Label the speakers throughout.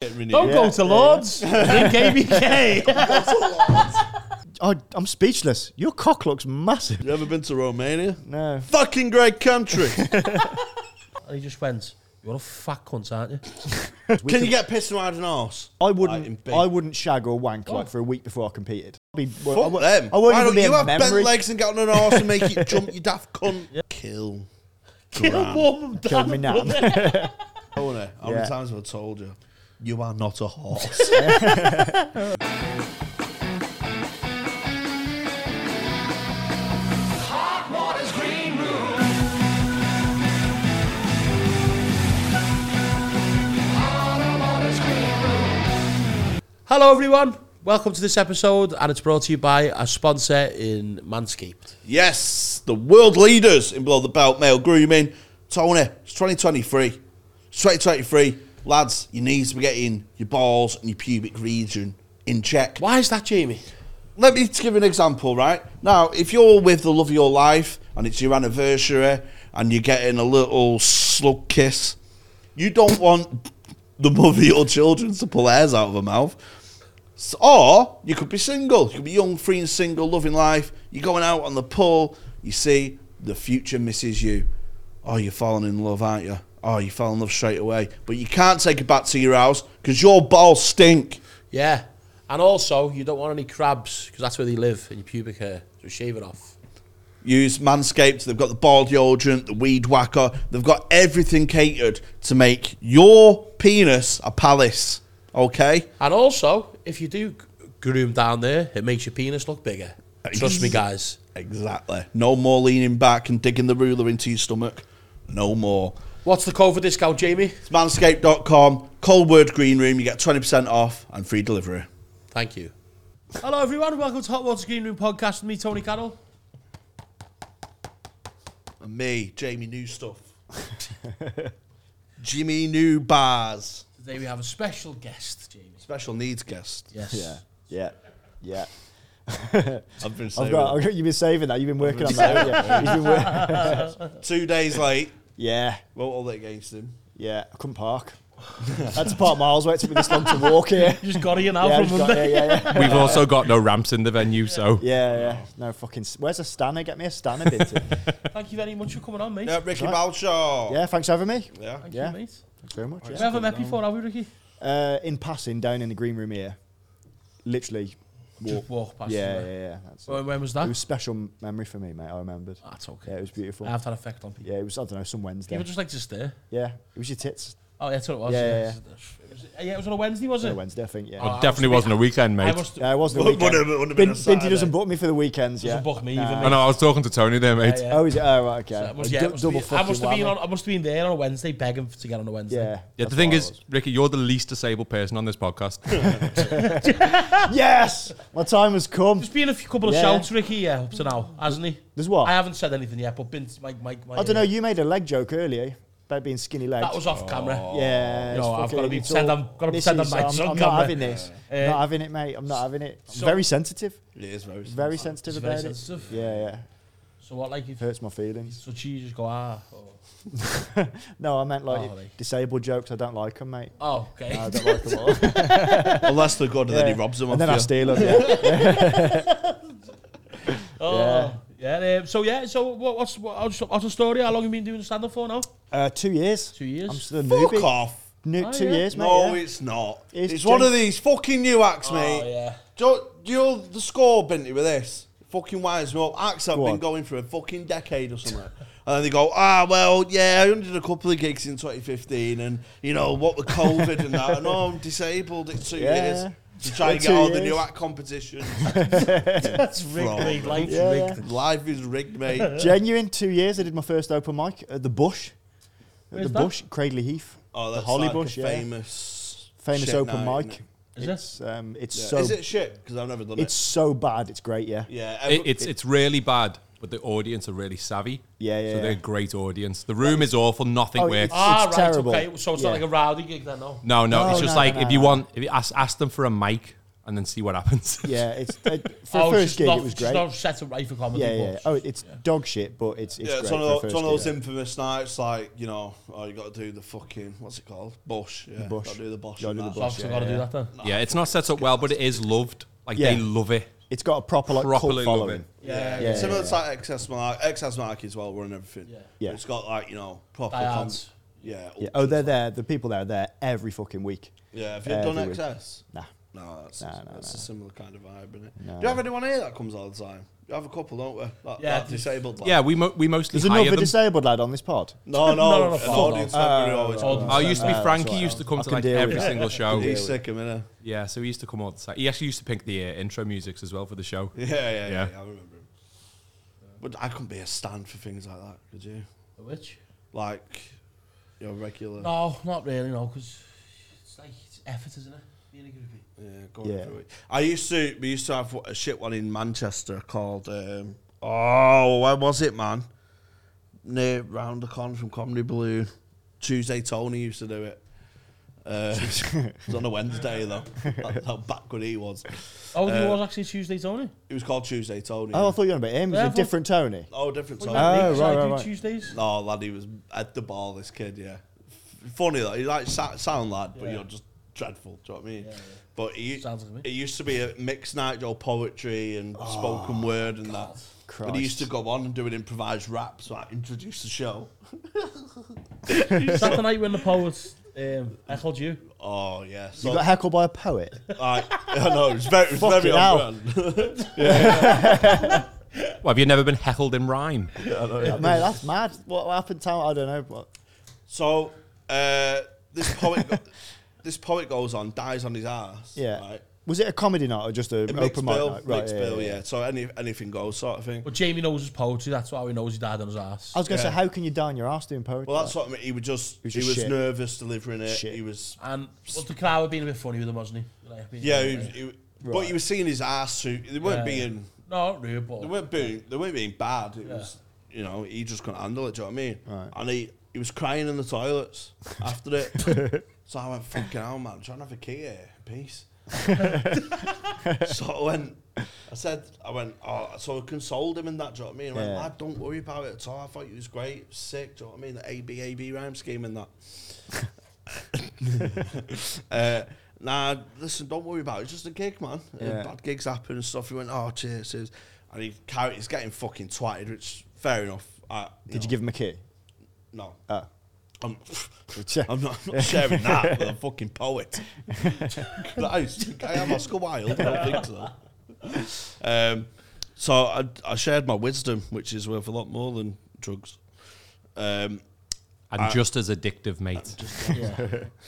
Speaker 1: get renewed.
Speaker 2: Don't go to Lords. Drink ABK.
Speaker 3: I, I'm speechless. Your cock looks massive.
Speaker 1: You ever been to Romania?
Speaker 3: No.
Speaker 1: Fucking great country.
Speaker 2: and he just went, "You're a fat cunt, aren't you?"
Speaker 1: Can you get pissed around an arse?
Speaker 3: I
Speaker 1: Like in
Speaker 3: wouldn't.
Speaker 1: big-
Speaker 3: I wouldn't shag or wank like for a week before I competed. I'd be, I
Speaker 1: Fuck
Speaker 3: wou-
Speaker 1: them.
Speaker 3: I won't
Speaker 1: Why
Speaker 3: even
Speaker 1: don't
Speaker 3: be
Speaker 1: you
Speaker 3: a
Speaker 1: have
Speaker 3: memory.
Speaker 1: bent legs and get on an arse and make it jump, you daft cunt? Kill.
Speaker 2: Kill
Speaker 1: Gran.
Speaker 2: mum, dad.
Speaker 3: Killed me now.
Speaker 1: Tony, how
Speaker 3: Yeah.
Speaker 1: many times have I told you? You are not a horse.
Speaker 2: Hello, everyone. Welcome to this episode, and it's brought to you by our sponsor in Manscaped.
Speaker 1: yes, the world leaders in below the belt male grooming. Tony, it's 2023. It's 2023. Lads, you need to be getting your balls and your pubic region in check.
Speaker 2: Why is that, Jamie?
Speaker 1: Let me give you an example, right? Now, if you're with the love of your life and it's your anniversary and you're getting a little slug kiss, you don't want the mother of your children to pull hairs out of her mouth. S- Or you could be single. You could be young, free and single, loving life. You're going out on the pull. You see, the future misses you. Oh, you're falling in love, aren't you? Oh, you fell in love straight away. But you can't take it back to your house because your balls stink.
Speaker 2: Yeah, and also you don't want any crabs because that's where they live in your pubic hair. So shave it off.
Speaker 1: use Manscaped. They've got the ball deodorant, the weed whacker. They've got everything catered to make your penis a palace. Okay?
Speaker 2: And also, if you do g- groom down there, it makes your penis look bigger. Trust me, guys.
Speaker 1: Exactly. No more leaning back and digging the ruler into your stomach. No more.
Speaker 2: What's the code for discount, Jamie?
Speaker 1: It's manscaped.com, cold word green room. You get 20% off and free delivery.
Speaker 2: Thank you. Hello, everyone. Welcome to Hot Water Green Room Podcast with me, Tony Carroll.
Speaker 1: And me, Jamie New Stuff. Jimmy New Bars.
Speaker 2: Today we have a special guest, Jamie.
Speaker 1: Special needs guest.
Speaker 2: Yes.
Speaker 3: Yeah. Yeah. Yeah.
Speaker 1: I've been
Speaker 3: I've
Speaker 1: saving
Speaker 3: got, I've got. You've been saving that. You've been working on that. haven't you? You've been wor-
Speaker 1: it. two days late.
Speaker 3: yeah.
Speaker 1: Won't hold it against him.
Speaker 3: Yeah. I couldn't park. I had to park miles away. It took me this long to walk here.
Speaker 2: You just got here now
Speaker 3: Yeah, I
Speaker 2: from
Speaker 3: just got-
Speaker 2: Monday.
Speaker 3: yeah, yeah, yeah.
Speaker 4: We've also got no ramps in the venue, so
Speaker 3: Yeah, yeah. No fucking. s- Where's a stanner? Get me a stanner, Binton.
Speaker 2: Thank you very much for coming on, mate.
Speaker 1: Yeah, Ricky Balshaw.
Speaker 3: yeah, thanks for having me.
Speaker 1: yeah.
Speaker 2: Thank
Speaker 3: yeah.
Speaker 2: you, mate.
Speaker 3: Thanks very much.
Speaker 2: We
Speaker 3: Yeah.
Speaker 2: haven't met before, have we, Ricky?
Speaker 3: Uh, in passing, down in the green room here, literally.
Speaker 2: Just walk past.
Speaker 3: Yeah,
Speaker 2: you,
Speaker 3: yeah,
Speaker 2: mate.
Speaker 3: yeah. That's it.
Speaker 2: When, when was
Speaker 3: it
Speaker 2: that?
Speaker 3: was a special m- memory for me, mate. I remembered.
Speaker 2: That's Oh, okay.
Speaker 3: Yeah, it was beautiful.
Speaker 2: I have that effect on people.
Speaker 3: Yeah, it was. I don't know, some Wednesday.
Speaker 2: People just like to stare.
Speaker 3: Yeah, it was your tits.
Speaker 2: Oh, yeah, that's what it was.
Speaker 3: Yeah,
Speaker 2: yeah.
Speaker 3: yeah,
Speaker 2: It was, yeah, it was on a Wednesday, was
Speaker 3: Yeah,
Speaker 2: it?
Speaker 3: Wednesday, I think. Yeah.
Speaker 2: Oh, I
Speaker 4: definitely
Speaker 2: must
Speaker 4: wasn't a weekend,
Speaker 2: I
Speaker 4: mate.
Speaker 2: must
Speaker 3: yeah, it wasn't the
Speaker 1: Would've-
Speaker 3: weekend.
Speaker 1: would've- would've been a
Speaker 3: Bin- Binti
Speaker 1: Saturday.
Speaker 3: doesn't book me for the weekends. Yeah.
Speaker 2: doesn't book me even,
Speaker 4: I know, I was talking to Tony there, mate.
Speaker 2: Yeah, yeah.
Speaker 3: Oh, is it? Oh, right, okay.
Speaker 2: I must,
Speaker 3: A
Speaker 2: yeah,
Speaker 3: dou-
Speaker 2: I must
Speaker 3: double
Speaker 2: be, I must have
Speaker 3: fucking
Speaker 2: been
Speaker 3: whammy.
Speaker 2: on. I must have been there on a Wednesday, begging to get on a Wednesday.
Speaker 3: Yeah.
Speaker 4: Yeah, the thing is, Ricky, you're the least disabled person on this podcast.
Speaker 3: Yes, my time has come.
Speaker 2: There's been a few, couple of
Speaker 3: Yeah.
Speaker 2: shouts, Ricky, yeah, up to now, hasn't he?
Speaker 3: There's what?
Speaker 2: I haven't said anything yet, but been my, my, my
Speaker 3: I don't know. You made a leg joke earlier about being skinny legs.
Speaker 2: That was off
Speaker 4: Oh.
Speaker 2: camera.
Speaker 3: Yeah.
Speaker 2: No, I've gotta
Speaker 3: it's fucking-
Speaker 2: be
Speaker 3: it's
Speaker 2: pretend
Speaker 3: all
Speaker 2: I'm- gotta pretend um, I'm
Speaker 3: misses.
Speaker 2: my
Speaker 3: I'm,
Speaker 2: son
Speaker 3: I'm
Speaker 2: camera.
Speaker 3: not having this.
Speaker 2: Yeah.
Speaker 3: not having it, mate. I'm not having it. I'm
Speaker 2: so-
Speaker 3: very sensitive.
Speaker 1: It is very
Speaker 3: Very sensitive
Speaker 2: It's
Speaker 3: about
Speaker 2: very
Speaker 3: it.
Speaker 2: sensitive.
Speaker 3: Yeah, yeah.
Speaker 2: So what, like, if
Speaker 3: Hurts my feelings.
Speaker 2: so, she just go ah, or,
Speaker 3: No, I meant like
Speaker 2: Oh, they-
Speaker 3: disabled jokes. I don't like them, mate.
Speaker 2: oh, okay.
Speaker 3: I don't like them. All.
Speaker 1: Unless they're good, and then
Speaker 3: Yeah.
Speaker 1: he robs them.
Speaker 3: and
Speaker 1: off
Speaker 3: then I
Speaker 1: you.
Speaker 3: steal them. Yeah.
Speaker 2: oh, yeah. um, so yeah, so what, what's what, how's, how's the story? How long have you been doing stand up for now?
Speaker 3: Uh, two years.
Speaker 2: Two years.
Speaker 3: I'm still a
Speaker 1: Fuck
Speaker 3: newbie.
Speaker 1: off.
Speaker 3: New,
Speaker 2: Oh,
Speaker 3: two
Speaker 2: yeah.
Speaker 3: years, mate.
Speaker 1: No,
Speaker 3: yeah.
Speaker 1: it's not.
Speaker 3: It's
Speaker 1: It's, one
Speaker 3: gen-
Speaker 1: of these fucking new acts, mate.
Speaker 2: Oh yeah.
Speaker 1: Do, do you know the score, Binty, with this? Fucking wise me up. Acts have
Speaker 3: Go
Speaker 1: been
Speaker 3: on.
Speaker 1: going for a fucking decade or something. and then they go, ah, well, yeah, I only did a couple of gigs in 2015, and, you know, what with COVID and that, and oh, I'm disabled, it's two
Speaker 3: Yeah.
Speaker 1: years. To try
Speaker 3: Yeah,
Speaker 1: and get
Speaker 3: two
Speaker 1: all the
Speaker 3: years.
Speaker 1: new act competition.
Speaker 2: That's rigged,
Speaker 1: Fraud.
Speaker 2: mate. Life's
Speaker 3: Yeah, yeah.
Speaker 2: rigged.
Speaker 1: Life is rigged, mate.
Speaker 3: Genuine two years. I did my first open mic at the Bush. At
Speaker 2: Where's
Speaker 3: the
Speaker 2: that?
Speaker 3: Bush, Cradley Heath.
Speaker 1: Oh, that's
Speaker 3: the Holly
Speaker 1: like a
Speaker 3: Bush, yeah.
Speaker 1: famous,
Speaker 3: Famous
Speaker 1: shit
Speaker 3: open
Speaker 1: night,
Speaker 3: mic.
Speaker 1: innit?
Speaker 2: Is it?
Speaker 3: it's um, it's
Speaker 1: Yeah.
Speaker 3: so
Speaker 1: is it shit? Because I've never done
Speaker 3: it's
Speaker 1: it.
Speaker 3: so bad. It's great. Yeah.
Speaker 1: Yeah,
Speaker 4: It,
Speaker 1: every-
Speaker 4: it's it's really bad, but the audience are really savvy.
Speaker 3: Yeah, yeah,
Speaker 4: So they're
Speaker 3: yeah.
Speaker 4: a great audience. The room is awful. Nothing
Speaker 3: Oh,
Speaker 4: works.
Speaker 3: it's-
Speaker 2: ah, right.
Speaker 3: terrible.
Speaker 2: Okay. So it's
Speaker 3: Yeah.
Speaker 2: not like a rowdy gig then, no.
Speaker 4: no, no,
Speaker 3: No,
Speaker 4: It's just
Speaker 3: no,
Speaker 4: like
Speaker 3: no,
Speaker 4: if
Speaker 3: no,
Speaker 4: you
Speaker 3: no.
Speaker 4: want, if you ask ask them for a mic. and then see what happens.
Speaker 3: Yeah, it's
Speaker 1: Oh,
Speaker 3: it, for a
Speaker 2: it's
Speaker 3: first
Speaker 2: Oh, just
Speaker 3: gig
Speaker 2: not,
Speaker 3: it was
Speaker 2: Just
Speaker 3: great.
Speaker 2: not set up right for comedy.
Speaker 3: yeah, yeah.
Speaker 2: but-
Speaker 3: Oh, it's dog shit, but it's it's
Speaker 1: yeah,
Speaker 3: great
Speaker 1: it's one,
Speaker 3: for a
Speaker 1: of, those- it's
Speaker 3: first
Speaker 1: one of those
Speaker 3: gig.
Speaker 1: infamous nights, like, you know, oh, you got to do the fucking, what's it called? Bush. Yeah,
Speaker 3: bush.
Speaker 1: Gotta do the Bosch.
Speaker 3: Gotta
Speaker 1: and
Speaker 3: do the
Speaker 1: that.
Speaker 2: So I've still
Speaker 3: yeah,
Speaker 2: got to do
Speaker 3: yeah.
Speaker 2: that then.
Speaker 4: Yeah, it's not set up well, but it is loved. Like
Speaker 3: Yeah.
Speaker 4: they love it.
Speaker 3: It's got a proper like
Speaker 4: Properly
Speaker 3: cult
Speaker 4: love
Speaker 3: following.
Speaker 4: it.
Speaker 2: Yeah,
Speaker 3: yeah,
Speaker 1: Similar
Speaker 3: yeah.
Speaker 1: to like XS Mark, XS Mark as well, running everything.
Speaker 2: Yeah.
Speaker 3: Yeah.
Speaker 1: It's got like, you know, proper.
Speaker 2: Diehards.
Speaker 1: con- yeah.
Speaker 3: Yeah. Oh, they're there. The people that are there every fucking week.
Speaker 1: Yeah, have you
Speaker 3: Every
Speaker 1: done
Speaker 3: week.
Speaker 1: XS?
Speaker 3: Nah.
Speaker 1: No, that's,
Speaker 3: Nah, nah,
Speaker 1: that's a similar kind of vibe, isn't it?
Speaker 3: Nah.
Speaker 1: Do you have anyone here that comes all the time? You have a couple, don't we? That,
Speaker 2: Yeah,
Speaker 1: yeah, that
Speaker 2: there's-
Speaker 1: disabled. lad.
Speaker 4: Yeah, we mo- we mostly
Speaker 3: There's
Speaker 4: hire
Speaker 3: another
Speaker 4: them.
Speaker 3: disabled lad on this pod.
Speaker 1: No,
Speaker 2: No, no,
Speaker 1: no.
Speaker 2: no,
Speaker 1: no,
Speaker 2: fuck
Speaker 1: audience
Speaker 2: no.
Speaker 1: member who always
Speaker 2: Oh,
Speaker 1: comes.
Speaker 4: Oh, it used to be
Speaker 3: Uh,
Speaker 4: Frankie.
Speaker 3: sorry.
Speaker 4: used to come
Speaker 3: I
Speaker 4: to
Speaker 3: can
Speaker 4: like
Speaker 3: deal with
Speaker 4: every
Speaker 3: that.
Speaker 4: single show.
Speaker 1: He's sick of it.
Speaker 4: Yeah, so he used to come all the time. He actually used to pick the uh, intro musics as well for the show.
Speaker 1: Yeah, yeah, yeah,
Speaker 4: Yeah.
Speaker 1: yeah. I remember him. But I couldn't be a stand for things like that, could you?
Speaker 2: Which?
Speaker 1: Like your regular,
Speaker 2: No, not really, no, because it's like, it's effort, isn't it? Being a groupie.
Speaker 1: yeah, going
Speaker 3: Yeah.
Speaker 1: through it. I used to. We used to have a shit one in Manchester called. Um, oh, where was it, man? Near round the con from Comedy Balloon. Tuesday, Tony used to do it. Uh, it was on a Wednesday though. That's how backward he was.
Speaker 2: Oh, it
Speaker 1: Uh,
Speaker 2: was actually Tuesday, Tony.
Speaker 1: It was called Tuesday, Tony.
Speaker 3: Oh, I thought you were on about him. It's
Speaker 2: Yeah, I
Speaker 3: a
Speaker 2: thought-
Speaker 3: different Tony.
Speaker 1: oh different Tony.
Speaker 3: Oh,
Speaker 2: Because I
Speaker 3: right,
Speaker 2: do
Speaker 3: right, right.
Speaker 2: Tuesdays.
Speaker 1: No, lad, he was at the ball, this kid, yeah. F- Funny, though. He like sa- sound lad, but
Speaker 2: Yeah.
Speaker 1: you're just dreadful, do you know what I mean?
Speaker 2: yeah.
Speaker 1: But he,
Speaker 2: Sounds like me.
Speaker 1: it used to be a mixed night, your poetry and spoken word and that. But he used to go on and do an improvised rap, so I introduced the show.
Speaker 2: Is that the night when the poets um, echoed you?
Speaker 1: Oh, yeah.
Speaker 3: You
Speaker 1: So,
Speaker 3: got heckled by a poet.
Speaker 1: I, I know, it's very, it's very
Speaker 3: Fucking hell.
Speaker 1: on brand.
Speaker 4: Well, have you never been heckled in rhyme?
Speaker 3: Mate, that's mad. What happened to I don't know. But
Speaker 1: So uh, this poet, go- this poet goes on, dies on his ass.
Speaker 3: yeah.
Speaker 1: right?
Speaker 3: Was it a comedy night or just a
Speaker 1: A
Speaker 3: open
Speaker 1: mixed
Speaker 3: mic
Speaker 1: bill,
Speaker 3: night? Right,
Speaker 1: mixed bill, yeah. So any, anything goes, sort of thing.
Speaker 2: But Jamie knows his poetry, that's why he knows he died on his ass.
Speaker 3: I was going to
Speaker 1: Yeah.
Speaker 3: say, how can you die on your ass doing poetry?
Speaker 1: Well, that's what I mean. He was just,
Speaker 3: was
Speaker 1: he
Speaker 3: just
Speaker 1: was
Speaker 3: shit.
Speaker 1: nervous delivering it.
Speaker 3: Shit.
Speaker 1: He was,
Speaker 2: And well, the crowd were being a bit funny with him, wasn't he? Like, uh, being-
Speaker 1: yeah, he was, he, but you were seeing his ass too. They weren't
Speaker 2: Yeah.
Speaker 1: being,
Speaker 2: No, not rude, but
Speaker 1: they weren't being, they weren't being bad. It
Speaker 2: Yeah.
Speaker 1: was, you know, he just couldn't handle it. Do you know what I mean?
Speaker 3: Right.
Speaker 1: And he, he was crying in the toilets after it. so I went, fucking hell, man, trying to have a key here, in peace. so I went, I said, I went, oh, so I consoled him in that, do you know what I mean? I went,
Speaker 3: Yeah.
Speaker 1: lad, don't worry about it at all. I thought you was great, sick, do you know what I mean? The ABAB rhyme scheme and that. uh, nah, listen, don't worry about it. It's just a gig, man. Uh,
Speaker 3: Yeah.
Speaker 1: bad gigs happen and stuff. He went, oh, cheers, cheers. And he carried, he's getting fucking twatted, which fair enough. I,
Speaker 3: Did you give him a key?
Speaker 1: No.
Speaker 3: Oh.
Speaker 1: I'm,
Speaker 3: Yeah.
Speaker 1: I'm, not, I'm not sharing that with a fucking poet. I, I am Oscar Wilde. I don't think so. Um, so I, I shared my wisdom, which is worth a lot more than drugs. Um,
Speaker 4: And
Speaker 3: Uh,
Speaker 4: just as addictive, mate.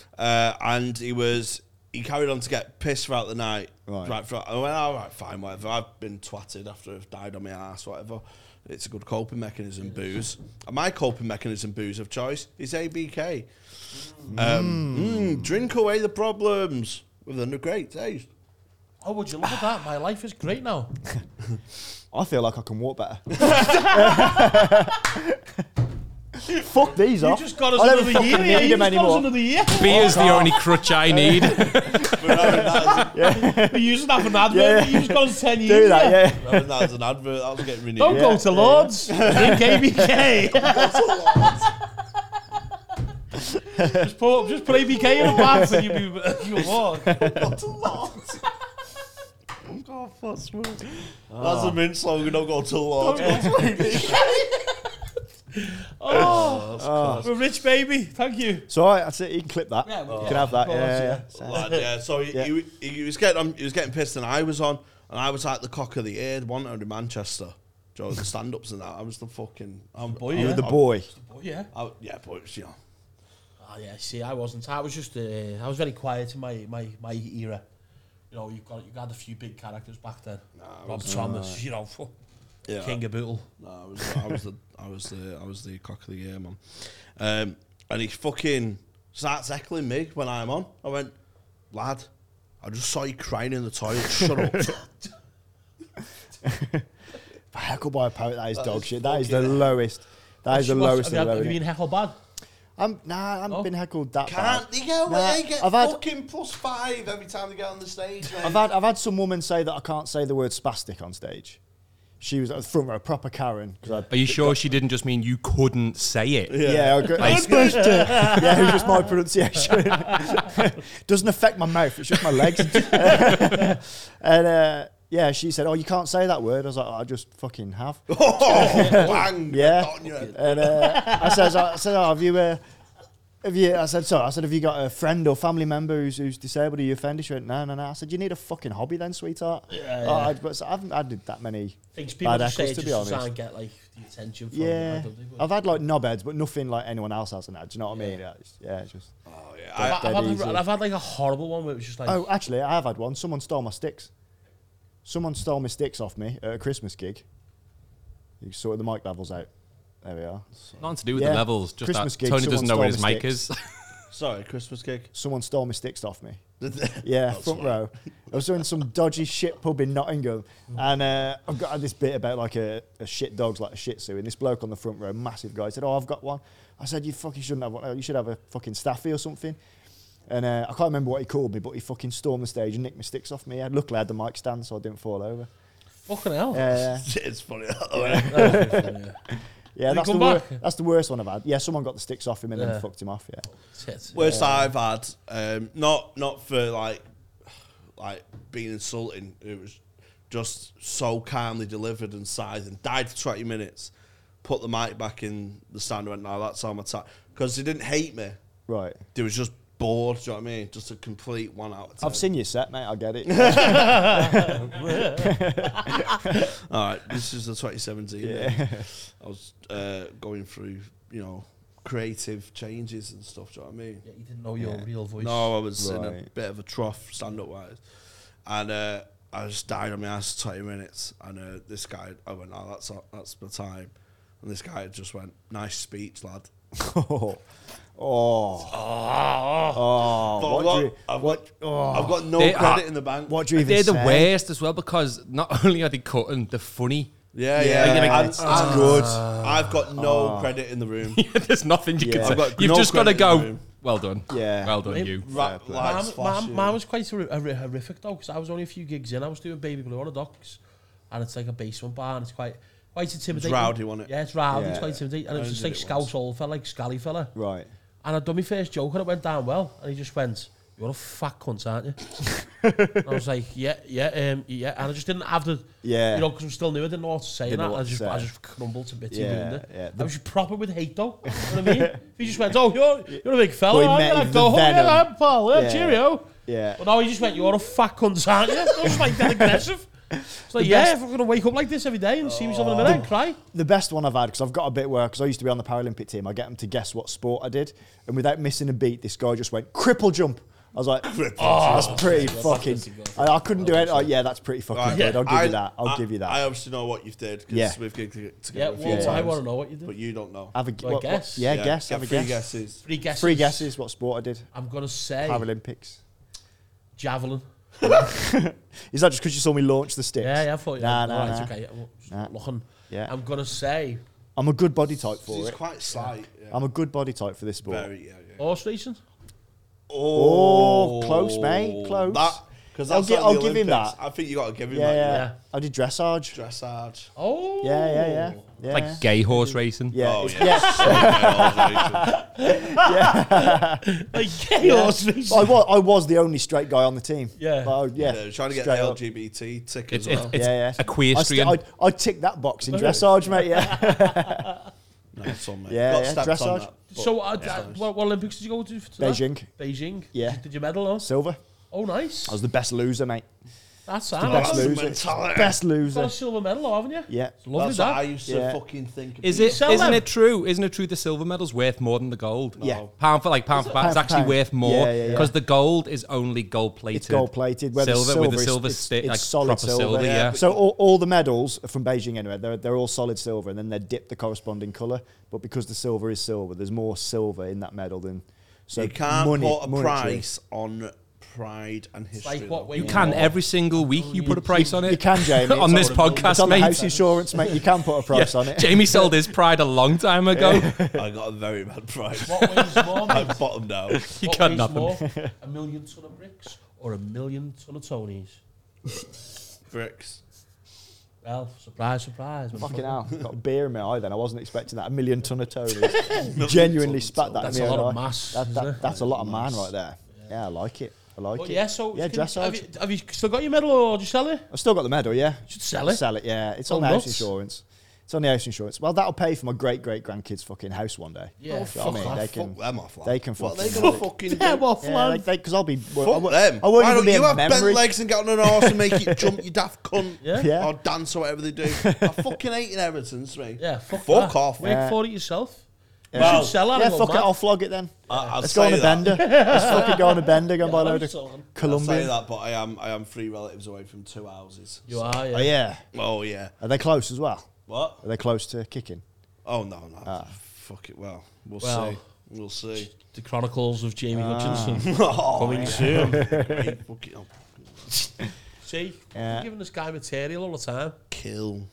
Speaker 1: uh, and he was he carried on to get pissed throughout the night.
Speaker 3: Right.
Speaker 1: throughout, I went, all right, fine, whatever. I've been twatted after I've died on my ass, whatever. It's a good coping mechanism, booze. And my coping mechanism, booze of choice, is ABK. Um, mm, drink away the problems with a great taste.
Speaker 2: oh, would you look at that? My life is great now.
Speaker 3: I feel like I can walk better. Fuck these
Speaker 2: You
Speaker 3: off.
Speaker 2: just got us
Speaker 3: I don't
Speaker 2: another
Speaker 3: fucking
Speaker 2: year. yeah,
Speaker 3: need
Speaker 2: you
Speaker 3: them
Speaker 2: just got us
Speaker 3: anymore.
Speaker 2: another year.
Speaker 4: Beer's
Speaker 3: Oh,
Speaker 4: the only crutch I need.
Speaker 1: We're having that
Speaker 2: We're using that for an advert.
Speaker 3: Yeah, yeah.
Speaker 2: You just got us ten years.
Speaker 3: Do that, yeah.
Speaker 1: as, we're having that as an advert. That was getting renewed.
Speaker 2: Don't
Speaker 3: Yeah,
Speaker 2: go to
Speaker 3: yeah.
Speaker 2: Lords. Drink ABK. just put just put ABK in a bath and you'll be you'll walk.
Speaker 1: That's a lot. That's a mint slogan. Don't go to Lord.
Speaker 2: Oh, we're rich, baby. Thank you.
Speaker 3: So all right, that's it. You can clip that.
Speaker 2: Yeah, well,
Speaker 3: you can
Speaker 2: yeah.
Speaker 3: have that.
Speaker 2: Well,
Speaker 3: yeah, yeah.
Speaker 2: that's
Speaker 3: yeah.
Speaker 1: Lad, yeah, so he,
Speaker 3: Yeah.
Speaker 1: He, he was getting on, he was getting pissed, and I was on, and I was like the cock of the year, the one out in Manchester. Joe, the stand ups and that. I was the fucking. I'm,
Speaker 2: boy,
Speaker 1: I'm-
Speaker 2: yeah.
Speaker 3: You're the
Speaker 1: I'm-
Speaker 3: boy.
Speaker 2: Oh yeah.
Speaker 1: I- yeah, but it's, you know.
Speaker 2: Oh yeah. See, I wasn't. I was just. Uh, I was very quiet in my my my era. You know, you've got you had a few big characters back then.
Speaker 1: Nah, I
Speaker 2: Rob Thomas. You know, fu-
Speaker 1: Yeah.
Speaker 2: King of Bootle.
Speaker 1: No, I was, I was the, I was the, I was the cock of the year, man. Um, and he fucking starts heckling me when I'm on. I went, lad, I just saw you crying in the toilet. Shut up.
Speaker 3: Heckled by a poet. That is
Speaker 1: That
Speaker 3: dog
Speaker 1: is
Speaker 3: shit. That is the
Speaker 1: fucking-
Speaker 3: lowest. That is the
Speaker 2: What's-
Speaker 3: lowest of the
Speaker 2: Have you, have you
Speaker 3: lowest.
Speaker 2: been heckled bad?
Speaker 3: I'm nah. I haven't
Speaker 2: Oh.
Speaker 3: been heckled that bad.
Speaker 1: Can't they go
Speaker 3: Nah,
Speaker 1: away? Get
Speaker 3: I've had-
Speaker 1: fucking plus five every time they get on the stage. mate.
Speaker 3: I've had I've had some woman say that I can't say the word spastic on stage. She was at the front row, proper Karen. 'cause I-
Speaker 4: Are you sure she didn't just mean you couldn't say it?
Speaker 3: Yeah, I go-
Speaker 4: Like-
Speaker 3: yeah, it was just my pronunciation. Doesn't affect my mouth; it's just my legs. and uh, yeah, she said, "Oh, you can't say that word." I was like, oh, "I just fucking have."
Speaker 1: Oh, Bang!
Speaker 3: Yeah.
Speaker 1: on your head.
Speaker 3: And uh, I said, I said, oh, have you, uh, have you? I said, so I said, have you got a friend or family member who's, who's disabled? Are you offended? She went, no, no, no. I said, you need a fucking hobby then, sweetheart.
Speaker 2: Yeah,
Speaker 3: Oh,
Speaker 2: yeah.
Speaker 3: I, but I haven't had that many
Speaker 2: Things people
Speaker 3: bad
Speaker 2: just say
Speaker 3: echoes, to
Speaker 2: just
Speaker 3: be
Speaker 2: to try
Speaker 3: honest.
Speaker 2: and get like the attention from
Speaker 3: Yeah,
Speaker 2: them. I don't
Speaker 3: I've had like knobheads, but nothing like anyone else has. And that, do you know what I mean? Yeah, it's, yeah, it's just.
Speaker 1: Oh, yeah.
Speaker 2: I've,
Speaker 1: I-
Speaker 2: I've, had,
Speaker 3: dead
Speaker 2: the-
Speaker 3: easy.
Speaker 2: I've had like a horrible one where it was just like,
Speaker 3: Oh, actually, I have had one. Someone stole my sticks. Someone stole my sticks off me at a Christmas gig. You sorted the mic levels out. There we are.
Speaker 4: Nothing to do with
Speaker 3: Yeah.
Speaker 4: the levels. Just
Speaker 3: Christmas
Speaker 4: that
Speaker 3: gig,
Speaker 4: Tony doesn't
Speaker 3: someone
Speaker 4: know where his
Speaker 3: stole
Speaker 4: mic
Speaker 3: his
Speaker 4: is.
Speaker 1: Sorry, Christmas cake.
Speaker 3: Someone stole my sticks off me. Yeah, front row. I was doing some dodgy shit pub in Nottingham, and uh, I've got this bit about like a, a shit dog's like a shih tzu, and this bloke on the front row, massive guy, said, "Oh, I've got one." I said, "You fucking shouldn't have one. Oh, You should have a fucking staffy or something." And uh, I can't remember what he called me, but he fucking stormed the stage and nicked my sticks off me. Luckily, I had the mic stand, so I didn't fall over.
Speaker 2: fucking hell.
Speaker 3: Uh,
Speaker 1: it's funny. Yeah.
Speaker 3: yeah,
Speaker 2: Did he
Speaker 3: that's the,
Speaker 2: come
Speaker 3: wor-
Speaker 2: back?
Speaker 3: that's the worst one I've had. Yeah, someone got the sticks off him and
Speaker 2: Yeah.
Speaker 3: then fucked him off. Yeah,
Speaker 2: Shit.
Speaker 1: Worst I've had. Um, not not for like like being insulting. It was just so calmly delivered and sized and died for twenty minutes. Put the mic back in the stand and went, "No, that's all my time." Because they didn't hate me.
Speaker 3: right.
Speaker 1: They was just bored. Do you know what I mean? Just a complete one out. Of 10.
Speaker 3: I've seen your set, mate. I get it.
Speaker 1: All right, this is the 2017. Yeah. I was uh, going through, you know, creative changes and stuff. Do you know what I mean?
Speaker 2: Yeah, you didn't know your real voice.
Speaker 1: No, I was in a
Speaker 3: Right.
Speaker 1: bit of a trough, stand up wise, and uh, I just died on my ass for 20 minutes. And uh, this guy, I went, "Oh, that's that's my time," and this guy just went, "Nice speech, lad."
Speaker 3: Oh. Oh.
Speaker 2: Ah.
Speaker 3: Oh.
Speaker 1: But
Speaker 3: What,
Speaker 1: what-
Speaker 3: do you,
Speaker 1: I've,
Speaker 3: what, oh.
Speaker 1: got, I've got no
Speaker 4: They
Speaker 1: credit
Speaker 4: are-
Speaker 1: in the bank.
Speaker 3: what do you even
Speaker 4: They're the
Speaker 3: say?
Speaker 4: worst as well because not only are they cutting, they're funny.
Speaker 1: Yeah,
Speaker 3: Yeah, Ah.
Speaker 1: yeah,
Speaker 3: like,
Speaker 1: and-
Speaker 3: it's-
Speaker 1: and
Speaker 3: it's good.
Speaker 1: I've got no credit in the room.
Speaker 4: There's nothing you
Speaker 3: Yeah.
Speaker 4: can
Speaker 3: I've
Speaker 4: say.
Speaker 1: got
Speaker 4: You've
Speaker 1: no
Speaker 4: just got to
Speaker 1: credit in the
Speaker 4: go.
Speaker 1: room.
Speaker 4: Well done.
Speaker 3: Yeah.
Speaker 4: Well done,
Speaker 2: It-
Speaker 4: you.
Speaker 1: Rap,
Speaker 3: play.
Speaker 1: lads,
Speaker 2: Mine, mine,
Speaker 1: flash,
Speaker 2: mine
Speaker 1: yeah.
Speaker 2: was quite horri- horri- horrific though, because I was only a few gigs in. I was doing Baby Blue on a docks, and it's like a basement bar, and it's quite quite intimidating.
Speaker 1: rowdy, wasn't it?
Speaker 2: Yeah, it's rowdy. It's
Speaker 3: Yeah.
Speaker 2: quite intimidating, and it was
Speaker 1: I
Speaker 2: just
Speaker 1: did
Speaker 2: like
Speaker 1: it
Speaker 2: Scouse old fella, like Scally fella.
Speaker 3: Right.
Speaker 2: And I'd done my first joke, and it went down well, and he just went, "You're a fat cunt, aren't you?" and I was like, "Yeah, yeah, um, yeah," and I just didn't have the.
Speaker 3: Yeah.
Speaker 2: You know, because I'm still new, I didn't know what to say.
Speaker 3: Didn't
Speaker 2: and
Speaker 3: know
Speaker 2: that.
Speaker 3: what
Speaker 2: I
Speaker 3: to
Speaker 2: just,
Speaker 3: say.
Speaker 2: I just crumbled to bits.
Speaker 3: Yeah,
Speaker 2: Yeah,
Speaker 3: yeah.
Speaker 2: I was just proper with hate, though. you know what I mean? If he just went, "Oh, you're, you're a big
Speaker 3: Well,
Speaker 2: fella,
Speaker 3: he
Speaker 2: aren't you?"
Speaker 3: met
Speaker 2: I'd
Speaker 3: the
Speaker 2: go, "Oh, yeah,
Speaker 3: venom.
Speaker 2: I'm Paul. Yeah,
Speaker 3: Yeah.
Speaker 2: cheerio." nou,
Speaker 3: Yeah.
Speaker 2: But no, he just went, "You're a fat cunt, aren't you?" I was like that aggressive. It's like, yeah, if I'm gonna wake up like this every day and see myself in the mirror and cry.
Speaker 3: The best one I've had, because I've got a bit where, because I used to be on the Paralympic team, I get them to guess what sport I did. And without missing a beat, this guy just went, cripple jump. I was like, oh, that's pretty fucking. I, I couldn't do it. Oh, yeah, that's pretty fucking
Speaker 1: Right.
Speaker 3: good. I'll give
Speaker 1: I-
Speaker 3: you that. I'll
Speaker 1: I-
Speaker 3: give you that.
Speaker 1: I obviously know what you've did because
Speaker 3: Yeah.
Speaker 1: we've gigged to- together
Speaker 2: Yeah,
Speaker 1: a few
Speaker 2: well, I
Speaker 1: times,
Speaker 2: want to know what you did.
Speaker 1: but you don't know.
Speaker 3: have a, g-
Speaker 2: Do I
Speaker 3: what- what-
Speaker 2: guess?
Speaker 3: yeah, guess.
Speaker 1: get
Speaker 3: Have a
Speaker 1: three
Speaker 3: guess.
Speaker 1: guesses.
Speaker 2: Three guesses.
Speaker 3: Three guesses what sport I did.
Speaker 2: I'm gonna say
Speaker 3: Paralympics.
Speaker 2: javelin.
Speaker 3: Is that just because you saw me launch the sticks?
Speaker 2: Yeah, yeah, I thought you.
Speaker 3: Nah,
Speaker 2: Nah,
Speaker 3: nah,
Speaker 2: nah,
Speaker 3: nah.
Speaker 2: okay. I'm just
Speaker 3: Nah.
Speaker 2: looking.
Speaker 3: Yeah.
Speaker 2: I'm gonna say
Speaker 3: I'm a good body type for
Speaker 1: He's
Speaker 3: it.
Speaker 1: quite slight. Yeah.
Speaker 3: I'm a good body type for this sport.
Speaker 1: Very, yeah, yeah.
Speaker 2: horse racing.
Speaker 3: Oh, close, mate, close.
Speaker 1: That, because
Speaker 3: I'll
Speaker 1: I'll,
Speaker 3: gi-
Speaker 1: I'll give him that. I think you got to give him
Speaker 3: Yeah,
Speaker 1: that.
Speaker 3: yeah.
Speaker 2: Yeah.
Speaker 3: I did dressage.
Speaker 1: Dressage.
Speaker 2: Oh.
Speaker 3: Yeah, yeah, yeah. Yeah.
Speaker 4: Like gay horse racing.
Speaker 3: yeah,
Speaker 1: Oh,
Speaker 3: it's-
Speaker 1: yeah.
Speaker 3: yeah.
Speaker 2: Like gay horse racing.
Speaker 3: I, was, I was the only straight guy on the team.
Speaker 2: Yeah.
Speaker 3: But I- yeah.
Speaker 1: Yeah, trying to get
Speaker 3: straight
Speaker 1: the
Speaker 3: up.
Speaker 1: LGBT tick
Speaker 4: It's,
Speaker 1: as
Speaker 4: it's,
Speaker 1: well.
Speaker 4: it's
Speaker 3: Yeah, yeah. I,
Speaker 4: equestrian.
Speaker 3: st- I, I ticked that box in dressage, mate. Yeah.
Speaker 1: Nice one, mate.
Speaker 3: Yeah,
Speaker 1: Got
Speaker 3: yeah,
Speaker 1: stabbed
Speaker 3: dressage.
Speaker 1: on that, but-
Speaker 2: So, uh, uh, what, what Olympics did you go to? For that?
Speaker 3: Beijing.
Speaker 2: Beijing.
Speaker 3: Yeah.
Speaker 2: Did you, did you medal on?
Speaker 3: Silver.
Speaker 2: Oh, nice.
Speaker 3: I was the best loser, mate.
Speaker 2: That's that.
Speaker 1: That's
Speaker 3: Best
Speaker 1: the
Speaker 2: That's
Speaker 3: loser.
Speaker 1: mentality.
Speaker 3: Best
Speaker 2: got a
Speaker 3: loser.
Speaker 2: silver medal, though, haven't you?
Speaker 3: Yeah.
Speaker 2: It's lovely
Speaker 1: That's what I
Speaker 2: that.
Speaker 1: used
Speaker 3: Yeah.
Speaker 1: to fucking think. of
Speaker 4: Is
Speaker 1: you.
Speaker 4: it?
Speaker 2: Sell
Speaker 4: Isn't
Speaker 2: them.
Speaker 4: it true? Isn't it true? The silver medal's worth more than the gold.
Speaker 3: Yeah.
Speaker 4: Pound for like pound for pound, it's
Speaker 3: Pound for
Speaker 4: actually
Speaker 3: pound.
Speaker 4: worth more
Speaker 3: Yeah, yeah,
Speaker 4: because
Speaker 3: yeah.
Speaker 4: the gold is only gold plated.
Speaker 3: It's gold plated. Where
Speaker 4: silver,
Speaker 3: the silver
Speaker 4: with the
Speaker 3: is-
Speaker 4: silver
Speaker 3: it's,
Speaker 4: stick,
Speaker 3: it's
Speaker 4: like
Speaker 3: solid
Speaker 4: proper silver.
Speaker 1: Yeah,
Speaker 4: yeah.
Speaker 1: but-
Speaker 3: So all, all the medals are from Beijing anyway. They're, they're all solid silver, and then they're dipped the corresponding colour. But because the silver is silver, there's more silver in that medal than. So
Speaker 1: you can't
Speaker 3: money,
Speaker 1: put a
Speaker 3: monetary-
Speaker 1: price on pride and history.
Speaker 2: like what
Speaker 1: though.
Speaker 2: way
Speaker 4: You can every single week. You put a price on it.
Speaker 3: Oh, You can, Jamie.
Speaker 4: on this
Speaker 3: It's
Speaker 4: podcast,
Speaker 3: on the house
Speaker 4: mate.
Speaker 3: insurance, mate. You can put a price
Speaker 4: Yeah,
Speaker 3: on it.
Speaker 4: Jamie sold his pride a long time ago.
Speaker 1: I got a very bad price.
Speaker 2: What weighs more,
Speaker 1: I
Speaker 2: mate?
Speaker 1: bottomed out.
Speaker 4: You
Speaker 2: What
Speaker 4: got
Speaker 2: weighs
Speaker 4: nothing.
Speaker 2: more, a million ton of bricks or a million ton of Tonys?
Speaker 1: Bricks.
Speaker 2: Well, surprise, surprise.
Speaker 3: Fucking
Speaker 2: motherfucker.
Speaker 3: hell. Got beer in my eye then. I wasn't expecting that. A million ton of Tonys. Genuinely spat that
Speaker 2: That's
Speaker 3: in
Speaker 2: a
Speaker 3: my
Speaker 2: lot
Speaker 3: own
Speaker 2: of
Speaker 3: eye.
Speaker 2: mass,
Speaker 3: That- that-
Speaker 2: isn't it?
Speaker 3: That's a lot of man right there. Yeah, I like it. I like
Speaker 2: But
Speaker 3: it.
Speaker 2: yeah, so
Speaker 3: Yeah,
Speaker 2: can- have,
Speaker 3: dressage.
Speaker 2: you, have you still got your medal or did you sell it?
Speaker 3: I've still got the medal, yeah.
Speaker 2: should sell it.
Speaker 3: Sell it, yeah. It's
Speaker 2: Oh,
Speaker 3: on the house
Speaker 2: nuts.
Speaker 3: insurance. It's on the house insurance. Well, that'll pay for my great great grandkids' fucking house one day.
Speaker 2: Yeah. Oh,
Speaker 3: You know
Speaker 2: fuck
Speaker 3: what I mean?
Speaker 2: off.
Speaker 3: They
Speaker 1: Fuck
Speaker 3: can.
Speaker 1: them off. lad.
Speaker 3: they can
Speaker 1: What
Speaker 3: fucking
Speaker 1: they gonna
Speaker 3: have it.
Speaker 1: fucking
Speaker 2: Yeah,
Speaker 1: do?
Speaker 2: well,
Speaker 3: Yeah,
Speaker 2: flam.
Speaker 3: because I'll be. I
Speaker 1: Fuck
Speaker 3: won't-
Speaker 1: them.
Speaker 3: I won't
Speaker 1: Why
Speaker 3: even
Speaker 1: don't
Speaker 3: be
Speaker 1: you
Speaker 3: a
Speaker 1: have bent
Speaker 3: memory.
Speaker 1: legs and get on an arse and make you jump, you daft cunt?
Speaker 2: Yeah.
Speaker 3: Yeah.
Speaker 1: Or dance or whatever they do. I fucking hate inheritance, mate.
Speaker 2: Yeah, fuck,
Speaker 1: Fuck
Speaker 2: that.
Speaker 1: off.
Speaker 2: Wait
Speaker 1: mate.
Speaker 3: Yeah.
Speaker 2: for it yourself.
Speaker 1: Well,
Speaker 2: you should sell that.
Speaker 3: Yeah,
Speaker 2: and go
Speaker 3: fuck it.
Speaker 2: mad.
Speaker 3: I'll flog it then.
Speaker 1: I- I'll
Speaker 3: Let's
Speaker 1: say
Speaker 3: go on a
Speaker 1: that.
Speaker 3: bender. Let's fucking go on a bender. Go and buy a
Speaker 2: Yeah,
Speaker 3: load
Speaker 2: I'll
Speaker 3: of
Speaker 2: sell them.
Speaker 1: I'll say
Speaker 3: Colombian.
Speaker 1: that, but I am I am three relatives away from two houses.
Speaker 2: You are, yeah.
Speaker 3: Oh yeah.
Speaker 1: Oh yeah.
Speaker 3: Are they close as well?
Speaker 1: What?
Speaker 3: Are they close to kicking?
Speaker 1: Oh no, no.
Speaker 3: Ah.
Speaker 1: Fuck it. Well, we'll
Speaker 2: Well.
Speaker 1: see. We'll see.
Speaker 2: The Chronicles of Jamie
Speaker 3: Ah.
Speaker 2: Hutchinson.
Speaker 1: Oh,
Speaker 2: Coming
Speaker 1: yeah.
Speaker 2: soon.
Speaker 1: Great fucking- oh,
Speaker 2: See,
Speaker 3: Yeah.
Speaker 2: you're giving this guy material all the time.
Speaker 1: kill.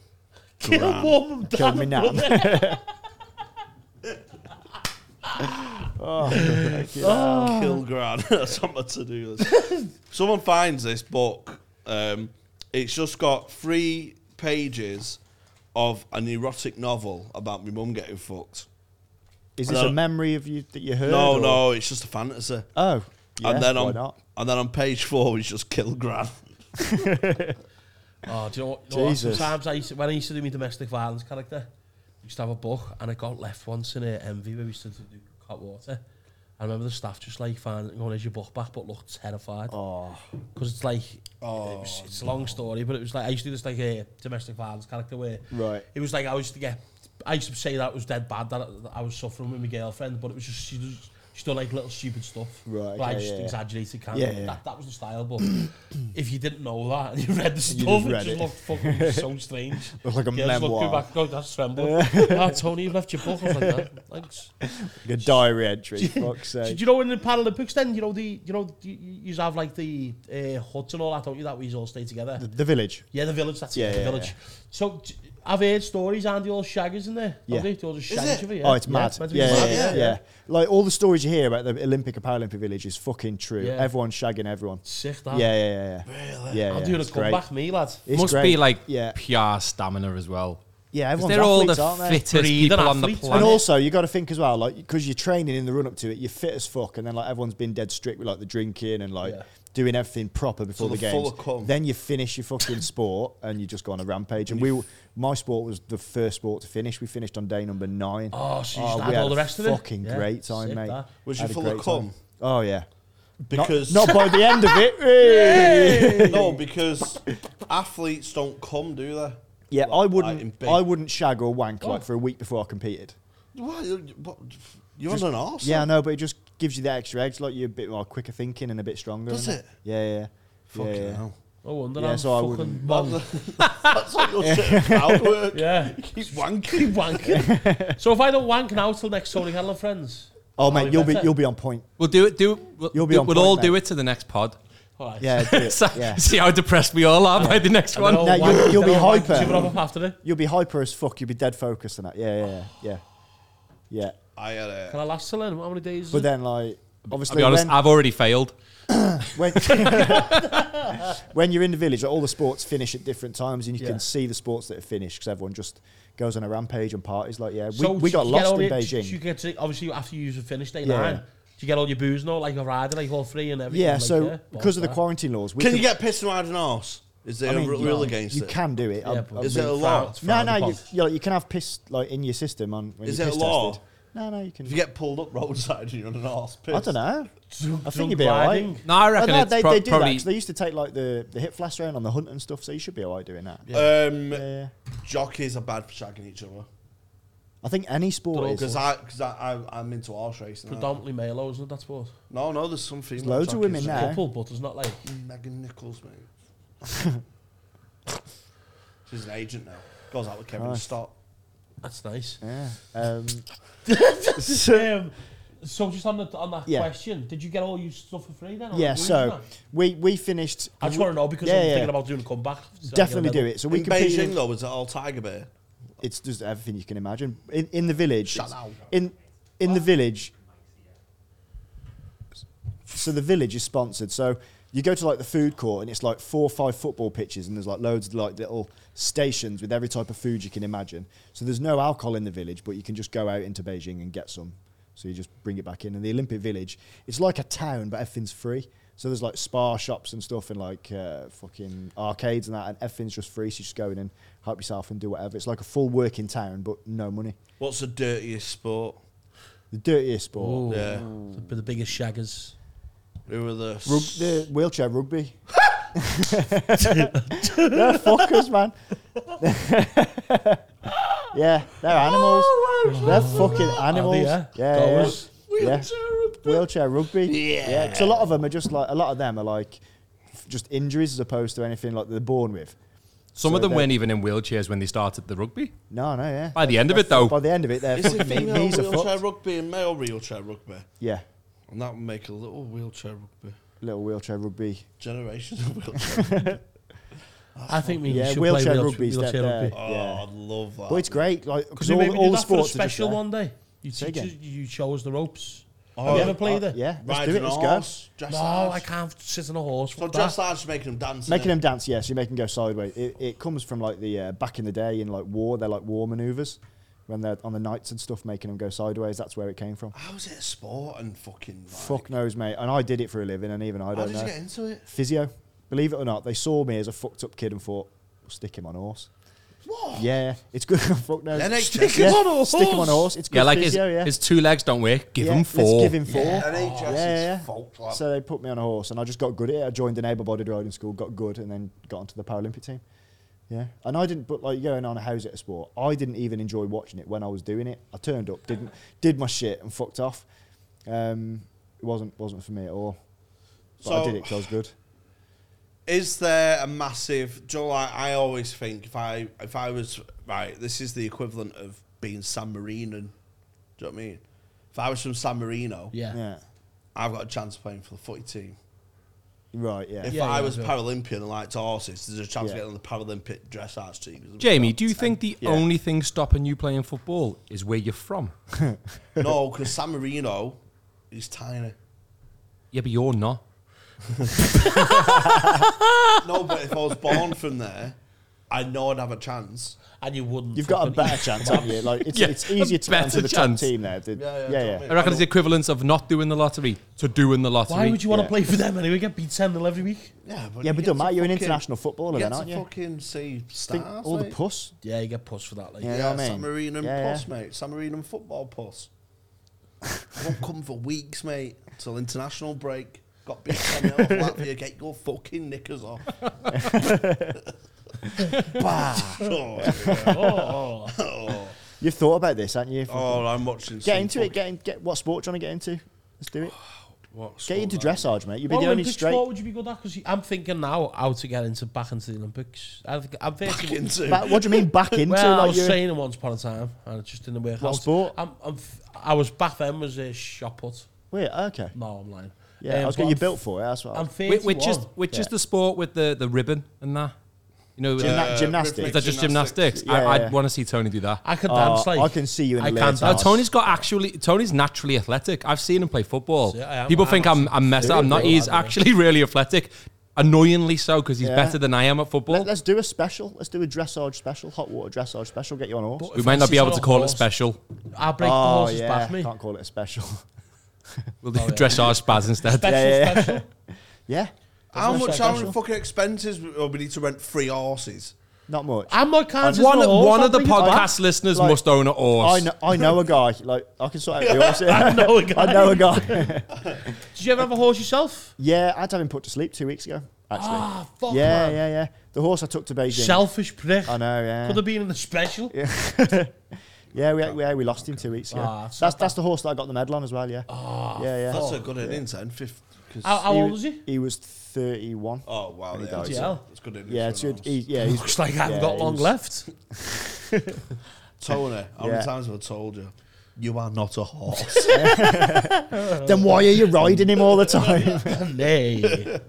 Speaker 2: Kill
Speaker 1: Gran.
Speaker 2: mum and
Speaker 3: Kill
Speaker 2: dad
Speaker 3: me
Speaker 2: and
Speaker 3: now.
Speaker 2: brother.
Speaker 3: Oh.
Speaker 1: Kill Gran. That's on my to-do list. Someone finds this book. Um, it's just got three pages of an erotic novel about my mum getting fucked.
Speaker 3: Is this
Speaker 1: No.
Speaker 3: a memory of you that you heard?
Speaker 1: No,
Speaker 3: or-
Speaker 1: no, it's just a fantasy.
Speaker 3: Oh. Yeah,
Speaker 1: and then
Speaker 3: why
Speaker 1: on
Speaker 3: not?
Speaker 1: and then on page four, it's just kill Gran.
Speaker 2: Oh, do you know what? You know what?
Speaker 3: Jesus.
Speaker 2: Sometimes I used to, when I used to do my domestic violence character, we used to have a book and I got left once in a envy where we used to do hot water. I remember the staff just like finding, going, "Is your book back?" but looked terrified.
Speaker 3: Oh.
Speaker 2: because it's like it was, it's a long story, but it was like I used to do this like a domestic violence character where
Speaker 3: Right.
Speaker 2: it was like I used to get I used to say that was dead bad that I was suffering with my girlfriend, but it was just she was she done like little stupid stuff,
Speaker 3: Right,
Speaker 2: But I
Speaker 3: okay,
Speaker 2: just
Speaker 3: yeah, yeah.
Speaker 2: exaggerated kind
Speaker 3: Yeah,
Speaker 2: of
Speaker 3: yeah.
Speaker 2: that, that was the style. But if you didn't know that and you read the
Speaker 3: just
Speaker 2: stuff,
Speaker 3: read
Speaker 2: it just
Speaker 3: it.
Speaker 2: looked fucking so strange.
Speaker 3: Looked like a
Speaker 2: Girls looked
Speaker 3: memoir.
Speaker 2: back, and go, that's trembling. ah, Tony, you left your book. I was like, that. thanks.
Speaker 3: Like a diary entry. Fuck's sake.
Speaker 2: Did you know in the Paralympics then, you know, the you know you, you have like the uh, huts and all that, don't you, that we all stay together?
Speaker 3: The, the village.
Speaker 2: yeah, the village, that's
Speaker 3: Yeah,
Speaker 2: it, the
Speaker 3: yeah,
Speaker 2: village.
Speaker 3: yeah.
Speaker 2: So d- I've heard stories, aren't they all shaggers in there?
Speaker 3: Yeah.
Speaker 2: Yeah. They? They're all just
Speaker 1: Is
Speaker 2: shaggers
Speaker 1: it?
Speaker 2: over, yeah.
Speaker 3: Oh, it's
Speaker 2: Yeah,
Speaker 3: mad.
Speaker 2: it's meant to be
Speaker 3: Yeah, yeah,
Speaker 2: mad,
Speaker 3: yeah,
Speaker 1: yeah.
Speaker 3: yeah. Like all the stories you hear about the Olympic and Paralympic village is fucking true.
Speaker 2: Yeah.
Speaker 3: Everyone's shagging everyone.
Speaker 2: Sick,
Speaker 3: Yeah,
Speaker 2: that.
Speaker 3: yeah, yeah. yeah.
Speaker 1: Really?
Speaker 3: Yeah,
Speaker 2: I'll
Speaker 3: yeah,
Speaker 2: do the
Speaker 3: it's great.
Speaker 2: comeback, me, lad.
Speaker 3: It's
Speaker 4: Must
Speaker 3: great.
Speaker 4: be like
Speaker 3: yeah,
Speaker 4: PR stamina as well.
Speaker 3: yeah.
Speaker 4: 'Cause
Speaker 3: Everyone's
Speaker 4: They're all the
Speaker 3: athletes, aren't they?
Speaker 4: fittest
Speaker 2: Breed an
Speaker 4: people on the
Speaker 2: athlete.
Speaker 3: And
Speaker 4: planet.
Speaker 3: also, you got to think as well, like because you're training in the run up to it, you're fit as fuck, and then like everyone's been dead strict with like the drinking and like
Speaker 2: Yeah.
Speaker 3: doing everything proper before
Speaker 1: So
Speaker 3: the
Speaker 1: they're full
Speaker 3: games.
Speaker 1: of cum.
Speaker 3: Then you finish your fucking sport and you just go on a rampage. And we, my sport was the first sport to finish. We finished on day number nine.
Speaker 2: Oh, so you
Speaker 3: Oh,
Speaker 2: just
Speaker 3: we
Speaker 2: had
Speaker 3: had
Speaker 2: all
Speaker 3: a
Speaker 2: the rest of it?
Speaker 3: fucking
Speaker 2: Yeah,
Speaker 3: great time,
Speaker 2: sick,
Speaker 3: mate.
Speaker 2: that.
Speaker 1: Was
Speaker 3: Had
Speaker 1: you
Speaker 3: a
Speaker 1: full of
Speaker 3: great time.
Speaker 1: cum?
Speaker 3: Oh yeah. Not-
Speaker 1: Because
Speaker 3: not, by the end of it. Hey!
Speaker 1: no, because athletes don't come, do they?
Speaker 3: Yeah, I
Speaker 1: Like, in
Speaker 3: wouldn't.
Speaker 1: big-
Speaker 3: I wouldn't shag or wank like
Speaker 2: Oh.
Speaker 3: for a week before I competed.
Speaker 1: Why? you- What? You're on an arse.
Speaker 3: Yeah, I know, but it just gives you the extra edge. Like you're a bit more quicker thinking and a bit stronger.
Speaker 1: Does
Speaker 3: innit?
Speaker 1: it?
Speaker 3: Yeah, yeah, yeah.
Speaker 1: Fucking
Speaker 3: yeah, yeah.
Speaker 1: hell.
Speaker 2: No wonder
Speaker 3: Yeah,
Speaker 2: I'm
Speaker 3: so I
Speaker 2: fucking
Speaker 3: wouldn't-
Speaker 2: mum.
Speaker 1: That's what your shit crowd work.
Speaker 2: Yeah.
Speaker 1: Keep wanking.
Speaker 2: Keep wanking. so if I don't wank now till next Tony Helen Friends?
Speaker 3: Oh
Speaker 2: I'll
Speaker 3: mate,
Speaker 2: be
Speaker 3: you'll be
Speaker 2: better.
Speaker 3: you'll be on point.
Speaker 4: We'll do it. Do we'll,
Speaker 3: You'll be
Speaker 4: do-
Speaker 3: on
Speaker 4: we'll
Speaker 3: point,
Speaker 4: all do
Speaker 3: mate.
Speaker 4: it to the next pod.
Speaker 2: All right.
Speaker 3: Yeah, do it.
Speaker 4: So-
Speaker 3: yeah.
Speaker 4: See how depressed we all are by the next one.
Speaker 2: They're all
Speaker 3: No, you'll-
Speaker 2: wanking-
Speaker 3: you'll
Speaker 2: they're
Speaker 3: be
Speaker 2: all wanking,
Speaker 3: hyper.
Speaker 2: see what I'm up after it.
Speaker 3: You'll be hyper as fuck. You'll be dead focused and that. Yeah, yeah, yeah, yeah. yeah.
Speaker 1: I had a.
Speaker 2: Can I last till then? How many days? is
Speaker 3: But
Speaker 2: it?
Speaker 3: then, like,
Speaker 4: I'll
Speaker 3: obviously,
Speaker 4: be honest,
Speaker 3: when,
Speaker 4: I've already failed.
Speaker 3: when, when you're in the village, like, all the sports finish at different times, and you
Speaker 2: Yeah.
Speaker 3: can see the sports that are finished because everyone just goes on a rampage and parties. Like, yeah, we,
Speaker 2: So
Speaker 3: we
Speaker 2: did
Speaker 3: got
Speaker 2: you get
Speaker 3: lost
Speaker 2: all
Speaker 3: in
Speaker 2: your-
Speaker 3: Beijing.
Speaker 2: did You get to, obviously after you finish day
Speaker 3: Yeah.
Speaker 2: nine. Do you get all your booze now, like a rider, like all three and everything?
Speaker 3: yeah,
Speaker 2: like,
Speaker 3: so because
Speaker 2: boss
Speaker 3: of the
Speaker 2: that.
Speaker 3: quarantine laws, we
Speaker 1: Can you get pissed and ride an arse? Is there
Speaker 3: I mean,
Speaker 1: a r-
Speaker 3: you
Speaker 1: rule
Speaker 3: know,
Speaker 1: against
Speaker 3: You
Speaker 1: it?
Speaker 3: can do it.
Speaker 2: Yeah,
Speaker 3: I'm-
Speaker 2: but
Speaker 3: I'm
Speaker 1: Is
Speaker 3: being
Speaker 1: it a
Speaker 3: frowned-
Speaker 1: law?
Speaker 2: It's
Speaker 3: No,
Speaker 2: frowned
Speaker 3: no, you,
Speaker 2: upon.
Speaker 3: you, know, you can have piss like in your system on when
Speaker 1: Is
Speaker 3: you're
Speaker 1: it a
Speaker 3: piss
Speaker 1: law?
Speaker 3: tested. No, no, you can.
Speaker 1: If you get pulled up roadside and you're on an arse, piss.
Speaker 3: I don't know.
Speaker 2: Drunk-
Speaker 3: I think
Speaker 2: drunk
Speaker 3: you'd be alright.
Speaker 2: riding.
Speaker 4: No, I
Speaker 3: Oh,
Speaker 4: reckon
Speaker 3: no,
Speaker 4: it's
Speaker 3: they,
Speaker 4: pro-
Speaker 3: they do that
Speaker 4: probably.
Speaker 3: 'cause they used to take like the, the hip flask around on the hunt and stuff, so you should be alright doing that. Yeah.
Speaker 1: Um,
Speaker 3: yeah.
Speaker 1: Jockeys are bad for shagging each other.
Speaker 3: I think any sport is.
Speaker 1: Because I, because I, I, I'm into arse racing. now.
Speaker 2: Predominantly male, though, isn't it? That's what.
Speaker 1: No, no, there's some female.
Speaker 3: loads of
Speaker 1: jockeys
Speaker 3: women
Speaker 1: that-
Speaker 3: now.
Speaker 2: Couple, but it's not like.
Speaker 1: Megan Nichols, mate. She's an agent now. Goes out with Kevin
Speaker 3: Right.
Speaker 1: Stott.
Speaker 2: That's nice.
Speaker 3: Yeah. Um,
Speaker 2: Sam, So just on the on that
Speaker 3: Yeah.
Speaker 2: question, did you get all your stuff for free then? or
Speaker 3: Yeah,
Speaker 2: did you
Speaker 3: so
Speaker 2: not?
Speaker 3: we we finished.
Speaker 2: I just want to know because
Speaker 3: Yeah,
Speaker 2: I'm
Speaker 3: yeah.
Speaker 2: thinking about doing a comeback. so I
Speaker 3: Definitely
Speaker 2: get a
Speaker 3: do
Speaker 2: medal.
Speaker 3: it. So we
Speaker 1: In
Speaker 3: competed.
Speaker 1: Beijing, though, is it all Tiger Bear?
Speaker 3: it's just everything you can imagine in in the village.
Speaker 1: Shut
Speaker 3: it's-
Speaker 1: up.
Speaker 3: In in the village. So the village is sponsored. So you go to like the food court and it's like four or five football pitches and there's like loads of like little stations with every type of food you can imagine. So there's no alcohol in the village, but you can just go out into Beijing and get some. So you just bring it back in. And the Olympic Village, it's like a town, but everything's free. So there's like spa shops and stuff and like uh, fucking arcades and that, and everything's just free. So you just go in and help yourself and do whatever. It's like a full working town, but no money.
Speaker 1: What's the dirtiest sport?
Speaker 3: The dirtiest sport.
Speaker 2: Ooh,
Speaker 1: Yeah.
Speaker 2: The, the biggest shaggers.
Speaker 1: Who are the
Speaker 3: Rug- the wheelchair rugby. they're fuckers, man. yeah, they're animals.
Speaker 1: Oh,
Speaker 3: They're fucking animals.
Speaker 2: yeah?
Speaker 3: yeah, yeah, yeah.
Speaker 2: Goers.
Speaker 3: yeah. Wheelchair rugby.
Speaker 1: Yeah.
Speaker 3: yeah. 'cause a lot of them are just like a lot of them are like f- just injuries as opposed to anything like they're born with.
Speaker 4: Some
Speaker 3: So
Speaker 4: of them
Speaker 3: they-
Speaker 4: weren't even in wheelchairs when they started the rugby.
Speaker 3: No, no, yeah.
Speaker 4: By the end of it,
Speaker 3: They're fu-
Speaker 4: though.
Speaker 3: By the end of it, they're
Speaker 1: Is it
Speaker 3: fucking kn-
Speaker 1: female
Speaker 3: knees are
Speaker 1: wheelchair
Speaker 3: fucked.
Speaker 1: rugby and male wheelchair rugby?
Speaker 3: Yeah,
Speaker 1: And that would make a little wheelchair rugby
Speaker 3: little wheelchair rugby.
Speaker 1: generation of wheelchair.
Speaker 2: I think we
Speaker 3: Yeah,
Speaker 2: should
Speaker 3: wheelchair
Speaker 2: play
Speaker 3: rugby's
Speaker 2: wheelchair,
Speaker 3: dead there.
Speaker 2: rugby.
Speaker 1: oh,
Speaker 3: Yeah.
Speaker 1: I love that.
Speaker 3: But it's great,
Speaker 2: Because
Speaker 3: like because
Speaker 2: they
Speaker 3: all,
Speaker 2: maybe
Speaker 3: all
Speaker 2: do
Speaker 3: the
Speaker 2: that for a
Speaker 3: sports are just
Speaker 2: special
Speaker 3: there.
Speaker 2: one day. You,
Speaker 3: Say
Speaker 2: teach,
Speaker 3: again.
Speaker 2: you chose the ropes.
Speaker 1: Oh,
Speaker 2: Have you
Speaker 1: yeah.
Speaker 2: ever played it?
Speaker 3: Yeah, let's
Speaker 1: Riding
Speaker 3: do it. Let's
Speaker 1: a
Speaker 3: go.
Speaker 1: horse, dressage.
Speaker 2: No, I can't sit on a horse.
Speaker 1: So
Speaker 2: fuck that.
Speaker 1: dressage is making them dance.
Speaker 3: Making them dance, yes, you make them go sideways. It, it comes from like the uh, back in the day in like war, they're like war maneuvers when they're on the nights and stuff, making them go sideways. That's where it came from.
Speaker 1: How is it a sport and fucking like,
Speaker 3: Fuck knows, mate. And I did it for a living, and even I
Speaker 1: How
Speaker 3: don't
Speaker 1: did
Speaker 3: know.
Speaker 1: you get into it?
Speaker 3: Physio, believe it or not, they saw me as a fucked up kid and thought, we'll stick him on a horse.
Speaker 1: What?
Speaker 3: Yeah, it's good. Fuck knows.
Speaker 1: NHS.
Speaker 3: Uh, Stick him on a horse. Stick him on a horse. It's good
Speaker 4: yeah, like his,
Speaker 3: physio, yeah.
Speaker 4: his two legs don't work. Give
Speaker 3: Yeah,
Speaker 4: him
Speaker 3: let's
Speaker 4: four.
Speaker 3: give him four.
Speaker 1: Yeah, NHS
Speaker 3: Yeah,
Speaker 1: is
Speaker 3: yeah.
Speaker 1: fucked, lad.
Speaker 3: So they put me on a horse, and I just got good at it. I joined an able-bodied riding school, got good, and then got onto the Paralympic team. Yeah, and I didn't. But like going on a how's it a sport? I didn't even enjoy watching it when I was doing it. I turned up, didn't, did my shit, and fucked off. Um, it wasn't wasn't for me at all. But I
Speaker 1: So-
Speaker 3: did it 'cause I was good.
Speaker 1: Is there a massive? Do you know, like, I always think if I if I was right, this is the equivalent of being San Marino. Do you know what I mean? If I was from San Marino,
Speaker 2: Yeah.
Speaker 3: Yeah,
Speaker 1: I've got a chance of playing for the footy team.
Speaker 3: right. Yeah,
Speaker 1: If
Speaker 2: Yeah,
Speaker 1: I
Speaker 2: yeah,
Speaker 1: was
Speaker 2: yeah.
Speaker 1: Paralympian and liked horses, there's a chance
Speaker 3: Yeah.
Speaker 1: of getting on the Paralympic dressage team.
Speaker 4: Jamie, do you think the
Speaker 3: Yeah.
Speaker 4: only thing stopping you playing football is where you're from?
Speaker 1: no? Because San Marino is tiny.
Speaker 4: yeah, but you're not.
Speaker 1: No, but if I was born from there, I know I'd have a chance.
Speaker 2: And you wouldn't.
Speaker 3: you've got a
Speaker 2: fucking-
Speaker 3: better chance, haven't you? Like it's,
Speaker 4: Yeah,
Speaker 3: it's easier
Speaker 4: a
Speaker 3: to get onto
Speaker 4: better
Speaker 3: the
Speaker 4: chance.
Speaker 3: top team there. did-
Speaker 1: Yeah, yeah,
Speaker 3: yeah,
Speaker 1: don't
Speaker 3: yeah.
Speaker 1: we?
Speaker 4: I reckon it's the equivalence of not doing the lottery to doing the lottery.
Speaker 2: Why would you want to
Speaker 3: Yeah.
Speaker 2: play for them anyway? Get beat 10 every week.
Speaker 1: Yeah, but
Speaker 3: Yeah,
Speaker 1: you
Speaker 3: but
Speaker 1: get
Speaker 3: don't
Speaker 1: to
Speaker 3: matter. You're an
Speaker 1: fucking-
Speaker 3: international footballer,
Speaker 1: you
Speaker 3: then,
Speaker 1: get
Speaker 3: aren't
Speaker 1: to
Speaker 3: you?
Speaker 1: fucking see
Speaker 3: Think
Speaker 1: stars.
Speaker 3: all the
Speaker 1: mate.
Speaker 3: puss.
Speaker 2: Yeah, you get pushed for that. Like,
Speaker 3: Yeah.
Speaker 1: Yeah,
Speaker 3: what I mean?
Speaker 1: Submarine and
Speaker 3: Yeah, yeah.
Speaker 1: puss, mate. Submarine and football puss. I won't come for weeks, mate, till international break. Got big ten off Latvia. Get your fucking knickers off. bah. Oh, yeah.
Speaker 2: oh,
Speaker 1: oh.
Speaker 3: You've thought about this, haven't you?
Speaker 1: Oh, I'm watching.
Speaker 3: Get
Speaker 1: some
Speaker 3: into it.
Speaker 1: fucking-
Speaker 3: Get in, get what sport do you want to get into? Let's do it.
Speaker 1: what
Speaker 3: Get
Speaker 1: sport
Speaker 3: into
Speaker 1: that?
Speaker 3: dressage, mate. You'll be
Speaker 2: What
Speaker 3: the only
Speaker 2: Olympic
Speaker 3: straight.
Speaker 2: sport would you be good at? Because I'm thinking now how to get into back into the Olympics. I think, I'm
Speaker 1: Back
Speaker 2: thinking.
Speaker 1: into.
Speaker 3: Ba- what do you mean back into?
Speaker 2: well, I
Speaker 3: like
Speaker 2: was
Speaker 3: you're-
Speaker 2: training once upon a time, and it just didn't work
Speaker 3: What
Speaker 2: out.
Speaker 3: sport?
Speaker 2: I'm, I'm, f- I was back then was a shot put.
Speaker 3: Wait, okay.
Speaker 2: No, I'm lying.
Speaker 3: Yeah,
Speaker 2: Um,
Speaker 3: I was
Speaker 2: but
Speaker 3: getting you
Speaker 2: I'm
Speaker 3: built for it. That's what. I
Speaker 2: I'm
Speaker 3: was-
Speaker 4: Which,
Speaker 2: 31.
Speaker 4: which is which is
Speaker 3: Yeah.
Speaker 4: the sport with the, the ribbon and that? You know,
Speaker 3: Gymna-
Speaker 4: uh,
Speaker 1: Uh,
Speaker 3: gymnastics.
Speaker 4: is
Speaker 1: rhythmic
Speaker 4: that just gymnastics?
Speaker 3: Yeah,
Speaker 4: I,
Speaker 3: yeah,
Speaker 4: I'd
Speaker 3: yeah.
Speaker 4: want to see Tony do that.
Speaker 2: I could
Speaker 3: Oh,
Speaker 2: dance like
Speaker 3: I can see you in
Speaker 2: I
Speaker 3: a
Speaker 2: can
Speaker 3: leotard.
Speaker 4: No,
Speaker 2: dance.
Speaker 4: Tony's got actually. Tony's naturally athletic. I've seen him play football.
Speaker 2: See, I am-
Speaker 4: People
Speaker 2: I'm
Speaker 4: think I'm
Speaker 2: actually
Speaker 4: I'm messed up. I'm not.
Speaker 2: really
Speaker 4: He's
Speaker 2: good at it.
Speaker 4: actually really athletic. Annoyingly so, because he's
Speaker 3: Yeah.
Speaker 4: better than I am at football.
Speaker 3: Let, us do a special. Let's do a dressage special, hot water dressage special. Get you on a horse.
Speaker 2: But
Speaker 4: we
Speaker 2: if
Speaker 4: might
Speaker 2: I
Speaker 4: not
Speaker 2: see
Speaker 4: be able
Speaker 2: someone
Speaker 4: to call it
Speaker 2: horse-
Speaker 4: special.
Speaker 2: I'll break the
Speaker 3: Oh
Speaker 2: horse's
Speaker 3: yeah,
Speaker 2: back me.
Speaker 3: can't call it a special.
Speaker 4: We'll
Speaker 2: Oh,
Speaker 4: do dressage spaz instead.
Speaker 2: Special,
Speaker 3: Yeah, yeah, yeah.
Speaker 2: special.
Speaker 3: yeah,
Speaker 1: How
Speaker 2: Doesn't
Speaker 1: much?
Speaker 2: affect
Speaker 1: How
Speaker 2: national.
Speaker 1: many fucking expenses? Oh, we need to rent three horses.
Speaker 3: not much.
Speaker 2: I'm not counting
Speaker 4: One,
Speaker 2: as a horse,
Speaker 4: one
Speaker 2: I
Speaker 4: of the
Speaker 2: think it's like-
Speaker 4: podcast listeners
Speaker 3: like-
Speaker 4: must own a
Speaker 3: I
Speaker 4: horse.
Speaker 3: know, I know a guy. Like I can sort out the horse.
Speaker 2: I know a guy.
Speaker 3: I know a guy.
Speaker 2: Did you ever have a horse yourself?
Speaker 3: yeah, I had him put to sleep two weeks ago. Actually.
Speaker 2: Ah, fuck,
Speaker 3: yeah,
Speaker 2: man.
Speaker 3: yeah, yeah. The horse I took to Beijing.
Speaker 2: Selfish prick.
Speaker 3: I know. Yeah.
Speaker 2: Could have been in the special.
Speaker 3: Yeah, we, we, we lost him two weeks ago.
Speaker 2: Ah,
Speaker 3: that's that's the horse that I got the medal on as well. Yeah. yeah, Oh, yeah.
Speaker 1: Ah, That's a good innings, then. Fifth. 'cause-
Speaker 2: How, how
Speaker 3: He
Speaker 2: old
Speaker 3: was-
Speaker 2: was he?
Speaker 3: He was thirty-one.
Speaker 1: Oh wow,
Speaker 3: He
Speaker 1: yeah,
Speaker 3: died.
Speaker 1: that's,
Speaker 2: Yeah.
Speaker 1: that's good innings.
Speaker 3: yeah,
Speaker 1: for
Speaker 3: it's
Speaker 1: an
Speaker 3: good.
Speaker 1: horse.
Speaker 3: He, yeah, he's
Speaker 2: Looks like I haven't
Speaker 3: yeah,
Speaker 2: got
Speaker 3: he
Speaker 2: long
Speaker 3: was-
Speaker 2: left.
Speaker 1: Tony, how
Speaker 3: Yeah.
Speaker 1: many times have I told you? You are not a horse.
Speaker 3: Then why are you riding him all the time?
Speaker 2: Nay.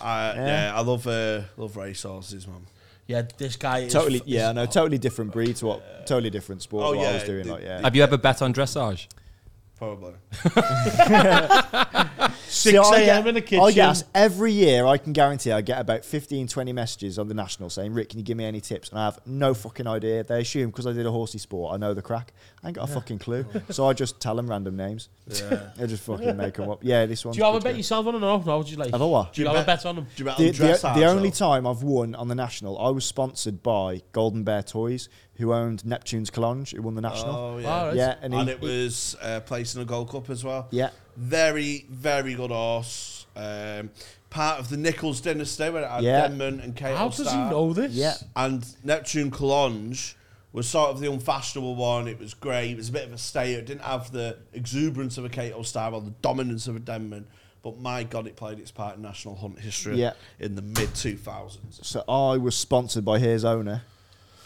Speaker 1: I, yeah. I love uh, love racehorses, man.
Speaker 2: yeah, this guy is
Speaker 3: totally,
Speaker 2: f-
Speaker 3: yeah, no, totally different breed to what, totally different sport.
Speaker 1: Oh,
Speaker 3: what
Speaker 1: yeah,
Speaker 3: I was doing,
Speaker 1: the-
Speaker 3: like, yeah.
Speaker 4: Have you ever bet on dressage?
Speaker 1: Probably.
Speaker 3: See,
Speaker 2: 6
Speaker 3: I
Speaker 2: a.m.
Speaker 3: get-
Speaker 2: in the kitchen.
Speaker 3: I get asked every year, I can guarantee I get about 15, 20 messages on the national saying, Rick, can you give me any tips? And I have no fucking idea. They assume because I did a horsey sport, I know the crack. I ain't got a fucking clue. so I just tell them random names.
Speaker 1: Yeah.
Speaker 3: I just fucking make them up. Yeah, this one.
Speaker 2: Do you ever bet yourself on them? No, no. Do you like?
Speaker 3: Have a what?
Speaker 2: Do you ever bet on them?
Speaker 1: Do you bet
Speaker 3: the,
Speaker 1: on dressage?
Speaker 3: the, the only
Speaker 1: though?
Speaker 3: time I've won on the national, I was sponsored by Golden Bear Toys, who owned Neptune's Collange, who won the national.
Speaker 1: Oh
Speaker 2: All
Speaker 1: yeah.
Speaker 2: right.
Speaker 3: yeah, and, he,
Speaker 1: And it was uh, placed in a Gold Cup as well.
Speaker 3: yeah,
Speaker 1: Very, very good horse. Um, part of the Nichols dynasty where it had
Speaker 3: Yeah.
Speaker 1: Denman and Kate.
Speaker 2: How does he
Speaker 1: Starr.
Speaker 2: know this?
Speaker 3: yeah.
Speaker 1: And Neptune Collange was sort of the unfashionable one. It was grey. It was a bit of a stay. It didn't have the exuberance of a Cato Star or the dominance of a Denman. But my God, it played its part in national hunt history
Speaker 3: Yeah.
Speaker 1: in the mid 2000s.
Speaker 3: So I was sponsored by his owner.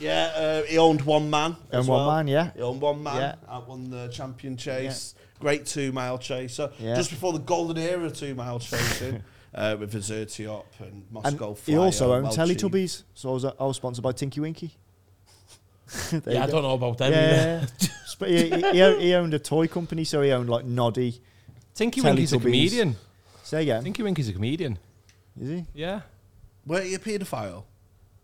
Speaker 1: Yeah, uh, he owned one man. as
Speaker 3: Owned one
Speaker 1: well.
Speaker 3: man, yeah.
Speaker 1: He owned one man.
Speaker 3: Yeah.
Speaker 1: Out won the champion chase. Great two mile chaser.
Speaker 3: Yeah.
Speaker 1: Just before the golden era of two mile chasing uh, with Azertiop and
Speaker 3: And
Speaker 1: Moscow Flyer.
Speaker 3: he also owned
Speaker 1: Welchie.
Speaker 3: Teletubbies, so I was, I was sponsored by Tinky Winky. There you
Speaker 2: Yeah, I
Speaker 3: go.
Speaker 2: don't know about them.
Speaker 3: Yeah,
Speaker 2: either.
Speaker 3: yeah, yeah. Sp- he, he- he owned, he owned a toy company, so he owned like Noddy.
Speaker 4: Tinky Winky's a
Speaker 3: Teletubbies.
Speaker 4: comedian.
Speaker 3: Say again,
Speaker 4: Tinky Winky's a comedian.
Speaker 3: is he?
Speaker 4: Yeah.
Speaker 1: Were you a paedophile?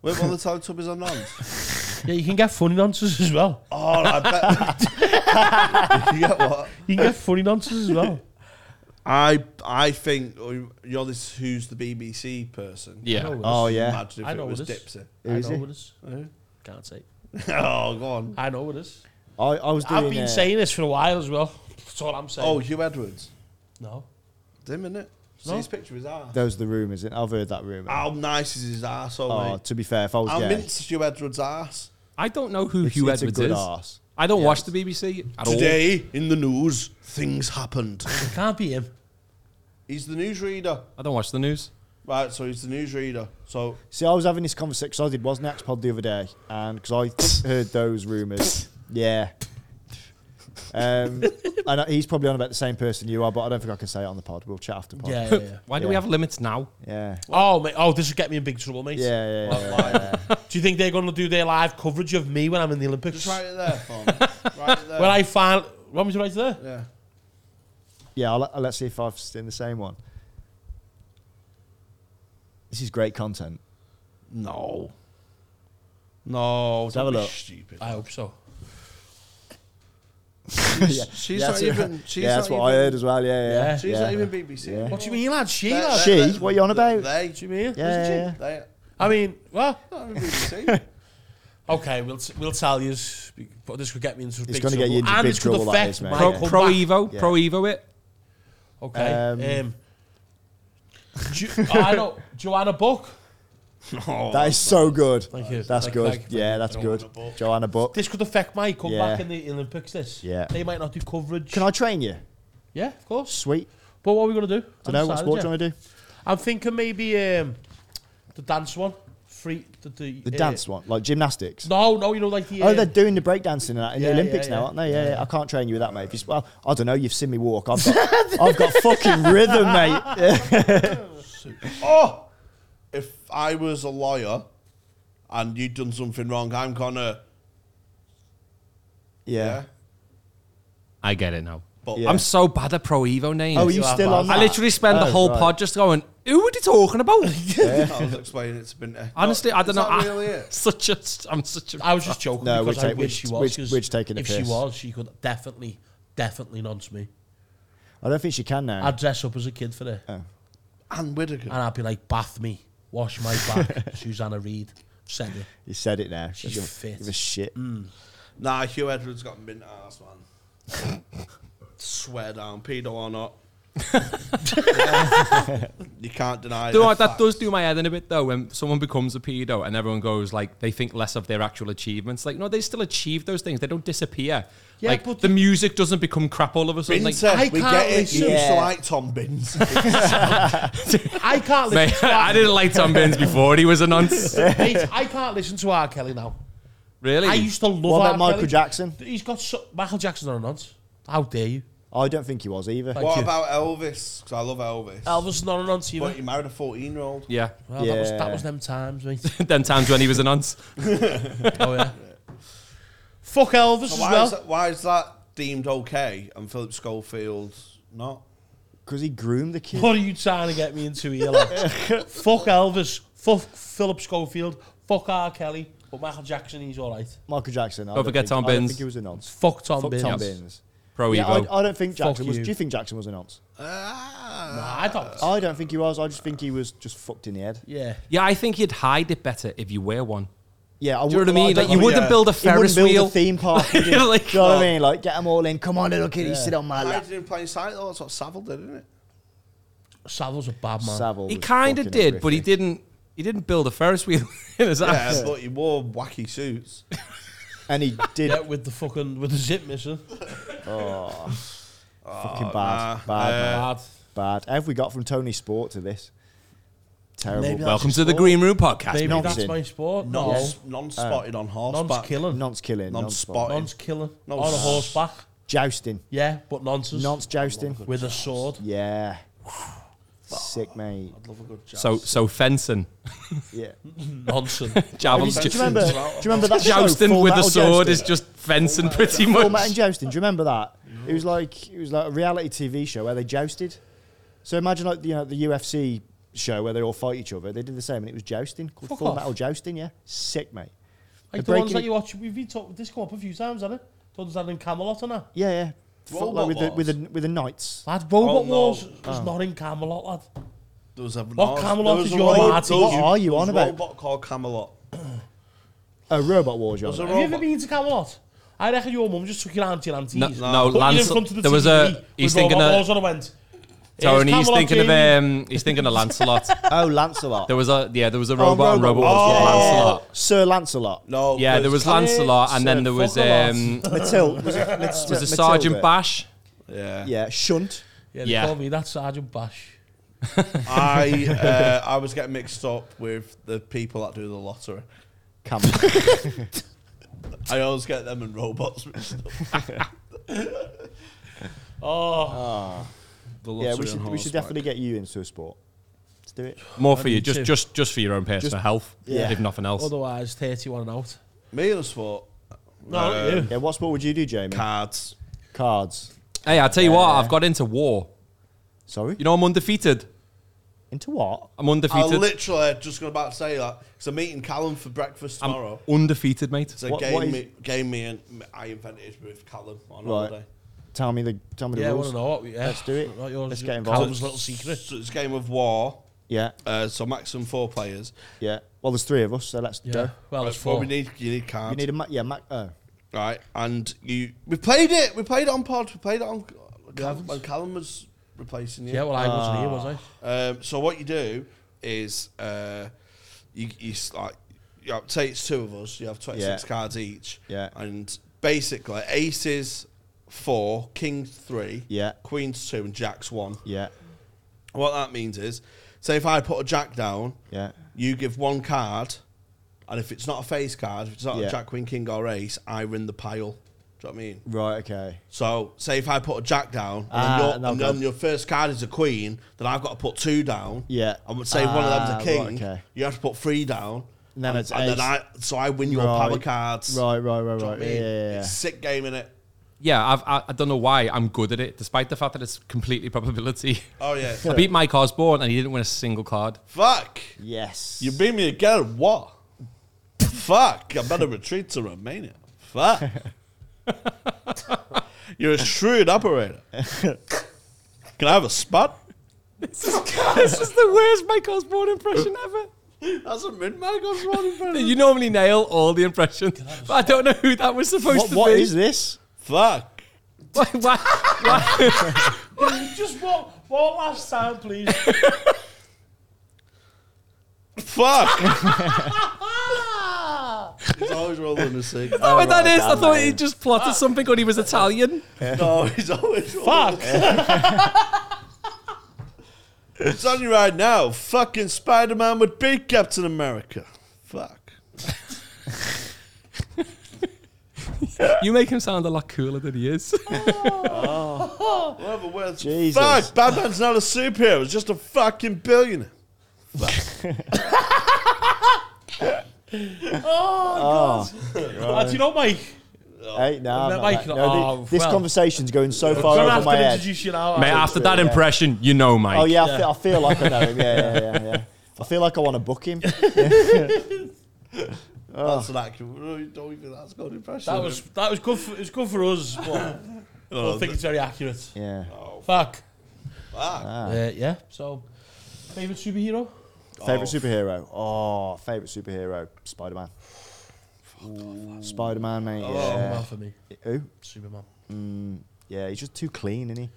Speaker 1: Weren't one of the Teletubbies on nuns?
Speaker 2: Yeah, you can get funny nonsense as well.
Speaker 1: Oh, I bet. you get what?
Speaker 2: You can get funny nonsense as well.
Speaker 1: I I think oh, you're this who's the BBC person.
Speaker 2: I know
Speaker 4: Yeah.
Speaker 2: what it
Speaker 3: Oh
Speaker 2: is.
Speaker 3: yeah,
Speaker 1: Imagine if
Speaker 2: I
Speaker 1: it
Speaker 2: know
Speaker 1: was
Speaker 2: this.
Speaker 1: Dipsy.
Speaker 3: Who
Speaker 2: I
Speaker 3: is
Speaker 2: know
Speaker 3: he?
Speaker 2: what it is. Can't say.
Speaker 1: oh, go on.
Speaker 2: I know it is.
Speaker 3: I, I was doing.
Speaker 2: I've been
Speaker 3: uh,
Speaker 2: saying this for a while as well. That's all I'm saying.
Speaker 1: Oh, Hugh Edwards.
Speaker 2: no.
Speaker 1: Dim, innit? See
Speaker 2: No.
Speaker 1: his picture of his ass.
Speaker 3: those are the rumours. and I've heard that rumour.
Speaker 1: How nice is his arsehole,
Speaker 3: Oh,
Speaker 1: Oh, mate?
Speaker 3: to be fair, if I was
Speaker 1: How
Speaker 3: gay,
Speaker 1: minced is Hugh Edwards' arse?
Speaker 4: I don't know who
Speaker 3: it's,
Speaker 4: Hugh
Speaker 3: it's
Speaker 4: Edwards
Speaker 3: a good
Speaker 4: is.
Speaker 3: arse.
Speaker 4: I don't watch the BBC at all.
Speaker 1: Today, in the news, things happened.
Speaker 2: It can't be him.
Speaker 1: he's the newsreader.
Speaker 4: I don't watch the news.
Speaker 1: Right, so he's the newsreader. So,
Speaker 3: See, I was having this conversation because I did Wozniak's pod the other day, and because I heard those rumours. yeah. Um, and I- he's probably on about the same person you are, but I don't think I can say it on the pod. We'll chat after pod.
Speaker 2: Yeah, yeah, yeah.
Speaker 4: Why do
Speaker 3: Yeah.
Speaker 4: we have limits now?
Speaker 3: yeah,
Speaker 2: Oh, mate. Oh, this would get me in big trouble,
Speaker 3: yeah,
Speaker 2: mate.
Speaker 3: yeah. yeah, yeah, yeah.
Speaker 2: Do you think they're going to do their live coverage of me when I'm in the Olympics?
Speaker 1: just uh, write it there for me. Write it there.
Speaker 2: When I find. Want me to write it there?
Speaker 1: yeah.
Speaker 3: Yeah, I'll, I'll- let's see if I've seen the same one. This is great content.
Speaker 1: No. No,
Speaker 3: Let's
Speaker 1: don't
Speaker 3: have a
Speaker 1: be
Speaker 3: look.
Speaker 1: stupid.
Speaker 2: I hope so.
Speaker 3: yeah.
Speaker 1: she's not
Speaker 3: Yeah, that's-
Speaker 1: even- she's
Speaker 3: yeah, that's
Speaker 1: not
Speaker 3: what I
Speaker 1: even-
Speaker 3: heard as well. Yeah, yeah.
Speaker 2: Yeah.
Speaker 1: She's
Speaker 3: yeah.
Speaker 1: not even BBC.
Speaker 3: Yeah.
Speaker 2: What do you mean, lad? She,
Speaker 1: They-
Speaker 2: lad?
Speaker 1: they-
Speaker 3: She?
Speaker 1: they-
Speaker 3: What you on about?
Speaker 1: They.
Speaker 2: Do you mean?
Speaker 3: Yeah,
Speaker 1: Isn't she?
Speaker 3: yeah, yeah.
Speaker 1: They.
Speaker 2: I mean, well,
Speaker 1: not BBC.
Speaker 2: okay, we'll t- we'll tell you, but this could get me into big
Speaker 3: gonna
Speaker 2: trouble.
Speaker 3: get you into
Speaker 2: and
Speaker 3: big
Speaker 2: this could
Speaker 3: trouble like
Speaker 2: affect
Speaker 3: this, mate.
Speaker 2: my
Speaker 4: Pro,
Speaker 2: comeback.
Speaker 4: pro Evo,
Speaker 3: Yeah.
Speaker 4: pro Evo it.
Speaker 2: Okay. Um,
Speaker 3: Um,
Speaker 2: Ju- I know Joanna Buck.
Speaker 1: no.
Speaker 3: That is so good.
Speaker 2: Thank you.
Speaker 3: That's
Speaker 2: Thank-
Speaker 3: good.
Speaker 2: thank-
Speaker 3: yeah, that's good.
Speaker 1: Joanna Buck.
Speaker 3: Joanna Buck.
Speaker 2: This could affect my comeback
Speaker 3: Yeah.
Speaker 2: in the Olympics. This.
Speaker 3: Yeah.
Speaker 2: They might not do coverage.
Speaker 3: Can I train you?
Speaker 2: Yeah, of course.
Speaker 3: Sweet.
Speaker 2: But what are we gonna do?
Speaker 3: Don't know
Speaker 2: Undecided
Speaker 3: what sport
Speaker 2: yet.
Speaker 3: do you want to do?
Speaker 2: I'm thinking maybe um, the dance one. Free the the,
Speaker 3: The
Speaker 2: uh,
Speaker 3: dance one, like gymnastics.
Speaker 2: No, no, you know like the.
Speaker 3: Oh,
Speaker 2: uh,
Speaker 3: they're doing the breakdancing and that in
Speaker 2: Yeah,
Speaker 3: the Olympics
Speaker 2: yeah,
Speaker 3: now,
Speaker 2: yeah.
Speaker 3: aren't they? Yeah, yeah, I can't train you with that, mate. If you, s- well, I don't know. You've seen me walk. I've got, I've got fucking rhythm, mate. Yeah.
Speaker 1: Oh, if I was a lawyer and you'd done something wrong, I'm gonna. Yeah.
Speaker 4: I get it now.
Speaker 1: But
Speaker 3: Yeah.
Speaker 4: I'm so bad at pro Evo names.
Speaker 3: Oh, are you
Speaker 2: You have
Speaker 3: still on?
Speaker 2: asked.
Speaker 4: I
Speaker 3: that?
Speaker 4: literally spend the
Speaker 3: Oh,
Speaker 4: whole
Speaker 3: right.
Speaker 4: pod just going, "Who are you talking about?"
Speaker 1: I was explaining it to Binta.
Speaker 4: Honestly, I
Speaker 1: Is
Speaker 4: don't know.
Speaker 1: That
Speaker 4: I-
Speaker 1: really it?
Speaker 4: Such a, I'm such a.
Speaker 2: I was just joking
Speaker 3: No,
Speaker 2: because
Speaker 3: we'd
Speaker 2: I
Speaker 3: take-
Speaker 2: wish she
Speaker 3: we'd-
Speaker 2: was.
Speaker 3: we'd-
Speaker 2: 'cause
Speaker 3: we'd taken a
Speaker 2: if she
Speaker 3: piss.
Speaker 2: was, she could definitely, definitely nonce me.
Speaker 3: I don't think she can now.
Speaker 2: I'd dress up as a kid for
Speaker 3: Oh.
Speaker 2: her.
Speaker 1: Anne Whittaker.
Speaker 2: and I'd be like, bath me, wash my back, Susanna Reid, said it.
Speaker 3: you said it now.
Speaker 2: She's
Speaker 3: Give a-
Speaker 2: fit.
Speaker 3: Give a shit.
Speaker 1: Nah, Hugh Edwards got mint ass, man. Swear down, pedo or not. you can't deny
Speaker 4: Do
Speaker 1: the
Speaker 4: you know what, that
Speaker 1: fact.
Speaker 4: does do my head in a bit though when someone becomes a pedo and everyone goes like they think less of their actual achievements like no they still achieve those things they don't disappear
Speaker 2: Yeah,
Speaker 4: like
Speaker 2: but
Speaker 4: the music doesn't become crap all of a sudden
Speaker 1: Binta,
Speaker 4: like
Speaker 2: I
Speaker 1: we
Speaker 2: can't
Speaker 1: get it. You
Speaker 2: listen.
Speaker 1: used to
Speaker 3: Yeah.
Speaker 1: like Tom Binns.
Speaker 2: I can't listen.
Speaker 4: Mate, I didn't like Tom Benz before he was a nonce
Speaker 2: Mate, I can't listen to R. Kelly now.
Speaker 4: Really?
Speaker 2: I used to love
Speaker 3: What
Speaker 2: R.
Speaker 3: about Michael
Speaker 2: Kelly.
Speaker 3: Jackson?
Speaker 2: He's got so, Michael Jackson's not a nonce. How dare you?
Speaker 3: I don't think he was either.
Speaker 2: Thank
Speaker 1: What
Speaker 2: you.
Speaker 1: about Elvis? Because I love Elvis.
Speaker 2: Elvis is not a nonce either.
Speaker 1: But he married a 14 year old.
Speaker 4: yeah.
Speaker 2: well, that was that
Speaker 3: Yeah.
Speaker 2: was them times, mate.
Speaker 4: then times when he was a nonce.
Speaker 2: oh yeah. Fuck Elvis
Speaker 1: So
Speaker 2: as
Speaker 1: why,
Speaker 2: well.
Speaker 1: is that, why is that deemed okay and Philip Schofield not?
Speaker 3: Because he groomed the kid.
Speaker 2: What are you trying to get me into here? Like? fuck Elvis. Fuck Philip Schofield. Fuck R. Kelly. But Michael Jackson, he's all right.
Speaker 3: Michael Jackson. I
Speaker 4: Don't forget
Speaker 3: think,
Speaker 4: Tom
Speaker 3: I don't
Speaker 4: Binns.
Speaker 3: think he was a nonce.
Speaker 2: Fuck Tom
Speaker 3: Fuck
Speaker 2: Binns.
Speaker 3: Tom Binns.
Speaker 4: Pro
Speaker 3: Yeah,
Speaker 4: Evo.
Speaker 3: I, I don't think
Speaker 2: Fuck
Speaker 3: Jackson was.
Speaker 2: you.
Speaker 3: Do you think Jackson was a nonce?
Speaker 2: Nah,
Speaker 1: Ah.
Speaker 2: I don't.
Speaker 3: I don't think he was. I just think he was just fucked in the head.
Speaker 2: yeah.
Speaker 4: yeah, I think you'd hide it better if you wear one.
Speaker 3: Yeah, I
Speaker 4: Do you know
Speaker 3: wouldn't
Speaker 4: what I mean?
Speaker 3: don't
Speaker 4: Like you
Speaker 3: think-
Speaker 4: wouldn't
Speaker 1: yeah.
Speaker 4: build a
Speaker 3: He wouldn't
Speaker 4: Ferris
Speaker 3: build
Speaker 4: wheel.
Speaker 3: a theme park. would he? Do
Speaker 4: Like-
Speaker 3: you know what I mean? Like, get them all in. Come on, little kid, you
Speaker 2: Yeah.
Speaker 3: sit on my lap.
Speaker 1: Hiding in plain sight, though, that's what Savile did, isn't it?
Speaker 2: Savile's a bad man.
Speaker 3: Savile
Speaker 4: He
Speaker 3: was
Speaker 4: kind of
Speaker 3: fucking
Speaker 4: did, but he
Speaker 3: horrific.
Speaker 4: didn't. He didn't build a Ferris wheel in his ass.
Speaker 1: Yeah, but he wore wacky suits.
Speaker 3: And he did.
Speaker 2: yeah, with the fucking with the zip missing.
Speaker 3: Oh, fucking bad,
Speaker 1: nah.
Speaker 3: bad, man,
Speaker 2: Bad.
Speaker 3: bad. Have we got from Tony Sport to this? Terrible.
Speaker 2: Maybe
Speaker 4: Welcome to the
Speaker 2: Sport.
Speaker 4: Green Room podcast.
Speaker 2: Maybe
Speaker 3: nonce
Speaker 2: that's
Speaker 3: in.
Speaker 2: my sport. No.
Speaker 1: Non, non spotted on horseback.
Speaker 2: Non's killing.
Speaker 3: nonce killing, nonce spot,
Speaker 1: Non-spot.
Speaker 2: Non's killing.
Speaker 1: Nonce.
Speaker 2: On a horseback.
Speaker 3: jousting,
Speaker 2: Yeah, but nonsense.
Speaker 3: nonce jousting.
Speaker 2: With a sword.
Speaker 3: Yeah, sick mate.
Speaker 1: I'd love a good jazz.
Speaker 4: So so fencing,
Speaker 3: Yeah.
Speaker 2: Nonsense.
Speaker 4: javelin,
Speaker 3: Do you
Speaker 4: ju-
Speaker 3: remember? Do you remember that show,
Speaker 4: jousting
Speaker 3: Full
Speaker 4: with a
Speaker 3: Metal
Speaker 4: sword
Speaker 3: Jousting?
Speaker 4: is just fencing pretty
Speaker 3: Full Metal
Speaker 4: much.
Speaker 3: Jousting. Do you remember that? It was like it was like a reality TV show where they jousted. So imagine like you know the UFC show where they all fight each other. They did the same, and it was jousting called
Speaker 2: Fuck
Speaker 3: Full
Speaker 2: off.
Speaker 3: Metal Jousting. Yeah, sick mate.
Speaker 2: Like the
Speaker 3: They're
Speaker 2: ones that
Speaker 3: breaking-
Speaker 2: you watch, we've been talk, this come up a few times, hasn't it? The ones that in Camelot and that.
Speaker 3: Yeah, yeah. Fuck,
Speaker 1: Robot
Speaker 3: like with the, with
Speaker 1: Wars.
Speaker 3: the with the knights.
Speaker 2: Lad, Robot
Speaker 1: Oh, no.
Speaker 2: Wars is not in Camelot, lad.
Speaker 1: There was a
Speaker 2: What Camelot
Speaker 1: there was
Speaker 2: is
Speaker 1: a
Speaker 2: your
Speaker 1: robot-
Speaker 2: party?
Speaker 1: there was-
Speaker 3: What are you
Speaker 1: there was
Speaker 3: on
Speaker 1: a
Speaker 3: about?
Speaker 1: robot called Camelot.
Speaker 3: A robot war, John.
Speaker 1: There's a
Speaker 2: Have you ever
Speaker 1: robot.
Speaker 2: been to Camelot? I reckon your mum just took your auntie and aunties.
Speaker 4: No,
Speaker 2: put
Speaker 4: no,
Speaker 2: you in
Speaker 4: Lance.
Speaker 2: front of the
Speaker 4: There was
Speaker 2: TV
Speaker 4: a.
Speaker 2: with
Speaker 4: He's thinking
Speaker 2: Robot
Speaker 4: of
Speaker 2: Wars and I went. "Here's
Speaker 4: Tony. He's
Speaker 2: Camelot
Speaker 4: thinking of
Speaker 2: in."
Speaker 4: um. He's thinking of Lancelot.
Speaker 3: Oh, Lancelot.
Speaker 4: There was a yeah. There was a robot and robot
Speaker 3: War,
Speaker 4: was
Speaker 3: yeah,
Speaker 4: called
Speaker 3: yeah, yeah.
Speaker 4: Lancelot.
Speaker 3: Oh, Sir Lancelot.
Speaker 1: No.
Speaker 4: Yeah, there was Lancelot, and then there
Speaker 2: fuck
Speaker 4: was
Speaker 2: a lot.
Speaker 4: um.
Speaker 3: Matilda. Was it, Matilda-
Speaker 4: Was a Sergeant Bash?
Speaker 1: Yeah.
Speaker 3: Yeah, Shunt.
Speaker 2: Yeah, they
Speaker 4: Yeah.
Speaker 2: called me that Sergeant Bash.
Speaker 1: I uh, I was getting mixed up with the people that do the lottery.
Speaker 3: Come.
Speaker 1: I always get them and robots mixed up.
Speaker 2: Oh,
Speaker 3: yeah, we should we should definitely get you into a sport. Let's do it.
Speaker 4: More for you,
Speaker 2: too.
Speaker 4: just just just for your own personal health,
Speaker 3: Yeah.
Speaker 4: if nothing else.
Speaker 2: otherwise 31 and out.
Speaker 1: Me and sport.
Speaker 2: No, not you.
Speaker 3: Yeah, what sport would you do, Jamie?
Speaker 1: Cards.
Speaker 3: Cards.
Speaker 4: Hey, I tell you what, I've got into war.
Speaker 3: Sorry.
Speaker 4: You know, I'm undefeated.
Speaker 3: Into what?
Speaker 4: I'm
Speaker 1: I'm
Speaker 4: undefeated.
Speaker 1: literally just gonna about to say that because I'm meeting Callum for breakfast tomorrow.
Speaker 4: undefeated, mate.
Speaker 1: it's a
Speaker 3: What-
Speaker 1: game,
Speaker 3: what is-
Speaker 1: me, game me and I invented with Callum on
Speaker 3: Right.
Speaker 1: holiday.
Speaker 3: Tell me the tell me the
Speaker 2: Yeah, I want
Speaker 3: rules.
Speaker 2: to know what. Yeah.
Speaker 3: Let's do it.
Speaker 2: Not yours,
Speaker 3: Let's
Speaker 2: your
Speaker 3: get involved.
Speaker 2: Callum's little secret.
Speaker 1: So it's a game of war.
Speaker 3: Yeah,
Speaker 1: Uh, so maximum four players.
Speaker 3: yeah. Well, there's three of us, so let's
Speaker 2: Yeah.
Speaker 3: go.
Speaker 2: Well,
Speaker 1: Right,
Speaker 2: it's four.
Speaker 1: Well, we need you need cards.
Speaker 3: You need a ma- yeah, ma- oh.
Speaker 1: right, and you we played it. We played it on pod. We played it on Callum, when Callum was replacing you.
Speaker 2: Yeah, well, I wasn't here, was I?
Speaker 1: Um, so what you do is uh, you, you s- like you have, say it's two of us. You have twenty six
Speaker 3: Yeah.
Speaker 1: cards each.
Speaker 3: Yeah.
Speaker 1: And basically, aces four, kings three,
Speaker 3: Yeah.
Speaker 1: queens two, and jacks one.
Speaker 3: yeah,
Speaker 1: What that means is, say if I put a jack down,
Speaker 3: yeah,
Speaker 1: you give one card, and if it's not a face card, if it's not
Speaker 3: Yeah.
Speaker 1: a jack, queen, king, or ace, I win the pile. Do you know what I mean?
Speaker 3: right, okay.
Speaker 1: So, say if I put a jack down, and,
Speaker 3: Ah,
Speaker 1: then, your,
Speaker 3: no,
Speaker 1: and
Speaker 3: go.
Speaker 1: then your first card is a queen, then I've got to put two down.
Speaker 3: Yeah.
Speaker 1: And would say one of
Speaker 3: Ah,
Speaker 1: them's a king.
Speaker 3: right, okay.
Speaker 1: You have to put three down.
Speaker 3: And then it's
Speaker 1: and
Speaker 3: ace.
Speaker 1: then I so I win your
Speaker 3: Right.
Speaker 1: power cards.
Speaker 3: Right, right, right,
Speaker 1: Do you know
Speaker 3: right.
Speaker 1: what I
Speaker 3: Yeah,
Speaker 1: mean?
Speaker 3: yeah, yeah.
Speaker 1: It's a sick game in it.
Speaker 4: Yeah, I've, I, I don't know why I'm good at it, despite the fact that it's completely probability.
Speaker 1: Oh yeah.
Speaker 4: I beat Mike Osborne and he didn't win a single card.
Speaker 1: Fuck.
Speaker 3: Yes.
Speaker 1: You beat me again. What? Fuck. I better retreat to Romania. Fuck. You're a shrewd operator. Can I have a spot?
Speaker 4: This is, this is the worst Mike Osborne impression ever.
Speaker 1: That's a mid mag I was running for.
Speaker 4: You normally nail all the impressions, but I don't know who that was supposed
Speaker 3: What,
Speaker 4: to
Speaker 3: what
Speaker 4: be.
Speaker 3: is this?
Speaker 1: Fuck.
Speaker 4: Why, why-
Speaker 2: Ah. Just one, one last time, please.
Speaker 1: Fuck. he's always rolling a six.
Speaker 4: I thought that is. I
Speaker 3: damn,
Speaker 4: thought
Speaker 3: man.
Speaker 4: he just plotted something or he was Italian.
Speaker 1: No, he's always rolling.
Speaker 2: Fuck.
Speaker 1: It's on you right now. Fucking Spider Man would beat Captain America. Fuck.
Speaker 4: You make him sound a lot cooler than he is.
Speaker 1: Whatever words.
Speaker 3: Jesus.
Speaker 1: Fuck, Batman's not a superhero. He's just a fucking billionaire.
Speaker 2: Do you know, Mike?
Speaker 3: Hey,
Speaker 2: That
Speaker 3: no, I'm not
Speaker 2: might-
Speaker 3: that. No,
Speaker 2: oh,
Speaker 3: thi- this
Speaker 2: well.
Speaker 3: conversation's going so
Speaker 2: I'm
Speaker 3: far
Speaker 2: gonna
Speaker 3: over
Speaker 2: have
Speaker 3: my
Speaker 2: to
Speaker 3: head.
Speaker 2: introduce you now.
Speaker 4: Mate, after that
Speaker 3: yeah.
Speaker 4: impression, you know, Mike.
Speaker 3: Oh yeah, I, feel, I feel like I know him. Yeah, yeah, yeah, yeah. I feel like I want to book him.
Speaker 1: That's an accurate. Don't even. That's a good impression.
Speaker 2: That was that was good. For, it was good for us, but I
Speaker 3: Oh,
Speaker 2: don't think it's very accurate.
Speaker 3: Yeah.
Speaker 2: Oh, Fuck.
Speaker 1: Ah,
Speaker 2: Uh, yeah. So, favorite superhero?
Speaker 3: Favorite superhero? Oh, favorite superhero? Spider Man. Spider Man, mate.
Speaker 2: Superman
Speaker 3: Yeah.
Speaker 2: for me.
Speaker 3: Who?
Speaker 2: Superman.
Speaker 3: Mm, yeah, he's just too clean, isn't he?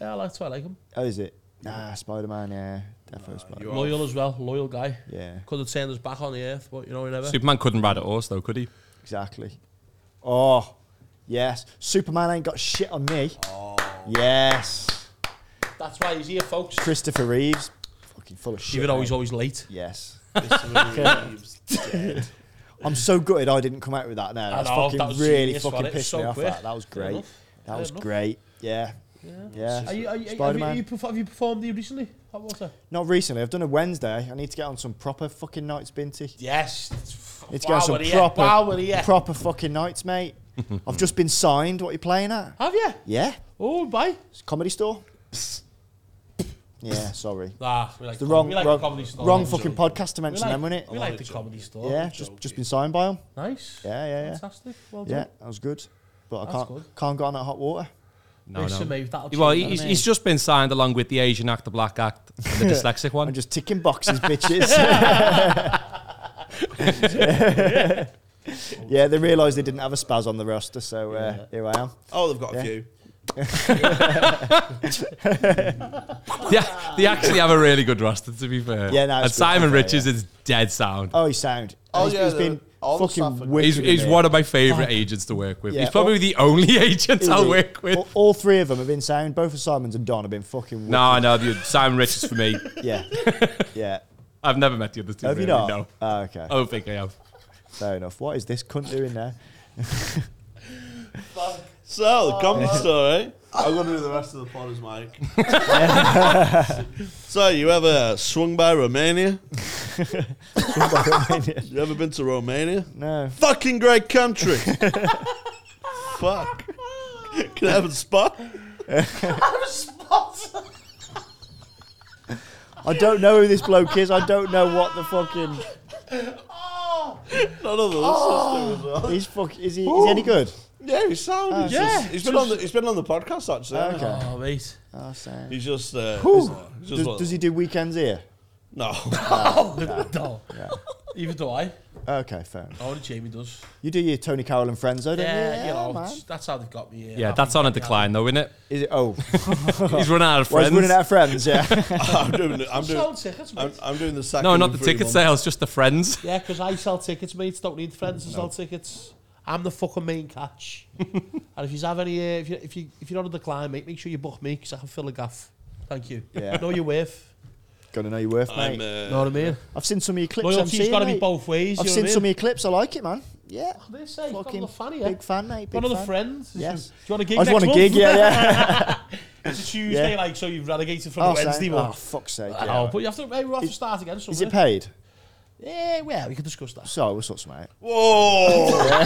Speaker 2: Yeah, I- that's why I like him.
Speaker 3: Oh, is it? Nah, Spider Man. Yeah, definitely Spider. Man.
Speaker 2: Loyal as well. Loyal guy.
Speaker 3: Yeah,
Speaker 2: Could have turned us back on the earth, but you know, we never.
Speaker 4: Superman couldn't ride a horse, though, could he?
Speaker 3: exactly. Oh, yes. Superman ain't got shit on me.
Speaker 2: Oh.
Speaker 3: Yes.
Speaker 2: That's why he's here, folks.
Speaker 3: Christopher Reeves, fucking full of shit.
Speaker 2: Even though he's
Speaker 3: mate.
Speaker 2: always late.
Speaker 3: Yes.
Speaker 1: Christopher Reeves.
Speaker 3: I'm so gutted I didn't come out with that now.
Speaker 2: I
Speaker 3: That's
Speaker 2: know,
Speaker 3: fucking
Speaker 2: that was
Speaker 3: really
Speaker 2: genius,
Speaker 3: fucking
Speaker 2: wasn't it?
Speaker 3: pissed
Speaker 2: So
Speaker 3: me off.
Speaker 2: quick.
Speaker 3: That. that was
Speaker 2: Fair
Speaker 3: great.
Speaker 2: enough.
Speaker 3: That
Speaker 2: Fair
Speaker 3: was
Speaker 2: enough.
Speaker 3: great. Yeah.
Speaker 2: Yeah.
Speaker 3: Yeah.
Speaker 2: Are you, are you, have, you,
Speaker 3: Spider-Man.
Speaker 2: you, perf- have you performed here recently? Hot water?
Speaker 3: Not recently. I've done a Wednesday. I need to get on some proper fucking nights, Binty.
Speaker 2: Yes.
Speaker 3: Need to get on some proper, proper fucking nights, mate. I've just been signed. What are you playing at?
Speaker 2: have you?
Speaker 3: Yeah.
Speaker 2: Oh, bye.
Speaker 3: It's a comedy store. yeah, sorry.
Speaker 2: Nah, we like
Speaker 3: The
Speaker 2: com-
Speaker 3: wrong,
Speaker 2: we like
Speaker 3: wrong,
Speaker 2: the comedy store.
Speaker 3: wrong
Speaker 2: We
Speaker 3: fucking
Speaker 2: like-
Speaker 3: podcast to
Speaker 2: We
Speaker 3: mention
Speaker 2: like,
Speaker 3: them, wasn't it?
Speaker 2: we like the comedy store.
Speaker 1: Oh,
Speaker 3: Yeah, just, just been signed by them.
Speaker 2: Nice.
Speaker 3: Yeah, yeah, yeah.
Speaker 2: Fantastic. Well
Speaker 3: Yeah,
Speaker 2: done.
Speaker 3: that was good. But I
Speaker 2: That's
Speaker 3: can't,
Speaker 2: good.
Speaker 3: can't go on that hot water.
Speaker 4: No,
Speaker 2: Listen,
Speaker 4: no.
Speaker 2: mate, that'll
Speaker 4: Well,
Speaker 2: change,
Speaker 4: he's,
Speaker 2: that'll
Speaker 4: he's just been signed along with the Asian act, the black act, and the dyslexic
Speaker 3: I'm
Speaker 4: one.
Speaker 3: just ticking boxes, bitches. yeah, they realised they didn't have a spaz on the roster, so uh, here I am.
Speaker 1: Oh, they've got a
Speaker 3: Yeah.
Speaker 1: few.
Speaker 4: yeah, they actually have a really good roster, to be fair.
Speaker 3: Yeah, no, it's
Speaker 4: and
Speaker 3: good,
Speaker 4: Simon
Speaker 3: okay,
Speaker 4: Richards
Speaker 3: yeah.
Speaker 4: is dead sound.
Speaker 3: Oh, he sound.
Speaker 1: Oh,
Speaker 3: he's,
Speaker 1: yeah,
Speaker 3: he's
Speaker 1: the-
Speaker 3: been
Speaker 1: all the staff are-
Speaker 3: fucking wicked.
Speaker 4: He's, he's
Speaker 3: mate.
Speaker 4: one of my favourite agents to work with.
Speaker 3: Yeah,
Speaker 4: he's probably
Speaker 3: oh.
Speaker 4: the only agent
Speaker 3: Really.
Speaker 4: I'll
Speaker 3: Oh.
Speaker 4: work with.
Speaker 3: All, all three of them have been sound. Both of Simon's and Don have been fucking. Wicked.
Speaker 4: No, no, the, Simon Richards for me.
Speaker 3: Yeah. Yeah.
Speaker 4: I've never met the other two.
Speaker 3: Have you
Speaker 4: really,
Speaker 3: not?
Speaker 4: No.
Speaker 3: Oh, okay.
Speaker 4: I don't think I have.
Speaker 3: Fair enough. What is this cunt doing there?
Speaker 1: So, the comedy story. Oh. I'm going to do the rest of the pod as Mike. so, you ever swung by Romania? You ever been to Romania?
Speaker 3: no.
Speaker 1: Fucking great country. Fuck. Can I have a spot?
Speaker 3: I don't know who this bloke is. I don't know what the fucking.
Speaker 1: None of the listeners do as well.
Speaker 3: He's fuck. Is he? Is he any good?
Speaker 1: Yeah, he sounds. he's
Speaker 2: yeah.
Speaker 1: just- he's been on the he's been on the podcast actually.
Speaker 3: Oh, Okay.
Speaker 2: Oh, mate.
Speaker 3: Oh, sound.
Speaker 1: He's just. Uh,
Speaker 3: Whew.
Speaker 1: he's just
Speaker 3: Does,
Speaker 1: like-
Speaker 3: does he do weekends here?
Speaker 1: No.
Speaker 2: Oh, No. Even though I.
Speaker 3: Okay, fair enough.
Speaker 2: Oh, Jamie does.
Speaker 3: You do your Tony Carroll and Friends, though, don't
Speaker 2: Yeah,
Speaker 3: you?
Speaker 2: you know,
Speaker 3: man.
Speaker 2: it's- that's how they've got me.
Speaker 4: Yeah, that's on a decline, though, isn't it?
Speaker 3: Is it? Oh,
Speaker 4: He's run out of
Speaker 3: well,
Speaker 4: friends.
Speaker 3: he's running out of friends. Yeah.
Speaker 1: I'm doing. the- I'm
Speaker 2: Sell
Speaker 1: doing.
Speaker 2: tickets,
Speaker 1: I'm,
Speaker 2: mate.
Speaker 1: I'm doing the second.
Speaker 4: no, not the
Speaker 1: three
Speaker 4: ticket
Speaker 1: months.
Speaker 4: sales, just the friends.
Speaker 2: Yeah, because I sell tickets, mate. Don't need friends to sell tickets. I'm the fucking main catch. and if you have any, uh, if you if you if you're on a decline, mate, make sure you book me because I can fill a gaff. Thank you.
Speaker 3: Yeah.
Speaker 2: Know your worth.
Speaker 3: Gotta know your worth,
Speaker 1: I'm.
Speaker 3: mate.
Speaker 2: You
Speaker 1: Uh,
Speaker 2: know what I mean?
Speaker 3: I've seen some of your clips. I'm
Speaker 2: Loyalty's
Speaker 3: seeing,
Speaker 2: got to be
Speaker 3: mate.
Speaker 2: both ways.
Speaker 3: I've
Speaker 2: you know
Speaker 3: seen
Speaker 2: what I
Speaker 3: some of
Speaker 2: mean?
Speaker 3: your clips. I like it, man. Yeah.
Speaker 2: They say, got
Speaker 3: Fucking
Speaker 2: another fan here.
Speaker 3: big fan, mate. Big
Speaker 2: Got another
Speaker 3: fan.
Speaker 2: friend.
Speaker 3: Yes.
Speaker 2: Do you want a gig
Speaker 3: I just
Speaker 2: next
Speaker 3: want a
Speaker 2: month?
Speaker 3: gig. Yeah, yeah.
Speaker 2: It's a Tuesday,
Speaker 3: Yeah.
Speaker 2: like, so you've relegated from
Speaker 3: oh,
Speaker 2: the Wednesday
Speaker 3: sound.
Speaker 2: one.
Speaker 3: oh, fuck's sake.
Speaker 2: I
Speaker 3: yeah.
Speaker 2: know, but you have to, maybe we'll have to start again
Speaker 3: Is
Speaker 2: somewhere.
Speaker 3: it paid?
Speaker 2: yeah, well, we can discuss that.
Speaker 3: So we'll sort some out.
Speaker 1: whoa! You're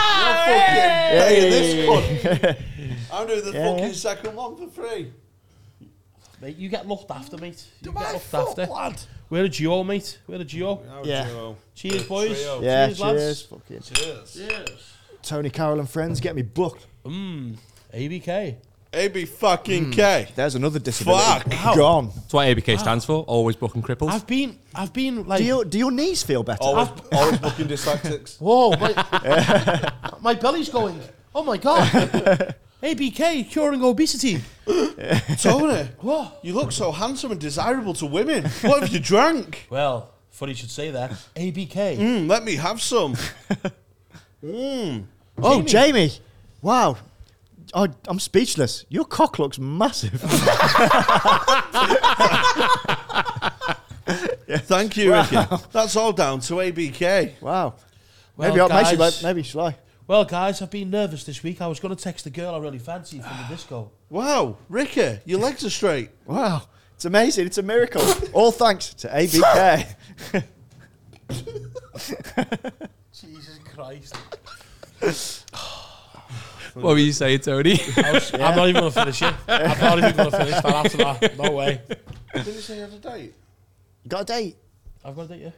Speaker 1: fucking paying this one. I'm doing the
Speaker 3: Yeah,
Speaker 1: fucking
Speaker 3: yeah.
Speaker 1: second one for free.
Speaker 2: Mate, you get looked after, mate. You
Speaker 1: Do
Speaker 2: get
Speaker 1: I
Speaker 2: looked
Speaker 1: fuck,
Speaker 2: after.
Speaker 1: lad?
Speaker 2: We're a duo, mate. We're a duo.
Speaker 3: Yeah.
Speaker 2: Cheers, boys.
Speaker 1: trio.
Speaker 3: Yeah.
Speaker 2: Cheers,
Speaker 3: Cheers.
Speaker 2: lads.
Speaker 3: Fucking
Speaker 1: Cheers.
Speaker 2: Yes.
Speaker 3: Tony Carroll and Friends. Get me booked.
Speaker 2: Mmm. ABK.
Speaker 1: AB
Speaker 3: Hmm.
Speaker 1: fucking K.
Speaker 3: There's another disability.
Speaker 1: Fuck.
Speaker 2: Wow.
Speaker 3: Gone.
Speaker 4: That's what ABK stands for. Always booking cripples.
Speaker 2: I've been, I've been like,
Speaker 3: Do your do your knees feel better?
Speaker 1: Always, always booking dyslexics.
Speaker 2: whoa, my, my belly's going. Oh my god. ABK curing obesity.
Speaker 1: Tony,
Speaker 2: What?
Speaker 1: you look so handsome and desirable to women. What have you drank?
Speaker 2: Well, funny you should say that. ABK.
Speaker 1: Mm, let me have some.
Speaker 3: Oh, Jamie. Wow. I, I'm speechless. Your cock looks massive.
Speaker 1: Thank you, Ricky. That's all down to ABK.
Speaker 3: wow.
Speaker 2: Well,
Speaker 3: maybe, I, maybe,
Speaker 2: guys.
Speaker 3: maybe, shall I?
Speaker 2: Well, guys, I've been nervous this week. I was going to text the girl I really fancy from the disco.
Speaker 1: Wow, Ricky, your legs are straight.
Speaker 3: Wow. It's amazing. It's a miracle. All thanks to ABK.
Speaker 2: Jesus Christ.
Speaker 4: What were you saying, Tony?
Speaker 2: I was, I'm not even going to finish it. I'm not even going to finish that after that. No way.
Speaker 1: Did you say you had a date?
Speaker 3: Got a date.
Speaker 2: I've got to date you.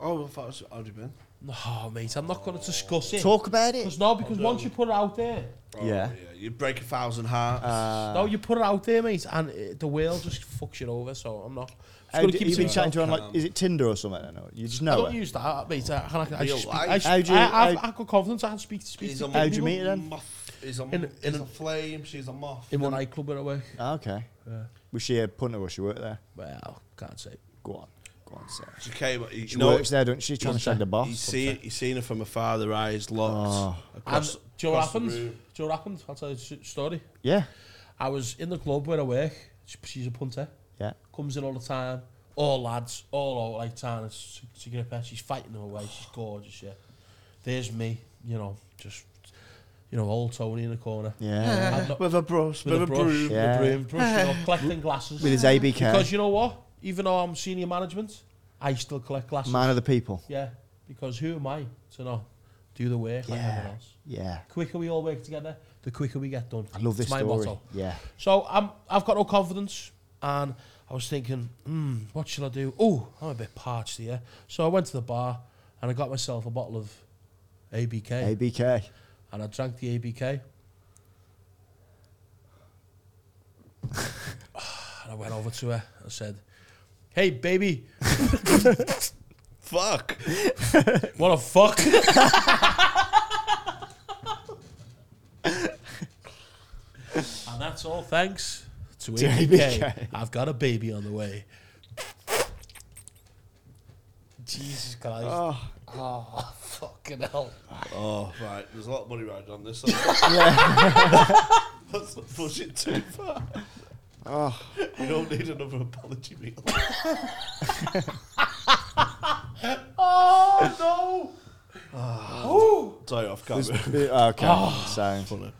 Speaker 1: Oh, I thought it's already been.
Speaker 2: No, mate, I'm not going to discuss it.
Speaker 3: Talk about it.
Speaker 2: Because no, because once you put it out there,
Speaker 3: Yeah.
Speaker 1: Oh,
Speaker 3: Uh,
Speaker 1: You break a thousand hearts.
Speaker 3: Ah.
Speaker 2: no, you put it out there, mate, and uh, the world just fucks you over. So I'm not.
Speaker 3: How
Speaker 2: Just going
Speaker 3: do-
Speaker 2: to keep
Speaker 3: you've
Speaker 2: it to
Speaker 3: been chatting
Speaker 2: myself.
Speaker 3: to her on like, is it Tinder or something? I don't know. You just
Speaker 2: I
Speaker 3: know
Speaker 2: don't
Speaker 3: her.
Speaker 2: use that, mate. I, I, I, I,
Speaker 1: Real
Speaker 2: speak,
Speaker 1: life.
Speaker 2: I, speak,
Speaker 3: How do you-
Speaker 2: I, I've,
Speaker 3: how-
Speaker 2: I've got confidence. I can speak to speak
Speaker 1: He's
Speaker 2: to
Speaker 1: a
Speaker 3: How'd you
Speaker 2: people
Speaker 3: meet her then?
Speaker 1: Moth. He's a,
Speaker 2: In-
Speaker 1: he's
Speaker 2: in-
Speaker 1: a flame. She's a moth.
Speaker 2: in one nightclub where I work.
Speaker 3: Ah, okay. Was she a punter or she worked there?
Speaker 2: Well, can't say.
Speaker 3: Go on. Go on, sir.
Speaker 1: She came. You
Speaker 3: She
Speaker 1: know,
Speaker 3: works there, doesn't she? Trying to shag the boss.
Speaker 1: he's seen. He's seen her from afar. Their eyes locked.
Speaker 3: Oh.
Speaker 2: And
Speaker 1: Across,
Speaker 2: do you know what
Speaker 1: across the
Speaker 2: happened? Do you
Speaker 1: room.
Speaker 2: know what happened? I'll tell you a s- story.
Speaker 3: Yeah.
Speaker 2: I was in the club where I work. She- She's a punter.
Speaker 3: Yeah.
Speaker 2: Comes in all the time. All lads, all all like trying to, s- to grip her. She's fighting them away. She's gorgeous, yeah. There's me, you know, just you know, old Tony in the corner.
Speaker 3: Yeah.
Speaker 2: I'd not-
Speaker 1: with a brush.
Speaker 2: with a brush, with
Speaker 3: Yeah.
Speaker 2: a broom, brushing up, collecting glasses.
Speaker 3: With his ABK.
Speaker 2: Because you know what? Even though I'm senior management, I still collect glasses.
Speaker 3: Man of the people.
Speaker 2: Yeah, because who am I to not do the work like
Speaker 3: Yeah.
Speaker 2: everyone else?
Speaker 3: Yeah.
Speaker 2: Quicker we all work together, the quicker we get done.
Speaker 3: I love this
Speaker 2: it's my
Speaker 3: story.
Speaker 2: motto.
Speaker 3: Yeah.
Speaker 2: So I'm, I've got no confidence, and I was thinking, hmm, what should I do? Oh, I'm a bit parched here. So I went to the bar and I got myself a bottle of ABK,
Speaker 3: ABK.
Speaker 2: and I drank the ABK. and I went over to her. I said, "Hey, baby,
Speaker 1: Fuck.
Speaker 2: What a fuck. and that's all thanks to
Speaker 3: To
Speaker 2: ABK.
Speaker 3: ABK.
Speaker 2: I've got a baby on the way. Jesus Christ. Oh, fucking hell.
Speaker 1: Oh right. There's a lot of money riding on this. That's not pushing too far.
Speaker 3: Oh.
Speaker 1: You don't need another apology meal.
Speaker 2: Oh, no.
Speaker 1: Sorry, off
Speaker 3: There's-
Speaker 1: camera.
Speaker 3: okay.
Speaker 2: Oh.
Speaker 3: So
Speaker 1: Funny.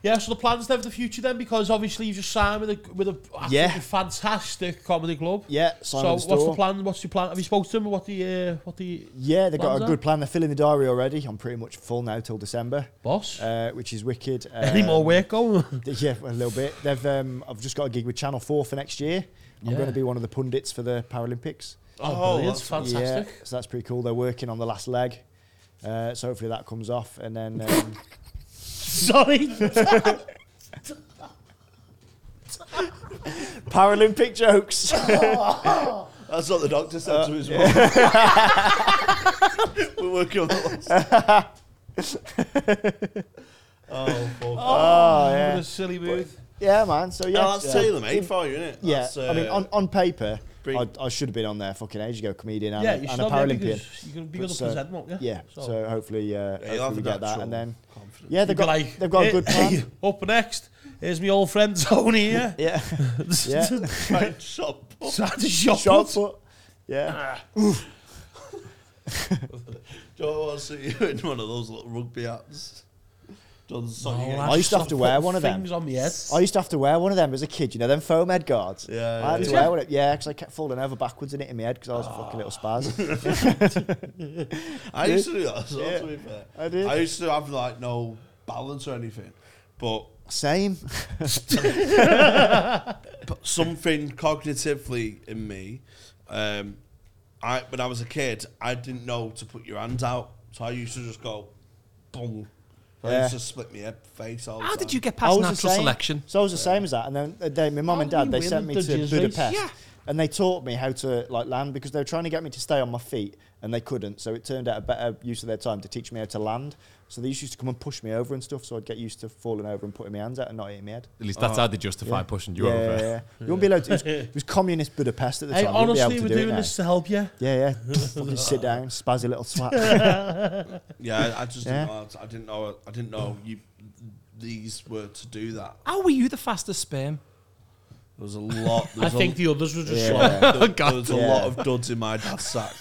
Speaker 2: Yeah, so the plans then for the future then, because obviously you've just signed with a, with a absolutely
Speaker 3: Yeah.
Speaker 2: fantastic comedy club.
Speaker 3: yeah,
Speaker 2: So
Speaker 3: Simon
Speaker 2: what's
Speaker 3: the store.
Speaker 2: the plan? What's your plan? Have you spoken to him? What the uh, what the
Speaker 3: Yeah, they've got
Speaker 2: Plans
Speaker 3: a
Speaker 2: are?
Speaker 3: good plan. They're filling the diary already. I'm pretty much full now till December,
Speaker 2: boss?
Speaker 3: uh, which is wicked. Um,
Speaker 2: Any more work going?
Speaker 3: th- Yeah, a little bit. They've. Um, I've just got a gig with Channel Four for next year. I'm
Speaker 2: Yeah.
Speaker 3: going to be one of the pundits for the Paralympics.
Speaker 1: Oh,
Speaker 2: brilliant.
Speaker 1: that's-
Speaker 2: fantastic.
Speaker 3: Yeah, so that's pretty cool. They're working on the last leg, uh, so hopefully that comes off. And then um,
Speaker 2: Sorry.
Speaker 3: Paralympic jokes.
Speaker 1: That's what the doctor said to
Speaker 3: Uh,
Speaker 1: his mum. We're working on that. oh, fuck.
Speaker 2: What
Speaker 3: oh yeah,
Speaker 2: a silly move.
Speaker 3: yeah, man. So yeah,
Speaker 1: Oh, that's
Speaker 3: yeah.
Speaker 1: tailor made for you, innit?
Speaker 3: Yeah,
Speaker 1: That's, uh,
Speaker 3: I mean, on, on paper,
Speaker 1: bring-
Speaker 3: I, I should have been on there fucking age ago, comedian and,
Speaker 2: Yeah,
Speaker 3: a-
Speaker 2: you
Speaker 3: and
Speaker 2: should
Speaker 3: a
Speaker 2: have yeah,
Speaker 3: Paralympian.
Speaker 2: because you're going to be able to
Speaker 3: so-
Speaker 2: present, won't you?
Speaker 3: Dus, eh, Yeah, so, hopefully,
Speaker 1: yeah,
Speaker 3: uh,
Speaker 1: you'll
Speaker 3: hopefully
Speaker 1: have
Speaker 3: we
Speaker 1: a
Speaker 3: get that,
Speaker 1: natural
Speaker 3: and then
Speaker 1: confidence.
Speaker 3: yeah,
Speaker 2: You'd
Speaker 3: they've
Speaker 2: be
Speaker 3: got they've got a
Speaker 2: "Eh,
Speaker 3: good plan.
Speaker 2: up next, here's my old friend Tony here.
Speaker 3: yeah, Yeah.
Speaker 1: Right, shop.
Speaker 2: Tried to shop Oh,
Speaker 3: shot
Speaker 2: us.
Speaker 3: put. Yeah,
Speaker 1: Do I want to see you in one of those little rugby hats? Done soggy.
Speaker 2: Oh,
Speaker 1: end.
Speaker 3: I used to have
Speaker 2: stop
Speaker 3: to wear one of
Speaker 2: putting
Speaker 3: them. Oh,
Speaker 2: Things on my head.
Speaker 3: I used to have to wear one of them as a kid. You know them foam head guards.
Speaker 1: Yeah,
Speaker 3: I had
Speaker 1: yeah,
Speaker 3: to
Speaker 1: yeah.
Speaker 3: wear one. of- Yeah, because I kept falling over backwards in it in my head because I was a fucking little spaz.
Speaker 1: I used to do that as well, to be fair.
Speaker 3: I did.
Speaker 1: I used to have, like, no balance or anything. But,
Speaker 3: Same.
Speaker 1: but something cognitively in me, um, I when I was a kid, I didn't know to put your hands out. So I used to just go, boom. I
Speaker 3: Yeah.
Speaker 1: used to split my head face all the
Speaker 4: How
Speaker 1: time.
Speaker 4: did you get
Speaker 3: I
Speaker 4: past
Speaker 3: was the
Speaker 4: natural
Speaker 3: same.
Speaker 4: selection?
Speaker 3: So I was the same as that. And then uh, they, my mum and
Speaker 2: How you
Speaker 3: dad, they
Speaker 2: win
Speaker 3: sent me
Speaker 2: the
Speaker 3: to
Speaker 2: jizz
Speaker 3: Budapest.
Speaker 4: race? Yeah.
Speaker 3: And they taught me how to like land because they were trying to get me to stay on my feet and they couldn't. So it turned out a better use of their time to teach me how to land. So they used to come and push me over and stuff. So I'd get used to falling over and putting my hands out and not hitting my head.
Speaker 4: At least that's how they justify pushing you
Speaker 3: Oh, yeah,
Speaker 4: over.
Speaker 3: Yeah, yeah. You wouldn't be allowed to. It was, it was communist Budapest at the
Speaker 2: Hey,
Speaker 3: time. You wouldn't be
Speaker 2: honestly,
Speaker 3: able
Speaker 2: we're
Speaker 3: to do it
Speaker 2: doing
Speaker 3: now.
Speaker 2: this to help you.
Speaker 3: Yeah, yeah. Fucking sit down, spazzy little twat.
Speaker 1: Yeah, I I just
Speaker 3: Yeah.
Speaker 1: didn't know. how to- I didn't know. I didn't know you. These were to do that.
Speaker 4: How were you the fastest sperm?
Speaker 1: There was a lot. There
Speaker 2: I
Speaker 1: was
Speaker 2: think
Speaker 1: a,
Speaker 2: the others were just slow.
Speaker 3: yeah.
Speaker 1: there, there was a
Speaker 3: Yeah.
Speaker 1: lot of duds in my dad's sack.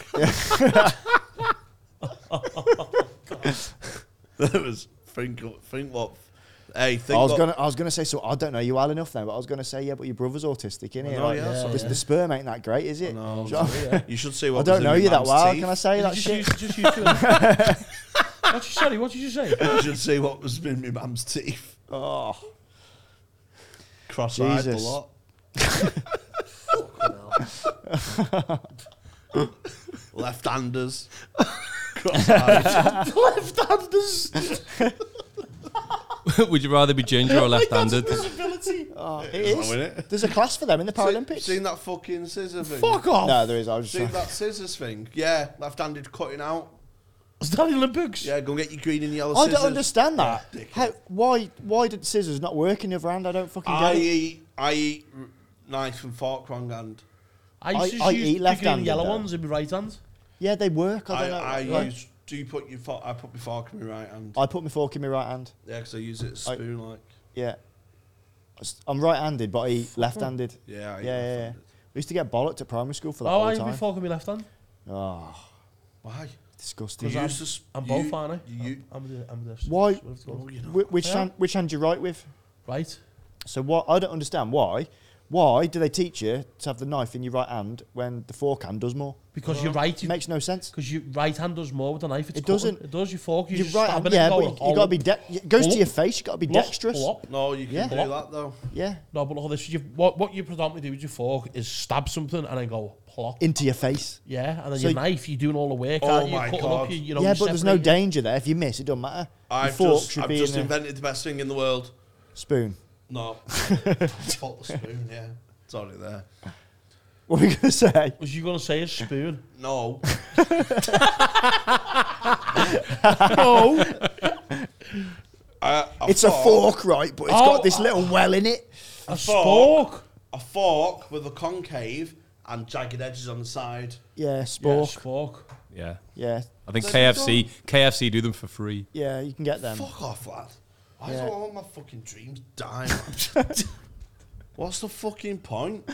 Speaker 1: There was think, think what. Hey, think
Speaker 3: I was
Speaker 1: what-
Speaker 3: gonna, I was gonna say, so I don't know you well enough then, but I was gonna say, yeah, but your brother's autistic, innit?
Speaker 2: Oh,
Speaker 1: know,
Speaker 3: Like,
Speaker 1: Oh, yeah,
Speaker 3: the,
Speaker 2: sorry.
Speaker 3: the sperm ain't that great, is it?
Speaker 1: know,
Speaker 3: Do you know what I mean?
Speaker 1: You should see
Speaker 3: I
Speaker 1: what. was
Speaker 3: don't
Speaker 1: in
Speaker 3: know
Speaker 1: my
Speaker 3: you that
Speaker 1: man's
Speaker 3: well.
Speaker 1: teeth.
Speaker 3: Can I say that
Speaker 2: just
Speaker 3: shit?
Speaker 2: Use, just use two of them. what you, sorry, what did you say?
Speaker 1: You should see what was in my mum's teeth.
Speaker 3: Oh,
Speaker 1: Cross-eyed
Speaker 3: Jesus.
Speaker 1: a lot. Left-handers. Cross-eyed.
Speaker 2: Left-handers.
Speaker 4: Would you rather be ginger or left-handed?
Speaker 3: oh, it
Speaker 1: It's
Speaker 3: is.
Speaker 1: not, innit?
Speaker 3: There's a class for them in the Paralympics.
Speaker 1: Seen that fucking scissor thing?
Speaker 2: Fuck off.
Speaker 3: no, there is. I was
Speaker 1: Seen
Speaker 3: just
Speaker 1: that scissors thing? Yeah, left-handed cutting out.
Speaker 2: Is that in the Olympics?
Speaker 1: Yeah, go and get your green and yellow
Speaker 3: I
Speaker 1: scissors.
Speaker 3: don't understand that.
Speaker 1: Yeah, dickhead.
Speaker 3: How, why why did scissors not work in the other hand? I don't fucking
Speaker 1: I
Speaker 3: get it.
Speaker 1: eat, I eat r- knife and fork wrong hand.
Speaker 2: I used to
Speaker 3: I- I
Speaker 2: use
Speaker 3: eat
Speaker 2: the green
Speaker 3: left-handed
Speaker 2: and yellow
Speaker 3: though.
Speaker 2: ones in my right hand.
Speaker 3: Yeah, they work. I
Speaker 1: I,
Speaker 3: don't
Speaker 1: I,
Speaker 3: know. like,
Speaker 1: use. Do you put your fork? I put my fork in my right hand.
Speaker 3: I put my fork in my right hand.
Speaker 1: Yeah, because I use it as
Speaker 3: I-
Speaker 1: a spoon. like
Speaker 3: Yeah. I s- I'm right-handed, but I eat left-handed.
Speaker 1: yeah, I
Speaker 3: Yeah,
Speaker 1: eat
Speaker 3: yeah, yeah.
Speaker 1: left-handed.
Speaker 3: We used to get bollocked at primary school for that
Speaker 2: Oh,
Speaker 3: all
Speaker 2: I
Speaker 3: the
Speaker 2: used to
Speaker 3: time.
Speaker 2: be forking my left hand.
Speaker 3: oh,
Speaker 1: Why?
Speaker 3: disgusting.
Speaker 1: You
Speaker 2: 'Cause I'm-
Speaker 1: use this.
Speaker 2: I'm
Speaker 1: you-
Speaker 2: both, aren't I?
Speaker 1: You,
Speaker 2: I'm the, I'm the left.
Speaker 3: Why-
Speaker 2: left hand.
Speaker 1: you know.
Speaker 3: Wh- which
Speaker 2: Yeah.
Speaker 3: hand? Which hand you write with?
Speaker 2: Right.
Speaker 3: So what? I don't understand why. Why do they teach you to have the knife in your right hand when the fork hand does more?
Speaker 2: Because you're right.
Speaker 3: It
Speaker 2: You,
Speaker 3: makes no sense.
Speaker 2: Because your right hand does more with the knife. It's
Speaker 3: It doesn't.
Speaker 2: cutting. It does. You fork. You
Speaker 3: Your
Speaker 2: just
Speaker 3: right
Speaker 2: stab
Speaker 3: hand,
Speaker 2: it
Speaker 3: yeah,
Speaker 2: and "Oh, go
Speaker 3: but you, you gotta be. De- it goes to
Speaker 2: Blop.
Speaker 3: your face. You gotta be
Speaker 2: Blop,
Speaker 3: dexterous.
Speaker 2: blop.
Speaker 1: no, you can
Speaker 3: Yeah.
Speaker 1: do that though.
Speaker 3: Yeah,
Speaker 2: No, but look at this. You, what, what you predominantly do with your fork is stab something and then go plop.
Speaker 3: into your face.
Speaker 2: yeah, and then
Speaker 3: So
Speaker 2: your
Speaker 3: y-
Speaker 2: knife, you're doing all the work.
Speaker 1: Oh
Speaker 2: aren't you?
Speaker 1: my
Speaker 2: You're cutting
Speaker 1: God.
Speaker 2: Up, you, you know,
Speaker 3: yeah,
Speaker 2: you're
Speaker 3: but there's no
Speaker 2: separating-
Speaker 3: danger there. If you miss, it doesn't matter. Your
Speaker 1: I've
Speaker 3: fork
Speaker 1: just,
Speaker 3: should
Speaker 1: I've
Speaker 3: be
Speaker 1: just
Speaker 3: in a
Speaker 1: invented the best thing in the world.
Speaker 3: spoon.
Speaker 1: No, Fuck the spoon. Yeah, sorry there.
Speaker 3: What were you gonna say?
Speaker 2: Was you gonna say a spoon?
Speaker 1: No,
Speaker 2: no.
Speaker 1: I, I
Speaker 3: it's a
Speaker 1: thought-
Speaker 3: fork, right? But it's
Speaker 2: Oh,
Speaker 3: got this little well in it.
Speaker 2: A
Speaker 1: fork.
Speaker 2: spork.
Speaker 1: A fork with a concave and jagged edges on the side.
Speaker 3: Yeah,
Speaker 2: Yeah,
Speaker 3: spork.
Speaker 2: spork.
Speaker 4: Yeah.
Speaker 3: Yeah,
Speaker 4: I think
Speaker 1: They're
Speaker 4: KFC KFC do them for free.
Speaker 3: yeah, you can get them.
Speaker 1: Fuck off, lad. Why
Speaker 3: Yeah.
Speaker 1: do I want my fucking dreams dying? man? What's the fucking point?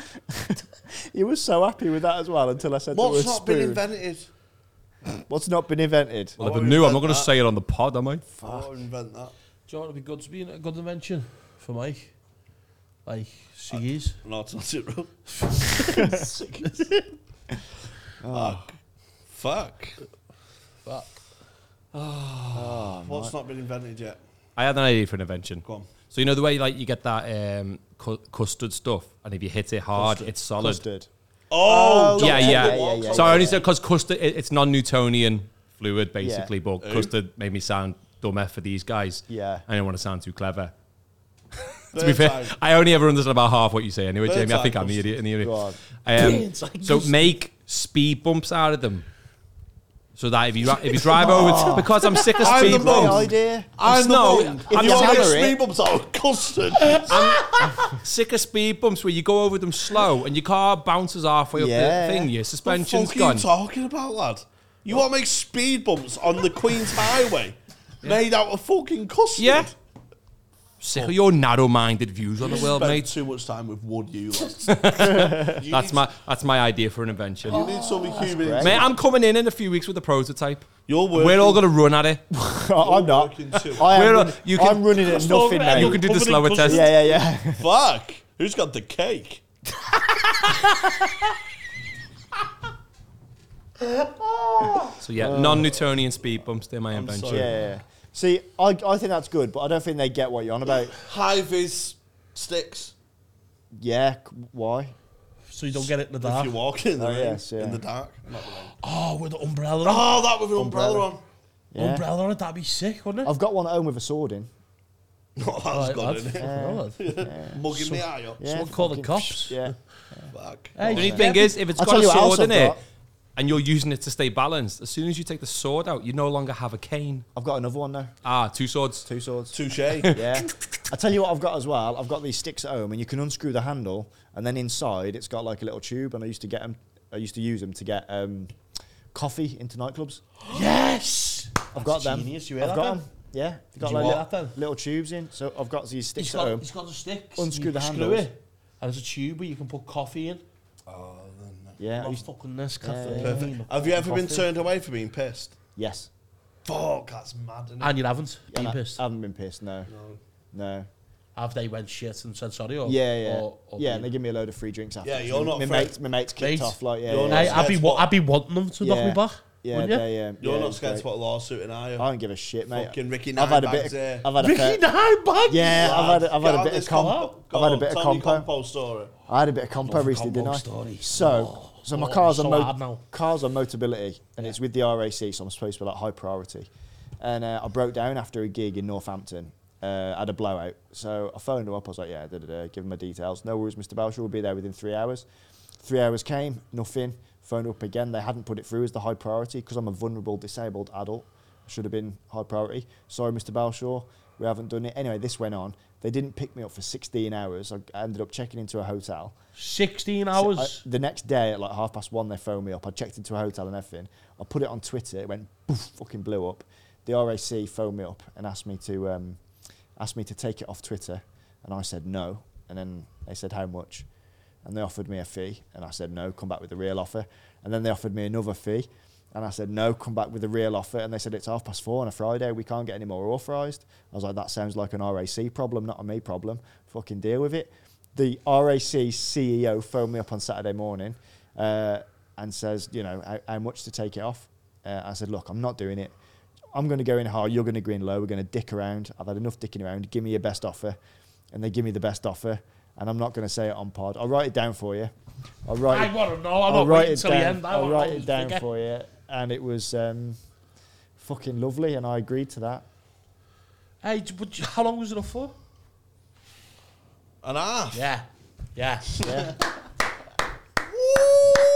Speaker 3: You were so happy with that as well until I said the
Speaker 1: What's
Speaker 3: word
Speaker 1: not
Speaker 3: spoon.
Speaker 1: been invented?
Speaker 3: What's not been invented?
Speaker 4: Well,
Speaker 1: I
Speaker 4: if I
Speaker 1: won't
Speaker 4: knew,
Speaker 1: invent
Speaker 4: I'm not going to
Speaker 1: that.
Speaker 4: say it on the pod, am I?
Speaker 1: Fuck. invent that.
Speaker 2: Do you want to be good to be a good invention for Mike? Like, she is.
Speaker 1: No, it's not it, bro. Fuck. Fuck.
Speaker 2: Fuck.
Speaker 1: What's not been invented yet?
Speaker 4: I had an idea for an invention.
Speaker 1: Go on.
Speaker 4: So you know the way like you get that um, cu- custard stuff, and if you hit it hard, it's solid.
Speaker 3: Custard.
Speaker 1: Oh,
Speaker 3: Yeah,
Speaker 4: Yeah, yeah.
Speaker 3: yeah, yeah, yeah,
Speaker 4: so I
Speaker 3: yeah,
Speaker 4: only
Speaker 3: yeah.
Speaker 4: said because custard, it, it's non-Newtonian fluid basically, but custard made me sound dumber for these guys.
Speaker 3: Yeah.
Speaker 4: I don't want to sound too clever. to
Speaker 1: Birds
Speaker 4: be fair,
Speaker 1: eye.
Speaker 4: I only ever understand about half what you say anyway,
Speaker 1: Bird's
Speaker 4: Jamie. I
Speaker 1: eye
Speaker 4: think I'm the
Speaker 1: custard.
Speaker 4: idiot in the
Speaker 3: Go on.
Speaker 4: room. Um, so make speed bumps out of them. So that if you ra- if you drive over, because I'm sick of
Speaker 1: Oh. I'm the
Speaker 4: speed
Speaker 1: bum.
Speaker 3: Great
Speaker 1: Oh.
Speaker 4: bumps.
Speaker 3: idea.
Speaker 1: I'm the
Speaker 4: No,
Speaker 1: bum.
Speaker 4: I'm
Speaker 1: If you want to
Speaker 4: just
Speaker 3: hammer it.
Speaker 1: speed bumps out of custard.
Speaker 4: sick of speed bumps where you go over them slow and your car bounces halfway
Speaker 3: Yeah.
Speaker 4: up the thing, your
Speaker 1: What the
Speaker 4: suspension's
Speaker 1: fuck are
Speaker 4: gone.
Speaker 1: you talking about, lad? You want to make speed bumps on the Queen's Highway made out of fucking custard?
Speaker 4: Yeah. Sick of your narrow-minded views on the world,
Speaker 1: Spend
Speaker 4: mate.
Speaker 1: too much time with wood, you. Lad. You
Speaker 4: That's
Speaker 1: need-
Speaker 4: my that's my idea for an invention.
Speaker 1: You need some human.
Speaker 3: great.
Speaker 4: Mate, I'm coming in in a few weeks with a prototype.
Speaker 1: You're working.
Speaker 4: We're all gonna run at it.
Speaker 3: I- I'm not.
Speaker 1: working too.
Speaker 3: I am
Speaker 4: We're
Speaker 3: running,
Speaker 4: you
Speaker 3: I'm
Speaker 4: can-
Speaker 3: running at nothing,
Speaker 2: over it.
Speaker 3: mate.
Speaker 4: You can do the
Speaker 2: Covered in
Speaker 4: slower
Speaker 2: custard.
Speaker 4: test.
Speaker 3: yeah, yeah, yeah.
Speaker 1: Fuck. Who's got the cake?
Speaker 4: So yeah, non-Newtonian speed bumps. They're my invention.
Speaker 1: sorry.
Speaker 3: yeah, yeah. See, I, I think that's good, but I don't think they get what you're on about.
Speaker 1: Hive is sticks.
Speaker 3: Yeah, c- why?
Speaker 2: So you don't get it in the
Speaker 1: If
Speaker 2: dark.
Speaker 1: you're walking in the
Speaker 3: Oh,
Speaker 1: rain,
Speaker 3: yes, yeah.
Speaker 1: in the dark. Not the rain.
Speaker 2: Oh, with the umbrella. on.
Speaker 1: Oh, that with an umbrella,
Speaker 3: Umbrella. Yeah.
Speaker 2: Umbrella on it, that'd be sick, wouldn't it?
Speaker 3: I've got one at home with a sword in.
Speaker 1: on. No, Oh, that's
Speaker 2: Right,
Speaker 1: got
Speaker 2: lad.
Speaker 1: in it.
Speaker 2: Fucking hell, lad.
Speaker 1: Mugging the eye up.
Speaker 3: Yeah,
Speaker 2: Someone call the
Speaker 3: fucking-
Speaker 2: cops.
Speaker 3: Yeah.
Speaker 1: Fuck.
Speaker 2: Hey,
Speaker 4: The only
Speaker 2: yeah.
Speaker 4: thing is, if it's
Speaker 3: I'll
Speaker 4: got
Speaker 3: tell
Speaker 4: a
Speaker 3: you what else
Speaker 4: sword in
Speaker 3: I've
Speaker 4: it,
Speaker 3: got.
Speaker 4: and you're using it to stay balanced, as soon as you take the sword out, you no longer have a cane.
Speaker 3: I've got another one now.
Speaker 4: Ah, two swords.
Speaker 3: Two swords.
Speaker 1: Touche. Oh,
Speaker 3: Yeah. I tell you what I've got as well. I've got these sticks at home, and you can unscrew the handle, and then inside it's got like a little tube. And I used to get them. I used to use them to get um, coffee into nightclubs.
Speaker 2: Yes!
Speaker 3: I've got them.
Speaker 2: Genius, you hear
Speaker 3: I've
Speaker 2: that?
Speaker 3: got
Speaker 2: Got
Speaker 3: them. Yeah. I've got
Speaker 2: you
Speaker 3: like
Speaker 2: what?
Speaker 3: little-
Speaker 2: That then?
Speaker 3: little tubes in. So I've got these
Speaker 2: He's
Speaker 3: sticks at
Speaker 2: got,
Speaker 3: home.
Speaker 2: he's got the sticks.
Speaker 3: Unscrew
Speaker 2: you
Speaker 3: the
Speaker 2: screw
Speaker 3: handles.
Speaker 2: it, And there's a tube where you can put coffee in.
Speaker 3: Yeah. I
Speaker 2: I'm
Speaker 3: used-
Speaker 1: uh,
Speaker 2: fucking this cafe.
Speaker 1: Have you ever been turned away for being pissed?
Speaker 3: yes.
Speaker 5: Fuck, that's mad. Isn't it?
Speaker 2: And you haven't been
Speaker 3: And I-
Speaker 2: pissed.
Speaker 3: I haven't been pissed, no.
Speaker 5: No.
Speaker 3: No.
Speaker 2: Have they went shit and said sorry? Or,
Speaker 3: Yeah, yeah.
Speaker 2: Oh, Or, or
Speaker 3: yeah,
Speaker 2: been-
Speaker 3: and they give me a load of free drinks after.
Speaker 1: Yeah, you're not
Speaker 3: my
Speaker 1: fair.
Speaker 3: mates, my mates
Speaker 2: Mate,
Speaker 3: kicked off like yeah.
Speaker 1: you're
Speaker 3: yeah,
Speaker 1: not
Speaker 2: I, I'd, be,
Speaker 1: That's
Speaker 2: wa-
Speaker 1: what-
Speaker 2: I'd be wanting them to knock
Speaker 3: Yeah.
Speaker 2: me back.
Speaker 3: yeah,
Speaker 2: wouldn't you?
Speaker 3: they, um,
Speaker 1: You're
Speaker 3: yeah,
Speaker 1: not
Speaker 3: it's
Speaker 1: scared to
Speaker 3: great.
Speaker 1: put a lawsuit in, are you?
Speaker 3: I don't give a shit, mate.
Speaker 1: Fucking Ricky
Speaker 3: I've had a
Speaker 1: Ninebags
Speaker 3: bit.
Speaker 1: here.
Speaker 3: Of, I've had a
Speaker 2: Ricky
Speaker 3: fair,
Speaker 2: Ninebags?
Speaker 3: Yeah, I've had, a- I've had a
Speaker 1: Get on
Speaker 3: bit of
Speaker 1: this
Speaker 3: compo.
Speaker 1: Go
Speaker 3: I've had a
Speaker 1: on,
Speaker 3: bit of
Speaker 1: tell me
Speaker 3: compo.
Speaker 1: compo story.
Speaker 3: I had a bit of compo
Speaker 2: Love a
Speaker 3: recently,
Speaker 2: combo
Speaker 3: didn't
Speaker 2: story.
Speaker 3: I? So, so my
Speaker 2: Oh,
Speaker 3: car's
Speaker 2: so
Speaker 3: on
Speaker 2: hard now.
Speaker 3: mo- car's on motability, and it's with the RAC, so I'm supposed to be like high priority. And uh, I broke down after a gig in Northampton. Uh, I had a blowout, so I phoned him up. I was like, "Yeah, da da da." Give him my details. No worries, Mr. Boucher. We'll be there within three hours. Three hours came, nothing. Phoned up again. They hadn't put it through as the high priority because I'm a vulnerable, disabled adult. Should have been high priority. Sorry, Mr. Balshaw, we haven't done it. Anyway, this went on. They didn't pick me up for 16 hours. I I ended up checking into a hotel.
Speaker 2: 16
Speaker 3: So
Speaker 2: hours.
Speaker 3: I- the next day at like half past one, they phoned me up. I checked into a hotel and everything. I put it on Twitter. It went poof, fucking blew up. The RAC phoned me up and asked me to um, asked me to take it off Twitter, and I said no. And then they said how much, and they offered me a fee, and I said no. Come back with the real offer. And then they offered me another fee, and I said no. Come back with the real offer. And they said it's half past four on a Friday. We can't get any more authorised. I was like, that sounds like an RAC problem, not a me problem. Fucking deal with it the RAC CEO E phoned me up on Saturday morning uh, and says, you know, how, how much to take it off. Uh, I said, look, I'm not doing it. I'm going to go in hard. You're going to go in low. We're going to dick around. I've had enough dicking around. Give me your best offer. And they give me the best offer. And I'm not going to say it on pod. I'll write it down for you. I'll write
Speaker 2: I
Speaker 3: it-
Speaker 2: want to know. I'm
Speaker 3: I'll
Speaker 2: not
Speaker 3: write
Speaker 2: waiting
Speaker 3: it
Speaker 2: till the
Speaker 3: down.
Speaker 2: end. I
Speaker 3: I'll
Speaker 2: want
Speaker 3: write
Speaker 2: all
Speaker 3: it
Speaker 2: the
Speaker 3: down
Speaker 2: figure.
Speaker 3: for you. And it was um, fucking lovely. And I agreed to that.
Speaker 2: Hey, d- but you- how long was it up for?
Speaker 1: An half.
Speaker 2: Yeah. Yeah.
Speaker 3: Yeah.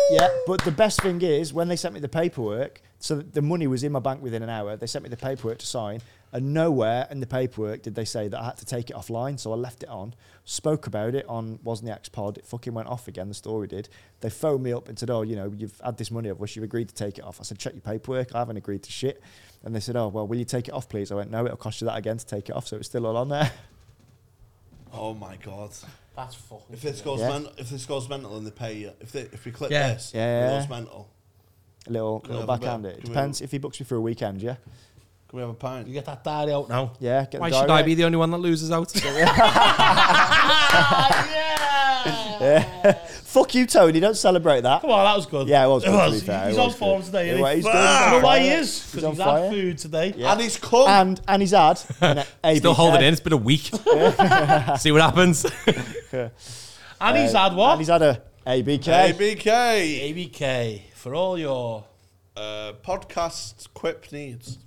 Speaker 3: yeah, but the best thing is when they sent me the paperwork, so that the money was in my bank within an hour. They sent me the paperwork to sign, and nowhere in the paperwork did they say that I had to take it offline. So I left it on, spoke about it on Wozniak's pod. It fucking went off again. The story did. They phoned me up and said, "Oh, you know, you've had this money. I wish you agreed to take it off." I said, "Check your paperwork. I haven't agreed to shit." And they said, "Oh, well, will you take it off, please?" I went, "No, it'll cost you that again to take it off." So it's still all on there.
Speaker 1: Oh my god.
Speaker 2: That's fucking.
Speaker 1: If this goes
Speaker 3: Yeah.
Speaker 1: men- if this goes mental and they pay you, if they, if we clip
Speaker 2: Yeah.
Speaker 1: this,
Speaker 3: Yeah.
Speaker 1: it goes mental.
Speaker 3: A little,
Speaker 1: Can we
Speaker 3: little
Speaker 1: have a bit?
Speaker 3: backhand. It
Speaker 1: Can we-
Speaker 3: depends if he books me for a weekend. Yeah,
Speaker 1: Can we have a pint?
Speaker 2: You get that diary out now.
Speaker 3: yeah. Get the
Speaker 4: Why should
Speaker 3: diary
Speaker 4: I
Speaker 3: out.
Speaker 4: be the only one that loses out?
Speaker 3: Fuck you, Tony. Don't celebrate that.
Speaker 2: Come on, that was good.
Speaker 3: Yeah, it was
Speaker 2: It
Speaker 3: good, to
Speaker 2: was.
Speaker 3: be fair, it
Speaker 2: He's
Speaker 3: was
Speaker 2: on
Speaker 3: good.
Speaker 2: form today. isn't
Speaker 3: Yeah,
Speaker 2: he?
Speaker 3: he's good, he's on
Speaker 2: I don't know why he
Speaker 3: fire.
Speaker 2: is.
Speaker 3: He's
Speaker 2: Because
Speaker 3: on
Speaker 2: he's
Speaker 3: fire.
Speaker 2: had food today.
Speaker 3: Yeah.
Speaker 1: And he's come.
Speaker 3: And and he's had an AB
Speaker 4: Still hold it in. It's been a week. See what happens.
Speaker 2: And he's had
Speaker 3: And
Speaker 2: what?
Speaker 3: he's had a ABK.
Speaker 1: ABK.
Speaker 2: ABK for all your.
Speaker 1: Uh, podcast quip needs.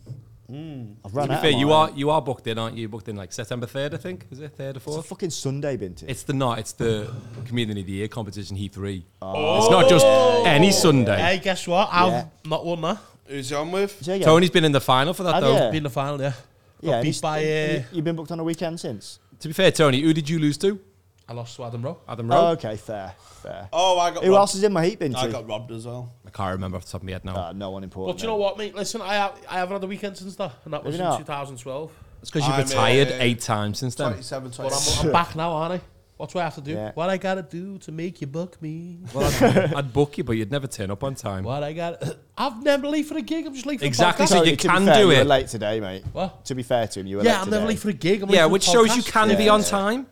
Speaker 3: I've run
Speaker 4: to be
Speaker 3: out.
Speaker 4: fair,
Speaker 3: of
Speaker 4: you
Speaker 3: mine.
Speaker 4: are you are booked in, aren't you? Booked in like September third, I think. Is it third or
Speaker 3: It's a
Speaker 4: fourth?
Speaker 3: fucking Sunday, Binti.
Speaker 4: It's the night. It's the community of the year competition. He three.
Speaker 3: Oh,
Speaker 4: It's not just any Sunday.
Speaker 2: Hey, guess what? I've
Speaker 3: Yeah.
Speaker 2: not won that.
Speaker 1: Who's he on with?
Speaker 3: So, yeah,
Speaker 4: Tony's been in the final for that
Speaker 3: Have
Speaker 4: though.
Speaker 3: you?
Speaker 2: Been in the final, yeah.
Speaker 3: yeah, and
Speaker 2: beat
Speaker 3: he's-
Speaker 2: by,
Speaker 3: and
Speaker 2: uh,
Speaker 3: you- You've been booked on a weekend since.
Speaker 4: To be fair, Tony, who did you lose to?
Speaker 2: I lost to Adam Rowe.
Speaker 4: Adam Rowe.
Speaker 3: Oh, okay, fair, fair.
Speaker 1: Oh, I got.
Speaker 3: Who
Speaker 1: robbed.
Speaker 3: else is in my heat,
Speaker 1: I
Speaker 3: Binti?
Speaker 1: got robbed as well.
Speaker 4: I can't remember off the top of my head now.
Speaker 3: Ah, no one important.
Speaker 2: But you know what, mate? Listen, I, ha- I haven't had a weekend since that, and that was
Speaker 3: Maybe
Speaker 2: in
Speaker 3: not.
Speaker 2: 2012.
Speaker 4: it's because you've
Speaker 1: I'm,
Speaker 4: retired
Speaker 1: uh,
Speaker 4: eight times since then.
Speaker 1: 27,
Speaker 2: But
Speaker 1: 28.
Speaker 2: I'm, I'm back now, aren't I? What's what I have to do?
Speaker 3: Yeah.
Speaker 2: What I gotta do to make you book me?
Speaker 4: Well, I'd, I'd book you, but you'd never turn up on time.
Speaker 2: What I got? I've never late for a gig. I'm just late for
Speaker 4: Exactly,
Speaker 2: A
Speaker 4: so
Speaker 2: podcast.
Speaker 3: Tony,
Speaker 4: you
Speaker 3: to be
Speaker 4: can
Speaker 3: fair,
Speaker 4: do
Speaker 3: you
Speaker 4: it.
Speaker 3: were late today, mate.
Speaker 2: What?
Speaker 3: To be fair to him, you were
Speaker 2: yeah,
Speaker 3: late
Speaker 2: I'm
Speaker 3: today.
Speaker 2: never late for a gig. I'm late
Speaker 4: Yeah,
Speaker 2: for a
Speaker 4: which shows you
Speaker 2: podcast.
Speaker 4: can be
Speaker 3: Yeah.
Speaker 4: on time,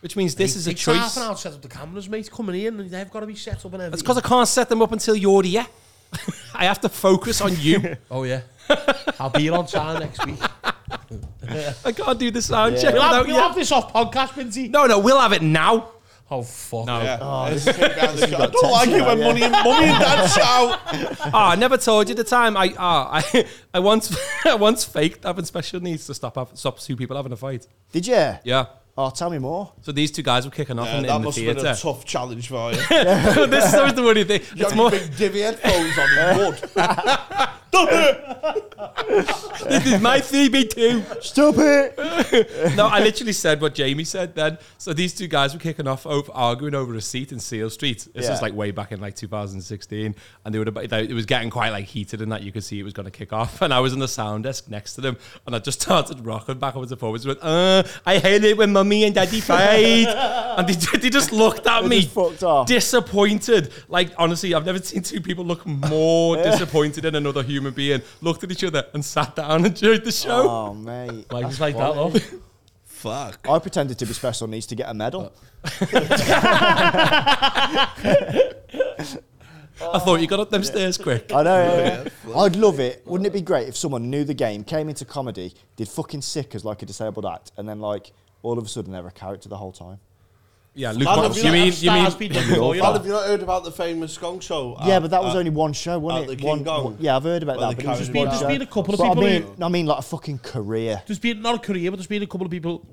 Speaker 4: which means this is a
Speaker 2: Takes half
Speaker 4: choice.
Speaker 2: an
Speaker 4: That's
Speaker 2: hour to set up the cameras, mate. Coming in, and they've got to be set up and everything.
Speaker 4: because I can't set them up until you're here. I have to focus on you.
Speaker 2: oh yeah, I'll be here on time next week.
Speaker 4: I can't do the sound
Speaker 3: Yeah.
Speaker 4: check
Speaker 2: We'll have,
Speaker 4: without
Speaker 2: we'll
Speaker 4: you.
Speaker 2: have this off podcast, Minty.
Speaker 4: No, no, we'll have it now.
Speaker 2: Oh fuck.
Speaker 4: No.
Speaker 1: Yeah. This is going down the shot. I don't like it
Speaker 3: tension
Speaker 1: when
Speaker 3: now,
Speaker 1: money and mummy and dad shout.
Speaker 4: Oh, I never told you the time. I ah, I, I once I once faked having special needs to stop have, stop two people having a fight.
Speaker 3: Did you?
Speaker 4: Yeah.
Speaker 3: Oh, tell me more.
Speaker 4: So these two guys were kicking off
Speaker 1: Yeah,
Speaker 4: in,
Speaker 1: that
Speaker 4: in the
Speaker 1: must have been a
Speaker 4: theatre.
Speaker 1: tough challenge for you.
Speaker 4: this is the funny thing.
Speaker 1: You
Speaker 4: It's
Speaker 1: had your
Speaker 4: more,
Speaker 1: big divvy headphones on in wood. Don't do it.
Speaker 4: this is my CB2.
Speaker 3: Stop it!
Speaker 4: No, I literally said what Jamie said then. So these two guys were kicking off, over, arguing over a seat in Seal Street. This
Speaker 3: Yeah.
Speaker 4: is like way back in like 2016. And they were about, they, it was getting quite like heated and that you could see it was going to kick off. And I was on the sound desk next to them and I just started rocking backwards and forwards with, uh, I hate it when mummy and daddy fight. and they, ju- they just looked at
Speaker 3: They
Speaker 4: me.
Speaker 3: just fucked off.
Speaker 4: Disappointed. Like, honestly, I've never seen two people look more disappointed in another human being. Looked at each other and sat down and enjoyed the show.
Speaker 3: Oh, mate.
Speaker 2: Like, just like that, though.
Speaker 1: Fuck.
Speaker 3: I pretended to be special needs to get a medal.
Speaker 4: I thought you got up them stairs quick.
Speaker 3: I know. yeah, yeah. I'd love it. Wouldn't it be great if someone knew the game, came into comedy, did fucking sick as like a disabled act, and then like all of a sudden they're a character the whole time?
Speaker 4: Yeah, Luke.
Speaker 1: Fan
Speaker 4: Mock-
Speaker 1: of
Speaker 4: you mean you mean?
Speaker 2: before, you
Speaker 1: Well,
Speaker 2: know?
Speaker 1: have you not heard about the famous Gong show?
Speaker 3: yeah,
Speaker 1: at-
Speaker 3: but that was
Speaker 1: at-
Speaker 3: only one show, wasn't
Speaker 1: at Uh, the
Speaker 3: it?
Speaker 1: King
Speaker 3: One-
Speaker 1: Kong.
Speaker 3: one- yeah, I've heard about
Speaker 1: Well,
Speaker 3: that,
Speaker 1: the
Speaker 3: but it
Speaker 1: characters
Speaker 3: was just
Speaker 1: were
Speaker 3: one
Speaker 1: just
Speaker 3: show.
Speaker 2: been a couple of
Speaker 3: But
Speaker 2: people
Speaker 3: I mean,
Speaker 2: who-
Speaker 3: I mean, like a fucking career.
Speaker 2: There's been not a career, but there's been a couple of people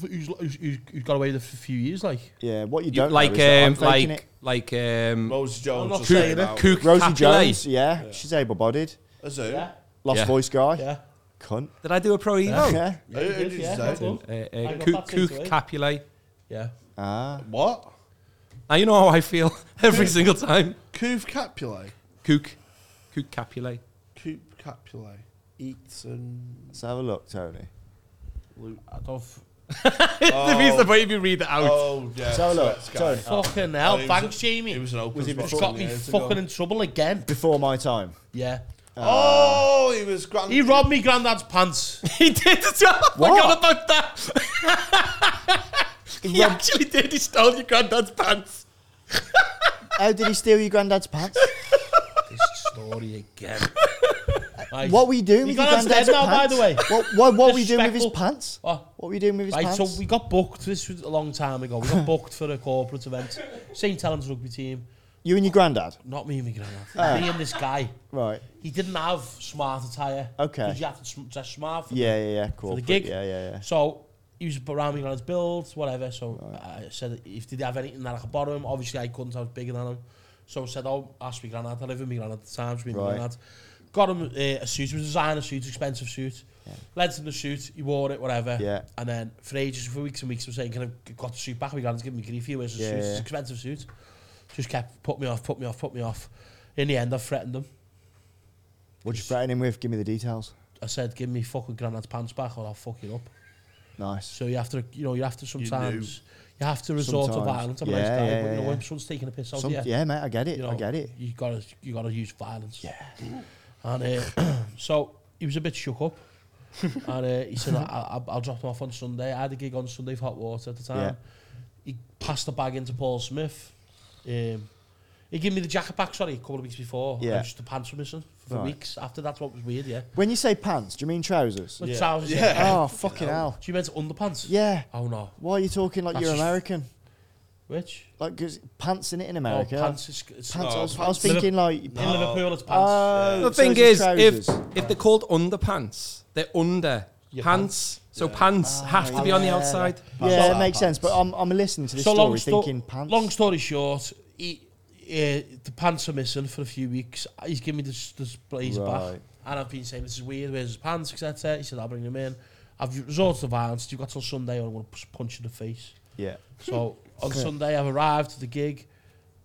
Speaker 2: who's who's, who's, who's got away with it for a few years. Like
Speaker 3: Yeah, what you
Speaker 4: You,
Speaker 3: don't
Speaker 4: like,
Speaker 3: know is that I'm
Speaker 4: um,
Speaker 3: faking
Speaker 4: like,
Speaker 3: it.
Speaker 4: like, um,
Speaker 1: Rose
Speaker 2: I'm
Speaker 1: Jones.
Speaker 2: not
Speaker 1: was
Speaker 2: saying
Speaker 1: about-
Speaker 2: it.
Speaker 4: Cook
Speaker 3: Rosie
Speaker 4: Capulay.
Speaker 3: Jones. Yeah, she's able-bodied.
Speaker 1: As who?
Speaker 3: Lost
Speaker 4: Yeah.
Speaker 3: voice guy.
Speaker 2: yeah.
Speaker 3: Cunt.
Speaker 4: Did I do a pro evo?
Speaker 3: Yeah.
Speaker 1: Who- who did you say?
Speaker 4: Uh,
Speaker 2: I
Speaker 4: uh,
Speaker 2: got
Speaker 4: Cook,
Speaker 2: that taken
Speaker 4: Cook
Speaker 2: away.
Speaker 4: Capulay.
Speaker 2: Yeah.
Speaker 3: Ah.
Speaker 1: What?
Speaker 4: Now you know how I feel every single time.
Speaker 1: Coop Capulay.
Speaker 4: Cook, Cook Capulay.
Speaker 1: Coop Capulay. Eaton.
Speaker 3: Let's have a look, Tony.
Speaker 1: Luke.
Speaker 2: I don't f-
Speaker 4: That means the way if you read it out.
Speaker 1: Oh, yeah.
Speaker 3: So look,
Speaker 1: that's
Speaker 3: so-
Speaker 1: guy.
Speaker 2: fucking hell.
Speaker 1: he was
Speaker 2: Thanks,
Speaker 1: a-
Speaker 2: Jamie.
Speaker 1: It was an open
Speaker 3: Was he
Speaker 1: spot
Speaker 2: It's got me
Speaker 1: years
Speaker 2: fucking
Speaker 1: ago.
Speaker 2: in trouble again.
Speaker 3: Before my time.
Speaker 2: Yeah.
Speaker 1: Oh, he was grand.
Speaker 2: Ah. He robbed me granddad's pants.
Speaker 4: he did the job. I
Speaker 3: What?
Speaker 4: forgot about that. he actually did. He stole your granddad's pants.
Speaker 3: How did he steal your granddad's pants?
Speaker 2: this story again. Right.
Speaker 3: What were you doing
Speaker 2: He
Speaker 3: with your
Speaker 2: got on
Speaker 3: granddad's
Speaker 2: dead now, by
Speaker 3: pants?
Speaker 2: the way.
Speaker 3: What, what, what were you doing with his
Speaker 2: Disrespectful.
Speaker 3: pants?
Speaker 2: What?
Speaker 3: What were you doing with his
Speaker 2: Right,
Speaker 3: pants?
Speaker 2: so we got booked. This was a long time ago. We got booked for a corporate event. St. Helens rugby team.
Speaker 3: you and your granddad?
Speaker 2: Not me and my granddad.
Speaker 3: Ah.
Speaker 2: Me and this guy.
Speaker 3: Right.
Speaker 2: He didn't have smart attire.
Speaker 3: Okay.
Speaker 2: Because you have to sm- dress smart for
Speaker 3: Yeah, yeah, yeah. Cool.
Speaker 2: the gig.
Speaker 3: Yeah, yeah, yeah.
Speaker 2: So he was around me on his build, whatever. So I said, if did he have anything that I could borrow him? Obviously, I couldn't. I was bigger than him. So I said, oh, ask me granddad. I live with me granddad at the time. So me
Speaker 3: Right.
Speaker 2: granddad. Got him uh, a suit. It was a designer suit, expensive suit. Lent him the suit. He wore it, whatever.
Speaker 3: Yeah.
Speaker 2: And then for ages, for weeks and weeks, I'm saying, can I got the suit back? My granddad's giving me grief. He wears a
Speaker 3: Yeah,
Speaker 2: suit. It's
Speaker 3: yeah.
Speaker 2: an expensive suit. Just kept, put me off, put me off, put me off. In the end, I threatened him.
Speaker 3: What you threaten him with? Give me the details.
Speaker 2: I said, give me fucking granddad's pants back or I'll fuck you up.
Speaker 3: Nice.
Speaker 2: So you have to, you know, you have to sometimes, you, have to resort to
Speaker 3: Sometimes.
Speaker 2: violence. I'm a
Speaker 3: Yeah,
Speaker 2: nice guy,
Speaker 3: yeah,
Speaker 2: but you know,
Speaker 3: yeah,
Speaker 2: when
Speaker 3: yeah.
Speaker 2: someone's taking a piss out
Speaker 3: Some,
Speaker 2: of you,
Speaker 3: yeah, mate, I get it.
Speaker 2: you know,
Speaker 3: I get it.
Speaker 2: You gotta, you gotta use violence. Yeah. And uh, so he was a bit shook up, and uh, he said, I, I, "I'll drop him off on Sunday." I had a gig on Sunday with Hot Water at the time. He passed the bag into Paul Smith. Um, he gave me the jacket back. Sorry, a couple of weeks before.
Speaker 3: Yeah.
Speaker 2: I just the pants were missing for
Speaker 3: Right.
Speaker 2: weeks after. That's what was weird. Yeah.
Speaker 3: When you say pants, do you mean trousers?
Speaker 2: My trousers.
Speaker 1: Yeah.
Speaker 2: Yeah.
Speaker 3: Oh, fucking hell.
Speaker 2: She meant underpants.
Speaker 3: Yeah.
Speaker 2: Oh no.
Speaker 3: Why are you talking like
Speaker 2: That's
Speaker 3: you're
Speaker 2: just-
Speaker 3: American?
Speaker 2: Which?
Speaker 3: Like, 'cause pants in it in
Speaker 2: Oh,
Speaker 3: America.
Speaker 2: pants. It's, it's, oh,
Speaker 3: Pants, I, was, I
Speaker 1: pants.
Speaker 3: was thinking like.
Speaker 2: In Liverpool, it's pants.
Speaker 3: Oh,
Speaker 4: The
Speaker 3: so
Speaker 4: thing
Speaker 3: it's
Speaker 4: is,
Speaker 3: his
Speaker 4: if
Speaker 3: trousers.
Speaker 4: if they're called underpants, they're under
Speaker 2: Your
Speaker 4: pants. So pants have to be on the
Speaker 3: Ah, Yeah.
Speaker 4: outside.
Speaker 3: Yeah, it
Speaker 1: Pants.
Speaker 3: makes sense. But I'm, I'm listening to this
Speaker 2: so long,
Speaker 3: story
Speaker 2: sto-
Speaker 3: thinking pants.
Speaker 2: long story short, he, eh, the pants are missing for a few weeks. He's given me this, this blazer back.
Speaker 3: Right.
Speaker 2: And I've been saying, this is weird, where's his pants, etc. He said, I'll bring them in. I've resorted to violence. You've got till Sunday or I'm going to punch you in the face.
Speaker 3: Yeah.
Speaker 2: So on Sunday, I've arrived to the gig.